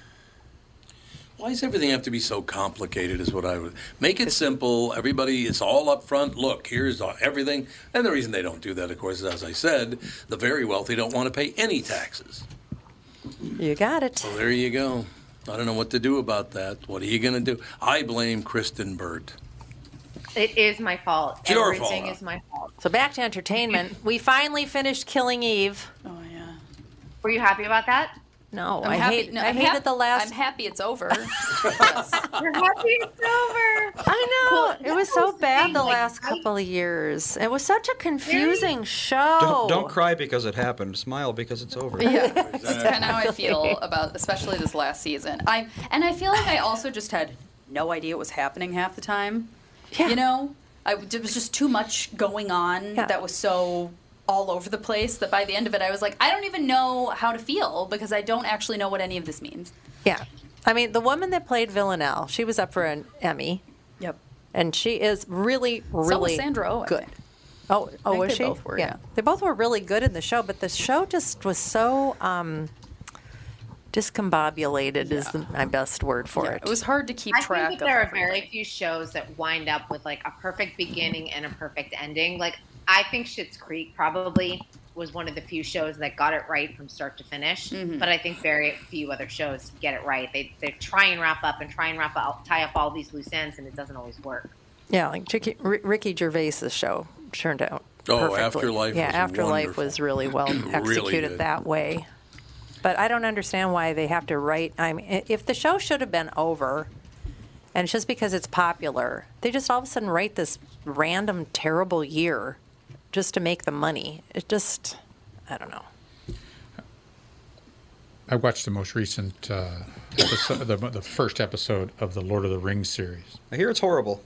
[SPEAKER 1] Why does everything have to be so complicated? Is what I would make it simple. Everybody, it's all up front. Look, here's everything. And the reason they don't do that, of course, is as I said, the very wealthy don't want to pay any taxes.
[SPEAKER 3] You got it.
[SPEAKER 1] Well, there you go. I don't know what to do about that. What are you going to do? I blame Kristen Burt.
[SPEAKER 15] It is my fault.
[SPEAKER 1] It's your
[SPEAKER 15] Everything
[SPEAKER 1] fault.
[SPEAKER 15] is my fault.
[SPEAKER 3] So back to entertainment. we finally finished Killing Eve. Oh yeah.
[SPEAKER 15] Were you happy about that?
[SPEAKER 3] No,
[SPEAKER 7] I'm
[SPEAKER 3] I
[SPEAKER 7] happy-
[SPEAKER 3] hate.
[SPEAKER 7] no,
[SPEAKER 3] I
[SPEAKER 7] I'm
[SPEAKER 3] hated
[SPEAKER 7] hap-
[SPEAKER 3] the last.
[SPEAKER 7] I'm happy it's
[SPEAKER 3] [LAUGHS]
[SPEAKER 7] over.
[SPEAKER 15] You're happy it's over.
[SPEAKER 3] I know it was so bad the
[SPEAKER 15] like,
[SPEAKER 3] last couple of years. It was such a confusing show.
[SPEAKER 4] Don't, don't cry because it happened. Smile because it's over.
[SPEAKER 7] Yeah, that's kind of how I
[SPEAKER 3] [LAUGHS]
[SPEAKER 7] feel about, especially this last season. I and I feel like I also just had no idea what was happening half the time. You know, I, there was just too much going on that was so all over the place that by the end of it, I was like, I don't even know how to feel because I don't actually know what any of this means.
[SPEAKER 3] Yeah. I mean, the woman that played Villanelle, she was up for an Emmy.
[SPEAKER 7] Yep.
[SPEAKER 3] And she is really,
[SPEAKER 7] was
[SPEAKER 3] really
[SPEAKER 7] Sandra Oh, I
[SPEAKER 3] good. Oh, oh,
[SPEAKER 7] think
[SPEAKER 3] was
[SPEAKER 7] they
[SPEAKER 3] she?
[SPEAKER 7] both were, yeah.
[SPEAKER 3] They both were really good in the show, but the show just was so um, discombobulated, is the, my best word for it.
[SPEAKER 7] hard to keep
[SPEAKER 15] I
[SPEAKER 7] track
[SPEAKER 15] think
[SPEAKER 7] of
[SPEAKER 15] that there are very few shows that wind up with like a perfect beginning and a perfect ending. Like I think Schitt's Creek probably was one of the few shows that got it right from start to finish.
[SPEAKER 7] Mhm.
[SPEAKER 15] But I think very few other shows get it right. They they try and wrap up and try and wrap up, tie up all these loose ends, and it doesn't always work.
[SPEAKER 3] Yeah, like Ricky, R- Ricky Gervais's show turned out.
[SPEAKER 1] Oh,
[SPEAKER 3] perfectly.
[SPEAKER 1] Afterlife
[SPEAKER 3] Yeah,
[SPEAKER 1] was
[SPEAKER 3] Afterlife was really well
[SPEAKER 1] [CLEARS THROAT] Really
[SPEAKER 3] executed
[SPEAKER 1] good.
[SPEAKER 3] that way. But I don't understand why they have to write. I mean, i- if the show should have been over, and it's just because it's popular, they just all of a sudden write this random terrible year just to make the money. It just, I don't know.
[SPEAKER 2] I watched the most recent uh, episode, the, the first episode of the Lord of the Rings series.
[SPEAKER 4] I hear it's [LAUGHS] horrible.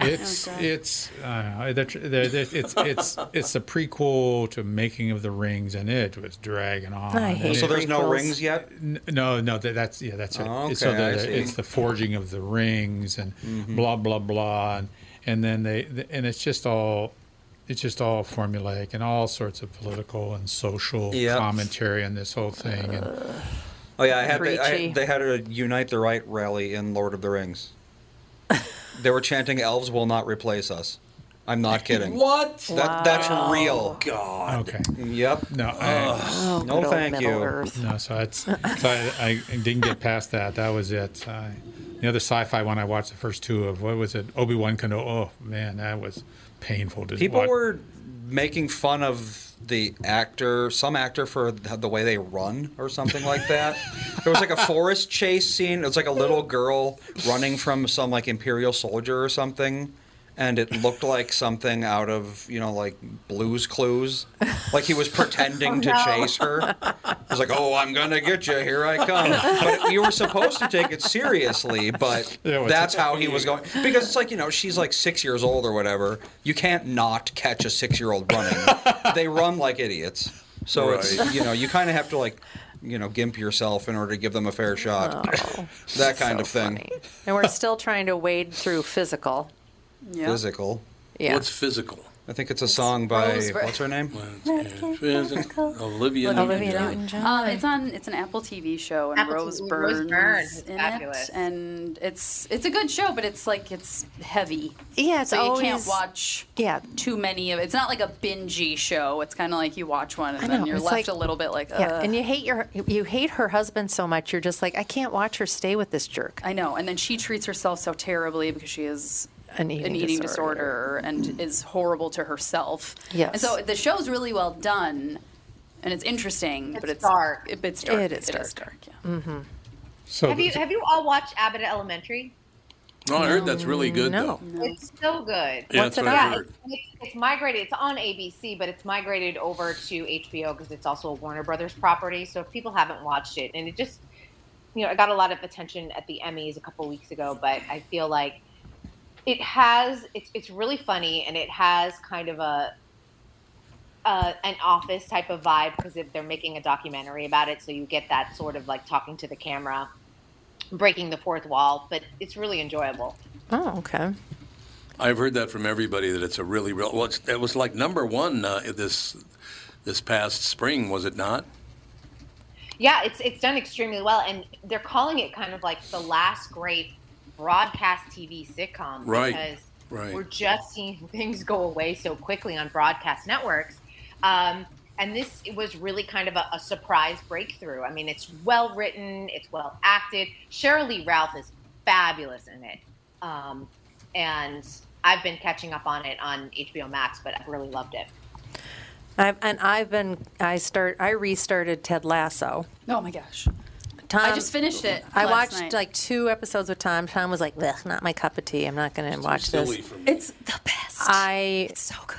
[SPEAKER 2] It's
[SPEAKER 4] Oh, God.
[SPEAKER 2] it's uh, they're, tr- they're, they're, it's it's it's a prequel to Making of the Rings, and it was dragging on.
[SPEAKER 4] I hate
[SPEAKER 2] and
[SPEAKER 4] So there's no
[SPEAKER 2] it-
[SPEAKER 4] rings yet?
[SPEAKER 2] N- No, no, that, that's yeah, that's it.
[SPEAKER 4] Oh,
[SPEAKER 2] so
[SPEAKER 4] okay, I Mm-hmm.
[SPEAKER 2] the-
[SPEAKER 4] see.
[SPEAKER 2] it's the forging of the rings and blah blah blah, and, and then they th- and it's just all it's just all formulaic and all sorts of political and social
[SPEAKER 4] Yep.
[SPEAKER 2] commentary on this whole thing. And
[SPEAKER 4] Oh yeah, I had they, I,
[SPEAKER 2] Preachy.
[SPEAKER 4] they had a Unite the Right rally in Lord of the Rings. they were chanting, "Elves will not replace us." I'm not kidding.
[SPEAKER 1] What?
[SPEAKER 4] That, That's
[SPEAKER 1] Wow.
[SPEAKER 4] real.
[SPEAKER 1] God.
[SPEAKER 2] Okay.
[SPEAKER 4] Yep.
[SPEAKER 2] No. I,
[SPEAKER 3] Oh,
[SPEAKER 4] Ugh. No, thank you.
[SPEAKER 2] No, so it's so I, I didn't get past that. That was it. I, the other sci-fi one I watched the first two of what was it? Obi Wan Kenobi. Oh man, that was painful to
[SPEAKER 4] People
[SPEAKER 2] watch.
[SPEAKER 4] were making fun of the actor, some actor for the the way they run or something like that. there
[SPEAKER 2] [LAUGHS]
[SPEAKER 4] was like a forest chase scene. It was like a little girl running from some like imperial soldier or something. And it looked like something out of, you know, like Blues Clues. Like he was
[SPEAKER 16] [LAUGHS]
[SPEAKER 4] pretending
[SPEAKER 16] Oh,
[SPEAKER 4] to
[SPEAKER 16] no.
[SPEAKER 4] chase her. He was like, oh, I'm going to get you. Here I
[SPEAKER 16] [LAUGHS]
[SPEAKER 4] come. But you were supposed to take it seriously, but
[SPEAKER 2] [LAUGHS] Yeah, well,
[SPEAKER 4] that's
[SPEAKER 2] it's-
[SPEAKER 4] how he was going. Because it's like, you know, she's like six years old or whatever. You can't not catch a six year old
[SPEAKER 2] [LAUGHS]
[SPEAKER 4] running. they run like idiots. So
[SPEAKER 1] Right.
[SPEAKER 4] it's, you know, you kind of have to like, you know, gimp yourself in order to give them a fair shot. [LAUGHS] that kind of thing.
[SPEAKER 3] And
[SPEAKER 1] [LAUGHS]
[SPEAKER 3] we're still trying to wade through physical. Yeah.
[SPEAKER 4] Physical.
[SPEAKER 3] Yeah.
[SPEAKER 1] What's physical? uh,
[SPEAKER 4] I think it's a song by,
[SPEAKER 3] Rose Ver-
[SPEAKER 4] what's her name?
[SPEAKER 1] Physical. Olivia Newton-John.
[SPEAKER 7] Um, it's on. It's an Apple TV show, and
[SPEAKER 15] Apple
[SPEAKER 7] Rose
[SPEAKER 15] TV
[SPEAKER 7] Byrne
[SPEAKER 15] Rose Byrne
[SPEAKER 7] is
[SPEAKER 15] is
[SPEAKER 7] in
[SPEAKER 15] fabulous.
[SPEAKER 7] it, and it's it's a good show, but it's like it's heavy.
[SPEAKER 3] Yeah, it's
[SPEAKER 7] so you can't
[SPEAKER 3] always-
[SPEAKER 7] watch
[SPEAKER 3] yeah
[SPEAKER 7] too many of. It's not like a bingey show. It's kind of like you watch one and
[SPEAKER 3] I
[SPEAKER 7] then
[SPEAKER 3] know,
[SPEAKER 7] you're
[SPEAKER 3] it's
[SPEAKER 7] left
[SPEAKER 3] like-
[SPEAKER 7] a little bit like
[SPEAKER 3] Yeah,
[SPEAKER 7] Ugh.
[SPEAKER 3] and you hate your you hate her husband so much. You're just like, I can't watch her stay with this jerk.
[SPEAKER 7] I know. And then she treats herself so terribly because she is
[SPEAKER 3] An eating
[SPEAKER 7] disorder. and is horrible to herself.
[SPEAKER 3] Yes.
[SPEAKER 7] And so the show's really well done and it's interesting, but it's
[SPEAKER 15] dark.
[SPEAKER 7] It, it's dark.
[SPEAKER 3] It is
[SPEAKER 7] dark.
[SPEAKER 3] Mm-hmm.
[SPEAKER 2] So
[SPEAKER 15] have you have you all watched Abbott Elementary?
[SPEAKER 1] No, Oh, I heard that's really good, though.
[SPEAKER 15] It's so good.
[SPEAKER 1] Yeah, What's that's it what I on? heard.
[SPEAKER 15] it's, it's migrated. It's on ABC, but it's migrated over to HBO because it's also a Warner Brothers property. So if people haven't watched it, and it just, you know, it got a lot of attention at the Emmys a couple weeks ago, but I feel like it has. It's it's really funny, and it has kind of a. Uh, an office type of vibe because if they're making a documentary about it, so you get that sort of like talking to the camera, breaking the fourth wall, but it's really enjoyable.
[SPEAKER 3] Oh, okay.
[SPEAKER 1] I've heard that from everybody that it's a really real. Well, it's, it was like number one uh, this this past spring, was it not?
[SPEAKER 15] Yeah, it's it's done extremely well, and they're calling it kind of like the last great broadcast TV sitcom
[SPEAKER 1] Right,
[SPEAKER 15] because
[SPEAKER 1] right.
[SPEAKER 15] we're just seeing [LAUGHS] things go away so quickly on broadcast networks. Um, and this was really kind of a, a surprise breakthrough. I mean, it's well written, it's well acted. Cheryl Lee Ralph is fabulous in it, um, and I've been catching up on it on HBO Max, but I've really loved it.
[SPEAKER 3] I've, and I've been I start I restarted Ted Lasso.
[SPEAKER 7] Oh my gosh.
[SPEAKER 3] Tom,
[SPEAKER 7] I just finished it.
[SPEAKER 3] I
[SPEAKER 7] last
[SPEAKER 3] watched
[SPEAKER 7] night.
[SPEAKER 3] like two episodes with Tom. Tom was like, "Ugh, not my cup of tea. I'm not going to watch this."
[SPEAKER 7] silly for me. It's the best.
[SPEAKER 3] I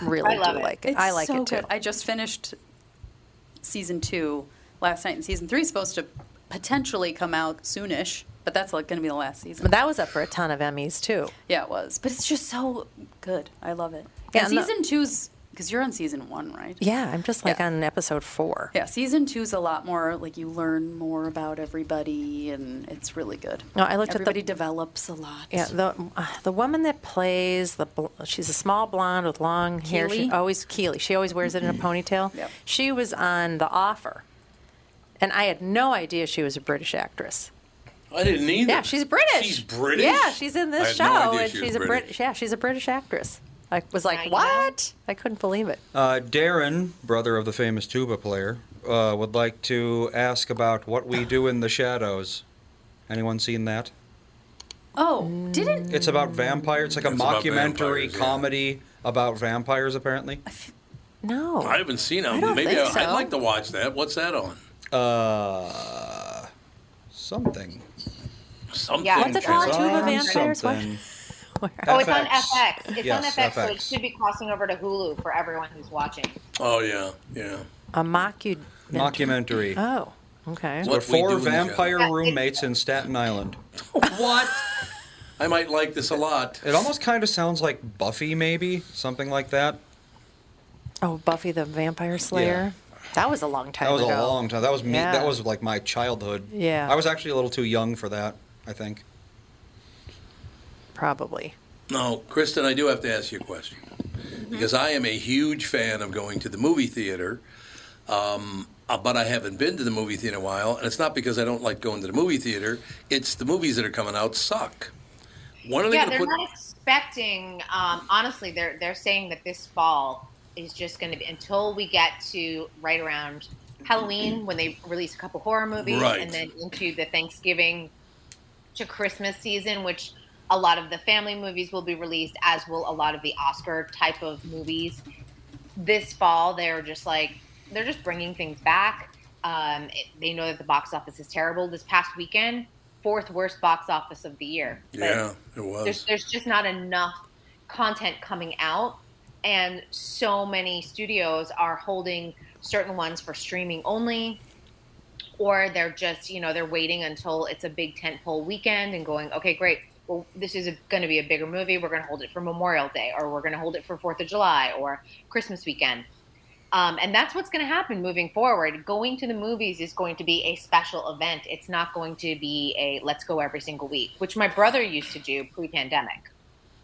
[SPEAKER 3] really do like it.
[SPEAKER 7] It's
[SPEAKER 3] I like
[SPEAKER 7] so
[SPEAKER 3] it too.
[SPEAKER 7] good. I just finished season two last night, and season three is supposed to potentially come out soonish, but that's like going to be the last season.
[SPEAKER 3] But that was up for a ton of Emmys too.
[SPEAKER 7] Yeah, it was. But it's just so good. I love it.
[SPEAKER 3] Yeah,
[SPEAKER 7] and
[SPEAKER 3] and the-
[SPEAKER 7] season two's because you're on season one, right?
[SPEAKER 3] Yeah, I'm just like on episode four.
[SPEAKER 7] Yeah, season two's a lot more like you learn more about everybody, and it's really good.
[SPEAKER 3] No, I looked at the-
[SPEAKER 7] everybody develops a lot.
[SPEAKER 3] Yeah, the uh, the woman that plays the bl- she's a small blonde with long hair. She
[SPEAKER 7] Keely? Mm-hmm.
[SPEAKER 3] always Keely. She always wears it in a ponytail. She was on The Offer, and I had no idea she was a British actress.
[SPEAKER 1] I didn't either.
[SPEAKER 3] Yeah, she's British.
[SPEAKER 1] She's British?
[SPEAKER 3] Yeah, she's in
[SPEAKER 1] I
[SPEAKER 3] this
[SPEAKER 1] had
[SPEAKER 3] show,
[SPEAKER 1] no idea
[SPEAKER 3] and
[SPEAKER 1] she was
[SPEAKER 3] she's a
[SPEAKER 1] British.
[SPEAKER 3] British. Yeah, she's a British actress. I was like, what? I couldn't believe it.
[SPEAKER 4] Uh, Darren, brother of the famous tuba player, uh, would like to ask about what we do in the shadows. Anyone seen that?
[SPEAKER 3] Mm.
[SPEAKER 7] Oh, didn't
[SPEAKER 4] It's
[SPEAKER 15] Mm.
[SPEAKER 4] about vampires. It's like a
[SPEAKER 1] It's about
[SPEAKER 4] mockumentary
[SPEAKER 1] vampires, yeah.
[SPEAKER 4] comedy about vampires, apparently.
[SPEAKER 3] No.
[SPEAKER 1] I haven't seen it.
[SPEAKER 4] I don't
[SPEAKER 1] Maybe
[SPEAKER 4] think
[SPEAKER 1] I,
[SPEAKER 4] so.
[SPEAKER 1] would like to watch that. What's that on?
[SPEAKER 4] Uh, something.
[SPEAKER 1] Something.
[SPEAKER 15] Yeah. What's it called?
[SPEAKER 4] is
[SPEAKER 15] Tuba
[SPEAKER 4] on
[SPEAKER 15] Vampires? What? [LAUGHS]
[SPEAKER 4] something.
[SPEAKER 15] Oh, it's on
[SPEAKER 4] FX.
[SPEAKER 15] FX. It's
[SPEAKER 4] Yes,
[SPEAKER 15] on FX, so it
[SPEAKER 4] FX.
[SPEAKER 15] should be crossing over to Hulu for everyone who's watching.
[SPEAKER 1] Oh yeah, yeah.
[SPEAKER 3] A mockumentary.
[SPEAKER 4] Mockumentary.
[SPEAKER 3] Oh, okay.
[SPEAKER 4] We're four vampire roommates in Staten Island.
[SPEAKER 1] what? I might like this a lot.
[SPEAKER 4] It almost kind of sounds like Buffy, maybe something like that.
[SPEAKER 3] Oh, Buffy the Vampire Slayer. That was a long time
[SPEAKER 4] That was a
[SPEAKER 3] ago.
[SPEAKER 4] long time. That was me.
[SPEAKER 3] Yeah.
[SPEAKER 4] That was like my childhood.
[SPEAKER 3] Yeah.
[SPEAKER 4] I was actually a little too young for that. I think.
[SPEAKER 3] Probably.
[SPEAKER 1] Now, Kristen, I do have to ask you a question
[SPEAKER 3] Mm-hmm.
[SPEAKER 1] because I am a huge fan of going to the movie theater, um, uh, but I haven't been to the movie theater in a while, and it's not because I don't like going to the movie theater. It's the movies that are coming out suck. When are they
[SPEAKER 15] yeah,
[SPEAKER 1] going
[SPEAKER 15] they're
[SPEAKER 1] to put?
[SPEAKER 15] not expecting. Um, honestly, they're they're saying that this fall is just going to be until we get to right around Halloween when they release a couple horror movies,
[SPEAKER 16] Right.
[SPEAKER 15] and then into the Thanksgiving to Christmas season, which a lot of the family movies will be released, as will a lot of the Oscar type of movies. This fall, they're just like they're just bringing things back. Um, it, they know that the box office is terrible. This past weekend, fourth worst box office of the year. But
[SPEAKER 1] yeah, it was.
[SPEAKER 15] there's, there's just not enough content coming out and so many studios are holding certain ones for streaming only or they're just you know they're waiting until it's a big tentpole weekend and going okay great well this is going to be a bigger movie we're going to hold it for memorial day or we're going to hold it for fourth of july or christmas weekend um, and that's what's going to happen moving forward going to the movies is going to be a special event it's not going to be a let's go every single week which my brother used to do pre-pandemic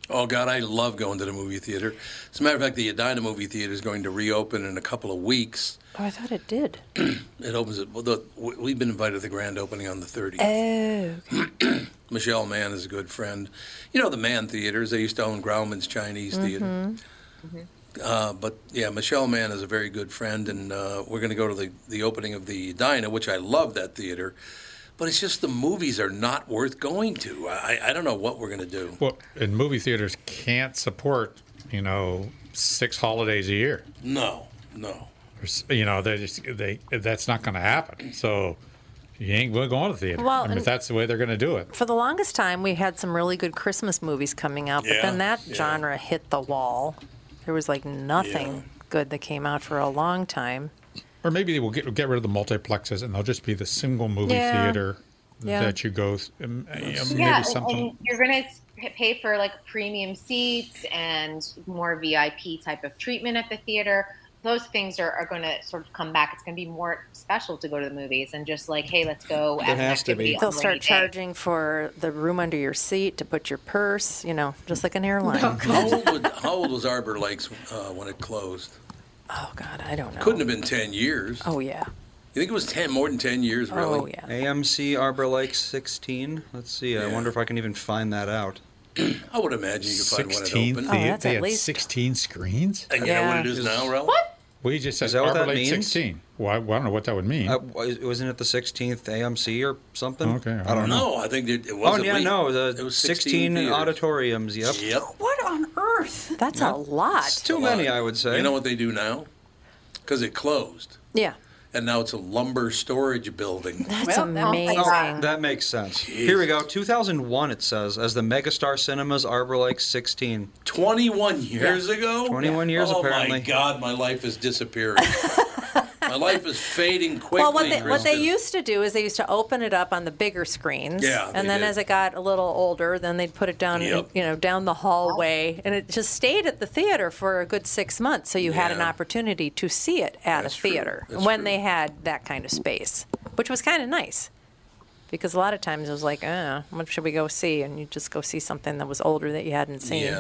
[SPEAKER 1] Oh God, I love going to the movie theater. As a matter of fact, the Edina movie theater is going to reopen in a couple of weeks.
[SPEAKER 3] Oh, I thought it did.
[SPEAKER 1] It opens at well, the, we- we've been invited to the grand opening on the 30th.
[SPEAKER 3] Oh,
[SPEAKER 1] Michelle Mann is a good friend. You know the Mann theaters. They used to own Grauman's Chinese Theater.
[SPEAKER 3] mhm.
[SPEAKER 15] Mm-hmm.
[SPEAKER 1] Uh, but yeah, Michelle Mann is a very good friend, and uh, we're going to go to the, the opening of the Edina, which I love that theater. But it's just the movies are not worth going to. I, I don't know what we're going to do.
[SPEAKER 2] Well, and movie theaters can't support, you know, six holidays a year.
[SPEAKER 1] No, no.
[SPEAKER 2] There's- You know, they just they that's not going to happen. So you ain't going to the theater.
[SPEAKER 3] Well,
[SPEAKER 2] I mean,
[SPEAKER 3] and-
[SPEAKER 2] if that's the way they're going to do it.
[SPEAKER 3] For the longest time, we had some really good Christmas movies coming out, but
[SPEAKER 2] Yeah,
[SPEAKER 3] then that
[SPEAKER 2] yeah.
[SPEAKER 3] genre hit the wall. There was like nothing good that came out for a long time.
[SPEAKER 2] Or maybe they will get get rid of the multiplexes and they'll just be the single movie
[SPEAKER 3] Yeah.
[SPEAKER 2] theater
[SPEAKER 3] Yeah.
[SPEAKER 2] that you go. Th- um, uh, you know, maybe
[SPEAKER 15] yeah, and-
[SPEAKER 2] something.
[SPEAKER 15] and you're gonna s- pay for like premium seats and more VIP type of treatment at the theater. Those things are, are going to sort of come back. It's going to be more special to go to the movies and just like, hey, let's go. as an activity on
[SPEAKER 3] They'll
[SPEAKER 15] a
[SPEAKER 3] start
[SPEAKER 15] rainy day.
[SPEAKER 3] charging for the room under your seat to put your purse, you know, just like an airline.
[SPEAKER 1] [LAUGHS] How old, would, how old was Arbor Lakes uh, when it closed?
[SPEAKER 3] Oh God, I don't know.
[SPEAKER 1] Couldn't have been ten years.
[SPEAKER 3] Oh yeah.
[SPEAKER 1] You think it was ten more than ten years? Really?
[SPEAKER 3] Oh, yeah.
[SPEAKER 4] AMC Arbor Lake 16. Let's see. I
[SPEAKER 1] Yeah.
[SPEAKER 4] wonder if I can even find that out.
[SPEAKER 1] I would imagine you could find one at
[SPEAKER 2] 16
[SPEAKER 1] open.
[SPEAKER 2] thea- they had 16 screens.
[SPEAKER 1] And you know what it is now, Ralph?
[SPEAKER 15] What?
[SPEAKER 2] We just said
[SPEAKER 4] Is that what
[SPEAKER 2] Arbor
[SPEAKER 4] that
[SPEAKER 2] Lake
[SPEAKER 4] means?
[SPEAKER 2] 16. Well, I, well, I don't know what that would mean.
[SPEAKER 4] Uh, wa- wasn't it the 16th AMC or something?
[SPEAKER 2] Okay, I
[SPEAKER 4] I don't
[SPEAKER 2] don't
[SPEAKER 4] know.
[SPEAKER 1] No, I think it, it
[SPEAKER 4] Oh
[SPEAKER 1] was. at
[SPEAKER 4] yeah,
[SPEAKER 1] least-
[SPEAKER 4] no, the
[SPEAKER 1] it was
[SPEAKER 4] 16,
[SPEAKER 1] theaters.
[SPEAKER 4] auditoriums. Yep.
[SPEAKER 1] Yep.
[SPEAKER 3] What on earth? That's a lot.
[SPEAKER 4] Too many, I would say.
[SPEAKER 1] You know what they do now? Because it closed,
[SPEAKER 3] Yeah.
[SPEAKER 1] and now it's a lumber storage building.
[SPEAKER 3] That's amazing.
[SPEAKER 4] Oh, that makes sense. Here we go. 2001, it says, as the Megastar Cinemas Arbor Lake 16.
[SPEAKER 1] 21 years ago.
[SPEAKER 4] 21 years,
[SPEAKER 1] Oh
[SPEAKER 4] apparently.
[SPEAKER 1] my God, my life
[SPEAKER 4] [LAUGHS]
[SPEAKER 1] is disappearing. my life is fading quickly.
[SPEAKER 3] well, what they, what they
[SPEAKER 1] Kristen.
[SPEAKER 3] used to do is they used to open it up on the bigger screens,
[SPEAKER 1] Yeah, they
[SPEAKER 3] and then
[SPEAKER 1] did.
[SPEAKER 3] as it got a little older, then they'd put it down, in-
[SPEAKER 1] Yep.
[SPEAKER 3] you know, down the hallway, and it just stayed at the theater for a good six months. So you had an
[SPEAKER 1] Yeah.
[SPEAKER 3] opportunity to see it at a theater
[SPEAKER 1] That's
[SPEAKER 3] when
[SPEAKER 1] true.
[SPEAKER 3] they had that kind of space, which was kind of nice, because a lot of times it was like, uh, what should we go see? And you just go see something that was older that you hadn't seen.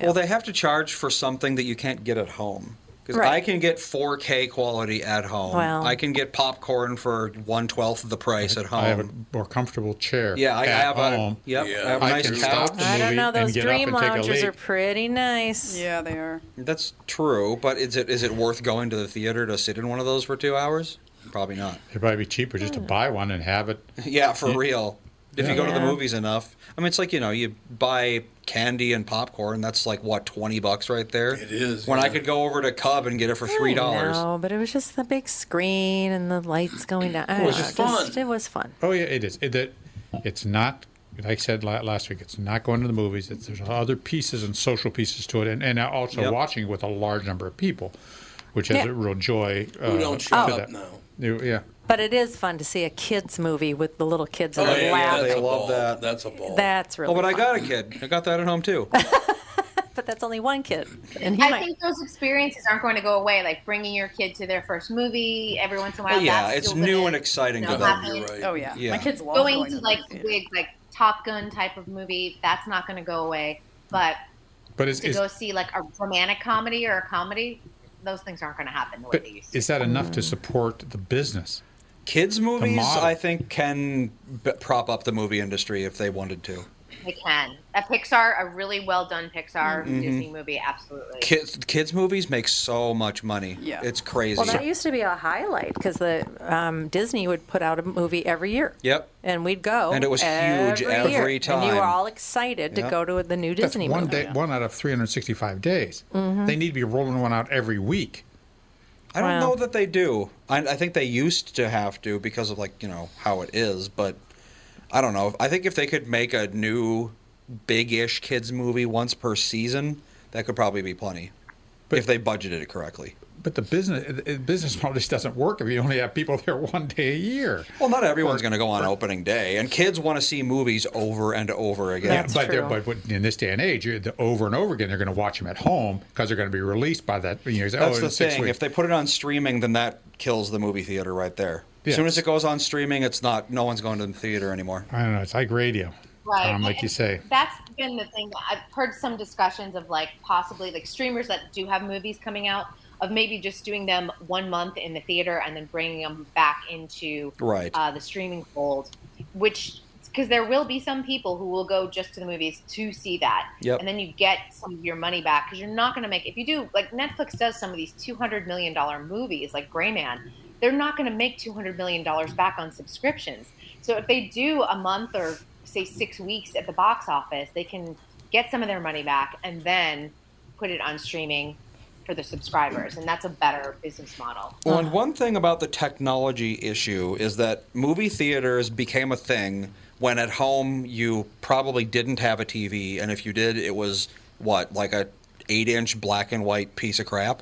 [SPEAKER 4] Well, they have to charge for something that you can't get at home. Because
[SPEAKER 3] Right.
[SPEAKER 4] I can get 4K quality at home.
[SPEAKER 3] Well-
[SPEAKER 4] I can get popcorn for one twelfth of the price at home.
[SPEAKER 2] I have a more comfortable chair.
[SPEAKER 4] Yeah, I- I
[SPEAKER 2] at
[SPEAKER 4] have a-
[SPEAKER 2] home.
[SPEAKER 4] yep, I have a nice
[SPEAKER 2] can
[SPEAKER 4] couch.
[SPEAKER 2] stop the
[SPEAKER 3] I don't
[SPEAKER 2] movie
[SPEAKER 3] know;
[SPEAKER 2] and
[SPEAKER 3] those
[SPEAKER 2] get up
[SPEAKER 3] dream
[SPEAKER 2] and take a
[SPEAKER 3] loungers
[SPEAKER 2] leak.
[SPEAKER 3] are pretty nice.
[SPEAKER 5] Yeah, they are.
[SPEAKER 4] That's true, but is it is it worth going to the theater to sit in one of those for two hours? Probably not.
[SPEAKER 2] It'd probably be cheaper just to
[SPEAKER 1] Hmm.
[SPEAKER 3] Hmm.
[SPEAKER 2] buy one and have it.
[SPEAKER 4] Yeah, for
[SPEAKER 2] Yeah.
[SPEAKER 4] real. If you
[SPEAKER 2] Yeah.
[SPEAKER 4] go to the
[SPEAKER 2] Yeah.
[SPEAKER 4] movies enough, I mean, it's like you know, you buy candy and popcorn. That's like what twenty bucks right there. It
[SPEAKER 1] is.
[SPEAKER 4] When I could go over to Cub and get it for three dollars.
[SPEAKER 3] No, but it was just the big screen and the lights going down. I
[SPEAKER 2] It was
[SPEAKER 3] don't
[SPEAKER 2] just
[SPEAKER 3] know,
[SPEAKER 2] fun.
[SPEAKER 3] just- it was fun.
[SPEAKER 2] Oh yeah, it is. It, it- it's not like I said la- last week. It's not going to the movies. It's, there's other pieces and social pieces to it, and, and also
[SPEAKER 1] Yep.
[SPEAKER 2] watching with a large number of people, which is
[SPEAKER 3] Yeah.
[SPEAKER 2] a real joy. uh,
[SPEAKER 1] Who don't show
[SPEAKER 2] to
[SPEAKER 1] up
[SPEAKER 2] that.
[SPEAKER 1] now?
[SPEAKER 2] You- Yeah,
[SPEAKER 3] But it is fun to see a kids movie with the little kids that
[SPEAKER 4] Oh,
[SPEAKER 3] are
[SPEAKER 4] yeah, yeah,
[SPEAKER 3] loud.
[SPEAKER 4] they love that.
[SPEAKER 1] That's a ball.
[SPEAKER 3] That's really
[SPEAKER 4] Oh, but I
[SPEAKER 3] fun.
[SPEAKER 4] got a kid. I got that at home too.
[SPEAKER 3] But that's only one kid, and he
[SPEAKER 15] I
[SPEAKER 3] might.
[SPEAKER 15] think those experiences aren't going to go away. Like bringing your kid to their first movie every once in a while.
[SPEAKER 4] Well, yeah,
[SPEAKER 15] that's
[SPEAKER 4] it's
[SPEAKER 15] still gonna,
[SPEAKER 4] new and exciting
[SPEAKER 15] you
[SPEAKER 4] to
[SPEAKER 15] know,
[SPEAKER 4] them.
[SPEAKER 15] happen.
[SPEAKER 7] Oh yeah.
[SPEAKER 4] Yeah.
[SPEAKER 7] my kids love
[SPEAKER 15] going,
[SPEAKER 7] going
[SPEAKER 15] to like big like Top Gun type of movie. That's not going to go away. But
[SPEAKER 2] But is-
[SPEAKER 15] to
[SPEAKER 2] is-
[SPEAKER 15] go see like a romantic comedy or a comedy, those things aren't going to happen. the way
[SPEAKER 2] But is that enough to support the business?
[SPEAKER 4] Kids movies,
[SPEAKER 2] model.
[SPEAKER 4] I think, can b- prop up the movie industry if they wanted to.
[SPEAKER 15] They can. A Pixar, a really well done Pixar
[SPEAKER 4] Mhm.
[SPEAKER 15] Disney movie, absolutely.
[SPEAKER 4] Kids, kids movies make so much money.
[SPEAKER 15] Yeah.
[SPEAKER 4] it's crazy.
[SPEAKER 3] Well, that used to be a highlight because the um, Disney would put out a movie every year,
[SPEAKER 4] yep.
[SPEAKER 3] and we'd go.
[SPEAKER 4] And it was huge
[SPEAKER 3] every, year.
[SPEAKER 4] every
[SPEAKER 3] And you
[SPEAKER 2] time.
[SPEAKER 3] were all excited to
[SPEAKER 2] Yep.
[SPEAKER 3] go to the new
[SPEAKER 2] That's
[SPEAKER 3] Disney
[SPEAKER 2] one
[SPEAKER 3] movie.
[SPEAKER 2] day, one out of 365 days.
[SPEAKER 3] Mhm.
[SPEAKER 2] They need to be rolling one out every week.
[SPEAKER 4] I don't
[SPEAKER 2] Wow.
[SPEAKER 4] know that they do. I, I think they used to have to because of like you know how it is, but I don't know. I think if they could make a new big-ish kids movie once per season, that could probably be plenty if they budgeted it correctly.
[SPEAKER 2] But the business the- the business model just doesn't work if you only have people there [LAUGHS] one day a year.
[SPEAKER 4] Well, not everyone's going to go on opening day, and kids want to see movies over and over again.
[SPEAKER 2] Yeah, but, they're- but but in this day and age, you're- the- over and over again, they're going to watch them at home because they're going to be released by that. You know, say,
[SPEAKER 4] That's
[SPEAKER 2] oh,
[SPEAKER 4] the
[SPEAKER 2] in six
[SPEAKER 4] thing.
[SPEAKER 2] weeks.
[SPEAKER 4] If they put it on streaming, then that kills the movie theater right there.
[SPEAKER 2] Yeah.
[SPEAKER 4] As soon as it goes on streaming, it's not. No one's going to the theater anymore.
[SPEAKER 2] I don't know. It's like radio,
[SPEAKER 15] Right.
[SPEAKER 2] Tom, like you say.
[SPEAKER 15] That's been the thing. I've heard some discussions of like possibly like streamers that do have movies coming out of maybe just doing them one month in the theater and then bringing them back into
[SPEAKER 4] Right.
[SPEAKER 15] uh, the streaming fold, which because there will be some people who will go just to the movies to see that,
[SPEAKER 16] Yep.
[SPEAKER 15] and then you get some of your money back because you're not going to make if you do like Netflix does some of these two hundred million dollar movies like Gray Man, they're not going to make two hundred million dollars back on subscriptions. So if they do a month or say six weeks at the box office, they can get some of their money back and then put it on streaming for the subscribers, and that's a better business model.
[SPEAKER 4] Well, and one thing about the technology issue is that movie theaters became a thing when at home you probably didn't have a TV, and if you did, it was what like a eight-inch black and white piece of crap.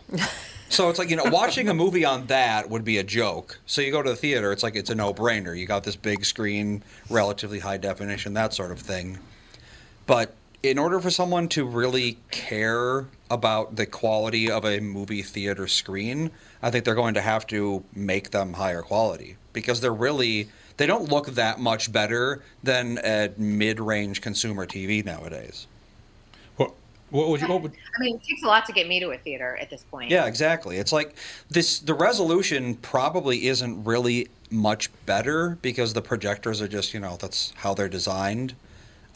[SPEAKER 4] So it's like you know, watching a movie on that would be a joke. So you go to the theater, it's like it's a no-brainer. You got this big screen, relatively high definition, that sort of thing. But in order for someone to really care about the quality of a movie theater screen, I think they're going to have to make them higher quality because they're really they don't look that much better than a mid-range consumer TV nowadays.
[SPEAKER 2] What what would you what would
[SPEAKER 15] I mean, it takes a lot to get me to a theater at this point.
[SPEAKER 4] Yeah, exactly. It's like this the resolution probably isn't really much better because the projectors are just, you know, that's how they're designed.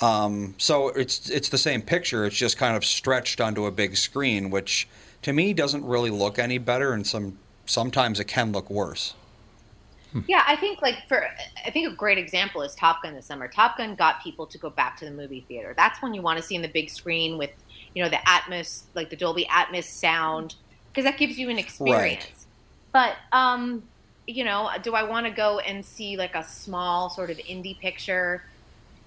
[SPEAKER 4] Um, so it's it's the same picture, it's just kind of stretched onto a big screen, which to me doesn't really look any better and some sometimes it can look worse.
[SPEAKER 15] Yeah, I think like for I think a great example is Top Gun this summer. Top Gun got people to go back to the movie theater. That's when you want to see in the big screen with you know the Atmos like the Dolby Atmos sound because that gives you an experience. But um you know, do I want to go and see like a small sort of indie picture?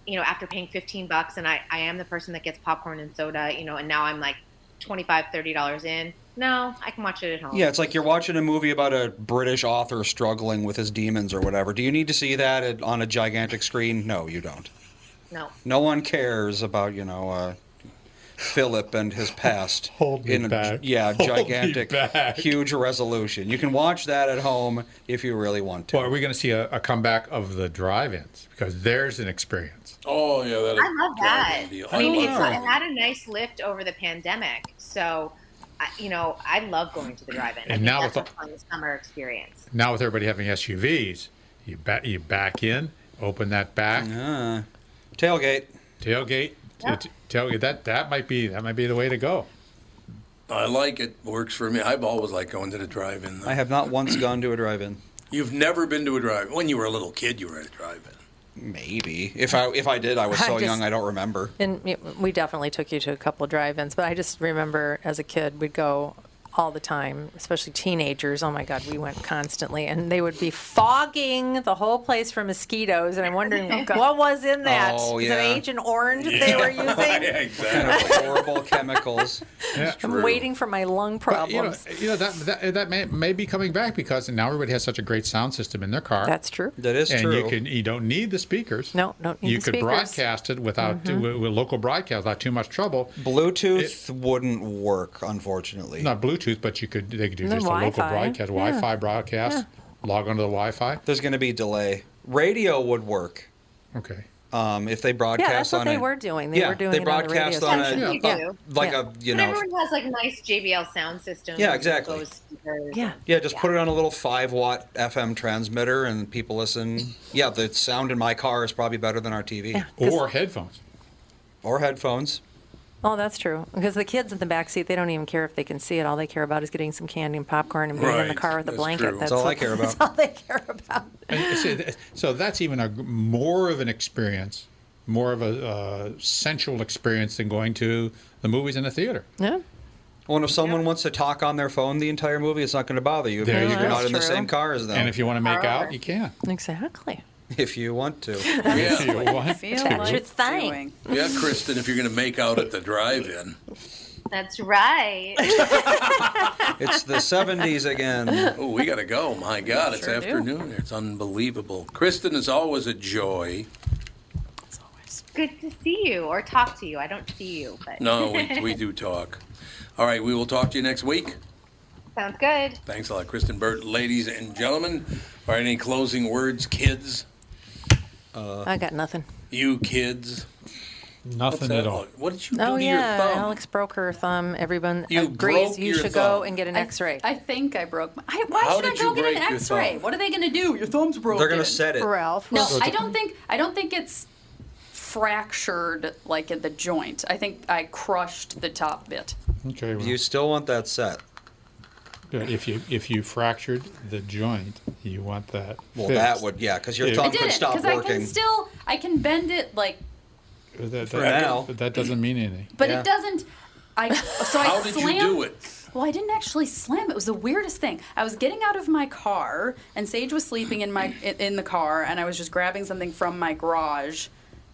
[SPEAKER 15] You know, after paying 15 bucks and I I am the person that gets popcorn and soda, you know, and now I'm like 25 30 dollars in. No, I can watch it at home.
[SPEAKER 4] Yeah, it's like you're watching a movie about a British author struggling with his demons or whatever. Do you need to see that at- on a gigantic screen? No, you don't.
[SPEAKER 15] No.
[SPEAKER 4] No one cares about you know uh, Philip and his past.
[SPEAKER 2] [LAUGHS]
[SPEAKER 4] Hold
[SPEAKER 2] me
[SPEAKER 4] in a,
[SPEAKER 2] back.
[SPEAKER 4] Yeah,
[SPEAKER 2] Hold me
[SPEAKER 4] gigantic,
[SPEAKER 2] back.
[SPEAKER 4] huge resolution. You can watch that at home if you really want to.
[SPEAKER 2] Well, are we going to see a, a comeback of the drive-ins because there's an experience?
[SPEAKER 13] Oh yeah, that.
[SPEAKER 15] I love that.
[SPEAKER 2] deal.
[SPEAKER 15] I mean,
[SPEAKER 2] I
[SPEAKER 15] it's
[SPEAKER 2] love
[SPEAKER 15] it had a nice lift over the pandemic, so I, you know I love going to the drive-in. I
[SPEAKER 2] And
[SPEAKER 15] think
[SPEAKER 2] now
[SPEAKER 15] that's
[SPEAKER 2] with
[SPEAKER 15] a fun summer experience.
[SPEAKER 2] Now with everybody having SUVs, you back you back in, open that back,
[SPEAKER 4] Uh-huh. tailgate,
[SPEAKER 2] tailgate, t- t- tailgate. That that might be that might be the way to go.
[SPEAKER 1] I like it. Works for me. I've always liked going to the drive-in.
[SPEAKER 4] I have not once gone to a drive-in.
[SPEAKER 1] You've never been to a drive. When you were a little kid, you were at a drive-in.
[SPEAKER 4] Maybe if I if I did, I was
[SPEAKER 3] I
[SPEAKER 4] so
[SPEAKER 3] just-
[SPEAKER 4] young I don't remember.
[SPEAKER 3] And y- we definitely took you to a couple drive-ins, but I just remember as a kid we'd go all the time, especially teenagers. Oh my God, we went constantly, and they would be fogging the whole place for mosquitoes, and I'm wondering
[SPEAKER 15] [LAUGHS] Oh, God.
[SPEAKER 3] what was in that.
[SPEAKER 4] Oh,
[SPEAKER 3] Is
[SPEAKER 4] yeah.
[SPEAKER 3] it Agent Orange that they were
[SPEAKER 2] [LAUGHS]
[SPEAKER 3] using?
[SPEAKER 4] Kind of horrible chemicals.
[SPEAKER 3] I'm waiting for my lung
[SPEAKER 2] But, you know,
[SPEAKER 3] problems.
[SPEAKER 2] you know that that, that may, may be coming back because now everybody has such a great sound system in their car.
[SPEAKER 3] That's true.
[SPEAKER 4] That is
[SPEAKER 2] and
[SPEAKER 4] true.
[SPEAKER 2] you can you don't need the speakers.
[SPEAKER 3] No, don't need
[SPEAKER 2] You
[SPEAKER 3] the
[SPEAKER 2] could
[SPEAKER 3] speakers.
[SPEAKER 2] broadcast it without
[SPEAKER 3] Mhm.
[SPEAKER 2] with, with local broadcast without too much trouble.
[SPEAKER 4] Bluetooth wouldn't work, unfortunately.
[SPEAKER 2] Not Bluetooth, but you could they could do
[SPEAKER 4] No,
[SPEAKER 2] just a local
[SPEAKER 4] Wi-Fi.
[SPEAKER 2] broadcast,
[SPEAKER 4] Yeah.
[SPEAKER 2] Wi-Fi broadcast. Log onto the Wi-Fi.
[SPEAKER 4] There's going to be delay. Radio would work.
[SPEAKER 2] Okay.
[SPEAKER 4] Um, if they broadcast
[SPEAKER 3] Yeah, that's what
[SPEAKER 4] on
[SPEAKER 3] they
[SPEAKER 4] a-
[SPEAKER 3] were doing. They
[SPEAKER 4] yeah,
[SPEAKER 3] were doing
[SPEAKER 4] they
[SPEAKER 3] it on the radio
[SPEAKER 4] broadcast on,
[SPEAKER 3] station.
[SPEAKER 4] a,
[SPEAKER 3] Yeah. Yeah.
[SPEAKER 4] uh, like
[SPEAKER 3] Yeah.
[SPEAKER 4] a you
[SPEAKER 15] And
[SPEAKER 4] know
[SPEAKER 15] everyone has like nice JBL sound systems.
[SPEAKER 4] Yeah, exactly.
[SPEAKER 15] Bose speakers.
[SPEAKER 4] Yeah, just put it on a little five watt FM transmitter and people listen. Yeah, the sound in my car is probably better than our TV.
[SPEAKER 2] Or headphones.
[SPEAKER 4] Or headphones.
[SPEAKER 3] Oh, that's true. Because the kids in the back seat, they don't even care if they can see it. All they care about is getting some candy and popcorn and being in the
[SPEAKER 2] Right.
[SPEAKER 3] car with a
[SPEAKER 2] That's
[SPEAKER 3] blanket.
[SPEAKER 2] true. That's all I care about.
[SPEAKER 3] [LAUGHS] That's all they care about.
[SPEAKER 2] And see, th- so that's even a g- more of an experience, more of a uh, sensual experience than going to the movies in a theater.
[SPEAKER 3] Yeah.
[SPEAKER 4] Well, and if someone wants to talk on their phone the entire movie, it's not going to bother you. if
[SPEAKER 2] There
[SPEAKER 4] you're
[SPEAKER 2] you go.
[SPEAKER 4] not in the
[SPEAKER 2] That's
[SPEAKER 4] same
[SPEAKER 2] true.
[SPEAKER 4] car as them.
[SPEAKER 2] And if you want to make out, you can.
[SPEAKER 3] Exactly.
[SPEAKER 4] If you want to.
[SPEAKER 1] [LAUGHS] If you
[SPEAKER 3] I
[SPEAKER 1] want
[SPEAKER 3] feel to. like Your thing. doing.
[SPEAKER 1] Yeah, Kristen, if you're going to make out at the drive-in.
[SPEAKER 15] That's
[SPEAKER 2] [LAUGHS]
[SPEAKER 15] right.
[SPEAKER 4] It's the 70s again.
[SPEAKER 1] Oh, we got to go. My God, it's
[SPEAKER 15] Sure do.
[SPEAKER 1] afternoon. It's unbelievable. Kristen is always a joy.
[SPEAKER 15] Good to see you or talk to you. I don't see you, but
[SPEAKER 1] No, we,
[SPEAKER 15] [LAUGHS]
[SPEAKER 1] we do talk. All right, we will talk to you next week.
[SPEAKER 15] sounds good.
[SPEAKER 1] Thanks a lot, Kristen Burt. Ladies and gentlemen, are any closing words, kids? Uh,
[SPEAKER 3] I got nothing.
[SPEAKER 1] You kids.
[SPEAKER 2] Nothing
[SPEAKER 1] that
[SPEAKER 2] at all.
[SPEAKER 1] look? What did you do
[SPEAKER 3] Oh
[SPEAKER 1] to
[SPEAKER 3] yeah,
[SPEAKER 1] your thumb?
[SPEAKER 3] Alex broke her thumb. Everyone
[SPEAKER 1] You
[SPEAKER 3] agrees
[SPEAKER 1] broke
[SPEAKER 3] you
[SPEAKER 1] your
[SPEAKER 3] should go
[SPEAKER 1] thumb.
[SPEAKER 3] and get an
[SPEAKER 7] I-
[SPEAKER 3] X-ray.
[SPEAKER 7] I think I broke my. I, why
[SPEAKER 1] How
[SPEAKER 7] should I
[SPEAKER 1] did you
[SPEAKER 7] go get
[SPEAKER 1] break
[SPEAKER 7] an
[SPEAKER 1] your
[SPEAKER 7] X-ray?
[SPEAKER 1] thumb?
[SPEAKER 7] What are they going to do? Your thumb's broken.
[SPEAKER 4] gonna set it.
[SPEAKER 3] Ralph.
[SPEAKER 7] No,
[SPEAKER 4] So
[SPEAKER 7] I
[SPEAKER 4] it's-
[SPEAKER 7] don't think. I don't think it's fractured like at the joint. I think I crushed the top bit.
[SPEAKER 2] Okay. Well,
[SPEAKER 4] You still want that set.
[SPEAKER 2] yeah, if you if you fractured the joint, you want that.
[SPEAKER 4] Well,
[SPEAKER 2] fixed.
[SPEAKER 4] that would- yeah, 'cause your
[SPEAKER 2] If-
[SPEAKER 4] thumb
[SPEAKER 7] I did it because I can still. I can bend it like,
[SPEAKER 2] that, that,
[SPEAKER 4] For now.
[SPEAKER 2] that doesn't mean anything.
[SPEAKER 7] but it doesn't. I so I
[SPEAKER 2] How did you
[SPEAKER 7] slammed.
[SPEAKER 2] do it?
[SPEAKER 7] Well, I didn't actually slam. It was the weirdest thing. I was getting out of my car, and Sage was sleeping in my in- in the car, and I was just grabbing something from my garage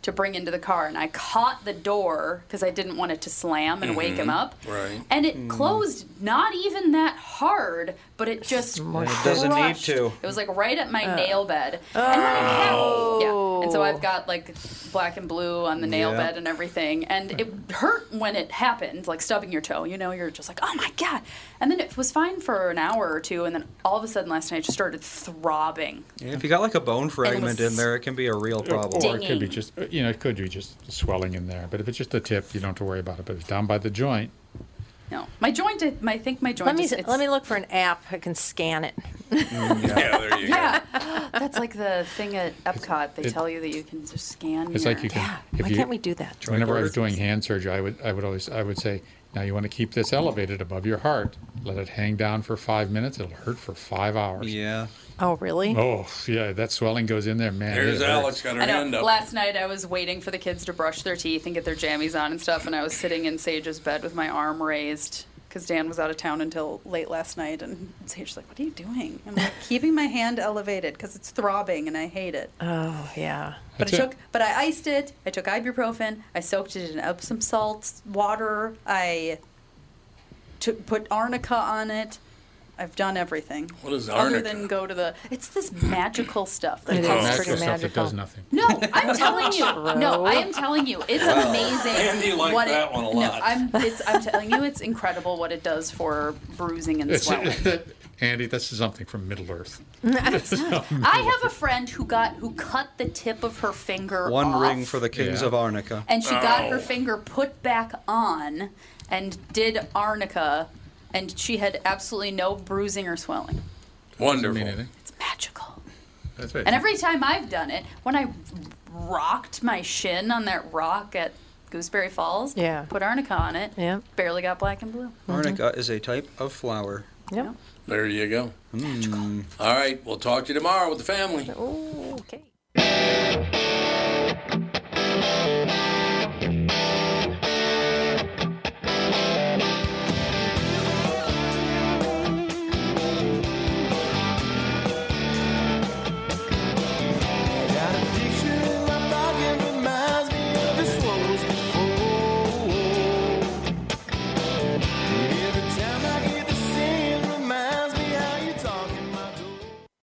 [SPEAKER 7] to bring into the car, and I caught the door because I didn't want it to slam and wake
[SPEAKER 4] Mm-hmm.
[SPEAKER 7] him
[SPEAKER 16] Mhm.
[SPEAKER 7] up,
[SPEAKER 1] Right.
[SPEAKER 7] and
[SPEAKER 4] Hmm. Mm.
[SPEAKER 7] it closed not even that hard, but it just
[SPEAKER 4] It doesn't need
[SPEAKER 7] crushed.
[SPEAKER 4] to.
[SPEAKER 7] It was like right at my
[SPEAKER 3] Uh,
[SPEAKER 4] Oh.
[SPEAKER 7] nail bed, and when it
[SPEAKER 3] oh.
[SPEAKER 7] happened, yeah, and so I've got like black and blue on the nail
[SPEAKER 4] Yeah.
[SPEAKER 7] bed and everything, and it hurt when it happened, like stubbing your toe. You know, you're just like, oh my god, and then it was fine for an hour or two, and then all of a sudden last night it just started throbbing.
[SPEAKER 4] If you got like a bone fragment in there, it can be a real problem.
[SPEAKER 2] Or it could be just, you know, it could be just swelling in there. But if it's just the tip, you don't have to worry about it. But if it's down by
[SPEAKER 4] [LAUGHS]
[SPEAKER 2] the joint,
[SPEAKER 7] No, my joint. I I think my joint.
[SPEAKER 3] Let me
[SPEAKER 7] is, it's-
[SPEAKER 3] let me look for an app that can scan it.
[SPEAKER 1] yeah, there
[SPEAKER 7] [LAUGHS]
[SPEAKER 1] you
[SPEAKER 7] Yeah, that's like the thing at Epcot. They
[SPEAKER 2] it-
[SPEAKER 7] tell you that you can just scan.
[SPEAKER 2] it's
[SPEAKER 7] your,
[SPEAKER 2] like you can.
[SPEAKER 7] Yeah.
[SPEAKER 2] if
[SPEAKER 3] why
[SPEAKER 2] you-
[SPEAKER 3] can't we do that? Joint
[SPEAKER 2] Whenever I was
[SPEAKER 3] orders.
[SPEAKER 2] doing hand surgery, I would, I would always, I would say, now you want to keep this elevated above your heart. Let it hang down for five minutes. It'll hurt for five hours.
[SPEAKER 4] Yeah.
[SPEAKER 3] Oh really?
[SPEAKER 2] Oh yeah, that swelling goes in there, man.
[SPEAKER 1] There's
[SPEAKER 2] it hurts.
[SPEAKER 1] Alex got her
[SPEAKER 7] I know.
[SPEAKER 1] hand up.
[SPEAKER 7] Last night I was waiting for the kids to brush their teeth and get their jammies on and stuff, and I was sitting in Sage's bed with my arm raised because Dan was out of town until late last night, and Sage's like, "What are you doing?" I'm like, "Keeping my hand elevated because it's throbbing and I hate it."
[SPEAKER 3] Oh yeah.
[SPEAKER 7] But I took, but I iced it. I took ibuprofen. I soaked it in Epsom salt water. I took put arnica on it. I've done everything.
[SPEAKER 1] What is
[SPEAKER 7] other
[SPEAKER 1] arnica?
[SPEAKER 7] than go to the? It's this magical stuff. That
[SPEAKER 2] It is
[SPEAKER 7] comes
[SPEAKER 2] magical
[SPEAKER 7] from-
[SPEAKER 2] stuff that does nothing.
[SPEAKER 7] no, I'm telling you. No,
[SPEAKER 3] True.
[SPEAKER 7] I am telling you. It's
[SPEAKER 2] Wow.
[SPEAKER 7] amazing.
[SPEAKER 2] Andy liked
[SPEAKER 7] what
[SPEAKER 2] that
[SPEAKER 7] it,
[SPEAKER 2] one a
[SPEAKER 7] No,
[SPEAKER 2] lot.
[SPEAKER 7] I'm, it's, I'm telling you, it's incredible what it does for bruising and
[SPEAKER 2] It's- [LAUGHS]
[SPEAKER 7] swelling.
[SPEAKER 4] [LAUGHS]
[SPEAKER 2] Andy, this is something from Middle Earth. [LAUGHS]
[SPEAKER 7] I have a friend who got who cut the tip of her finger
[SPEAKER 4] One
[SPEAKER 7] off,
[SPEAKER 4] ring for the kings of Arnica.
[SPEAKER 7] and she got
[SPEAKER 2] Oh.
[SPEAKER 7] her finger put back on and did arnica, and she had absolutely no bruising or swelling.
[SPEAKER 1] Wonderful.
[SPEAKER 7] It's magical.
[SPEAKER 2] That's
[SPEAKER 7] And every time I've done it, when I rocked my shin on that rock at Gooseberry Falls,
[SPEAKER 4] Yeah. Mm-hmm.
[SPEAKER 7] put arnica on it,
[SPEAKER 3] yeah,
[SPEAKER 7] barely got black and blue.
[SPEAKER 4] Arnica is a type of flower.
[SPEAKER 3] Yeah.
[SPEAKER 1] There you go.
[SPEAKER 2] Hmm.
[SPEAKER 1] All right, we'll talk to you tomorrow with the family.
[SPEAKER 3] okay.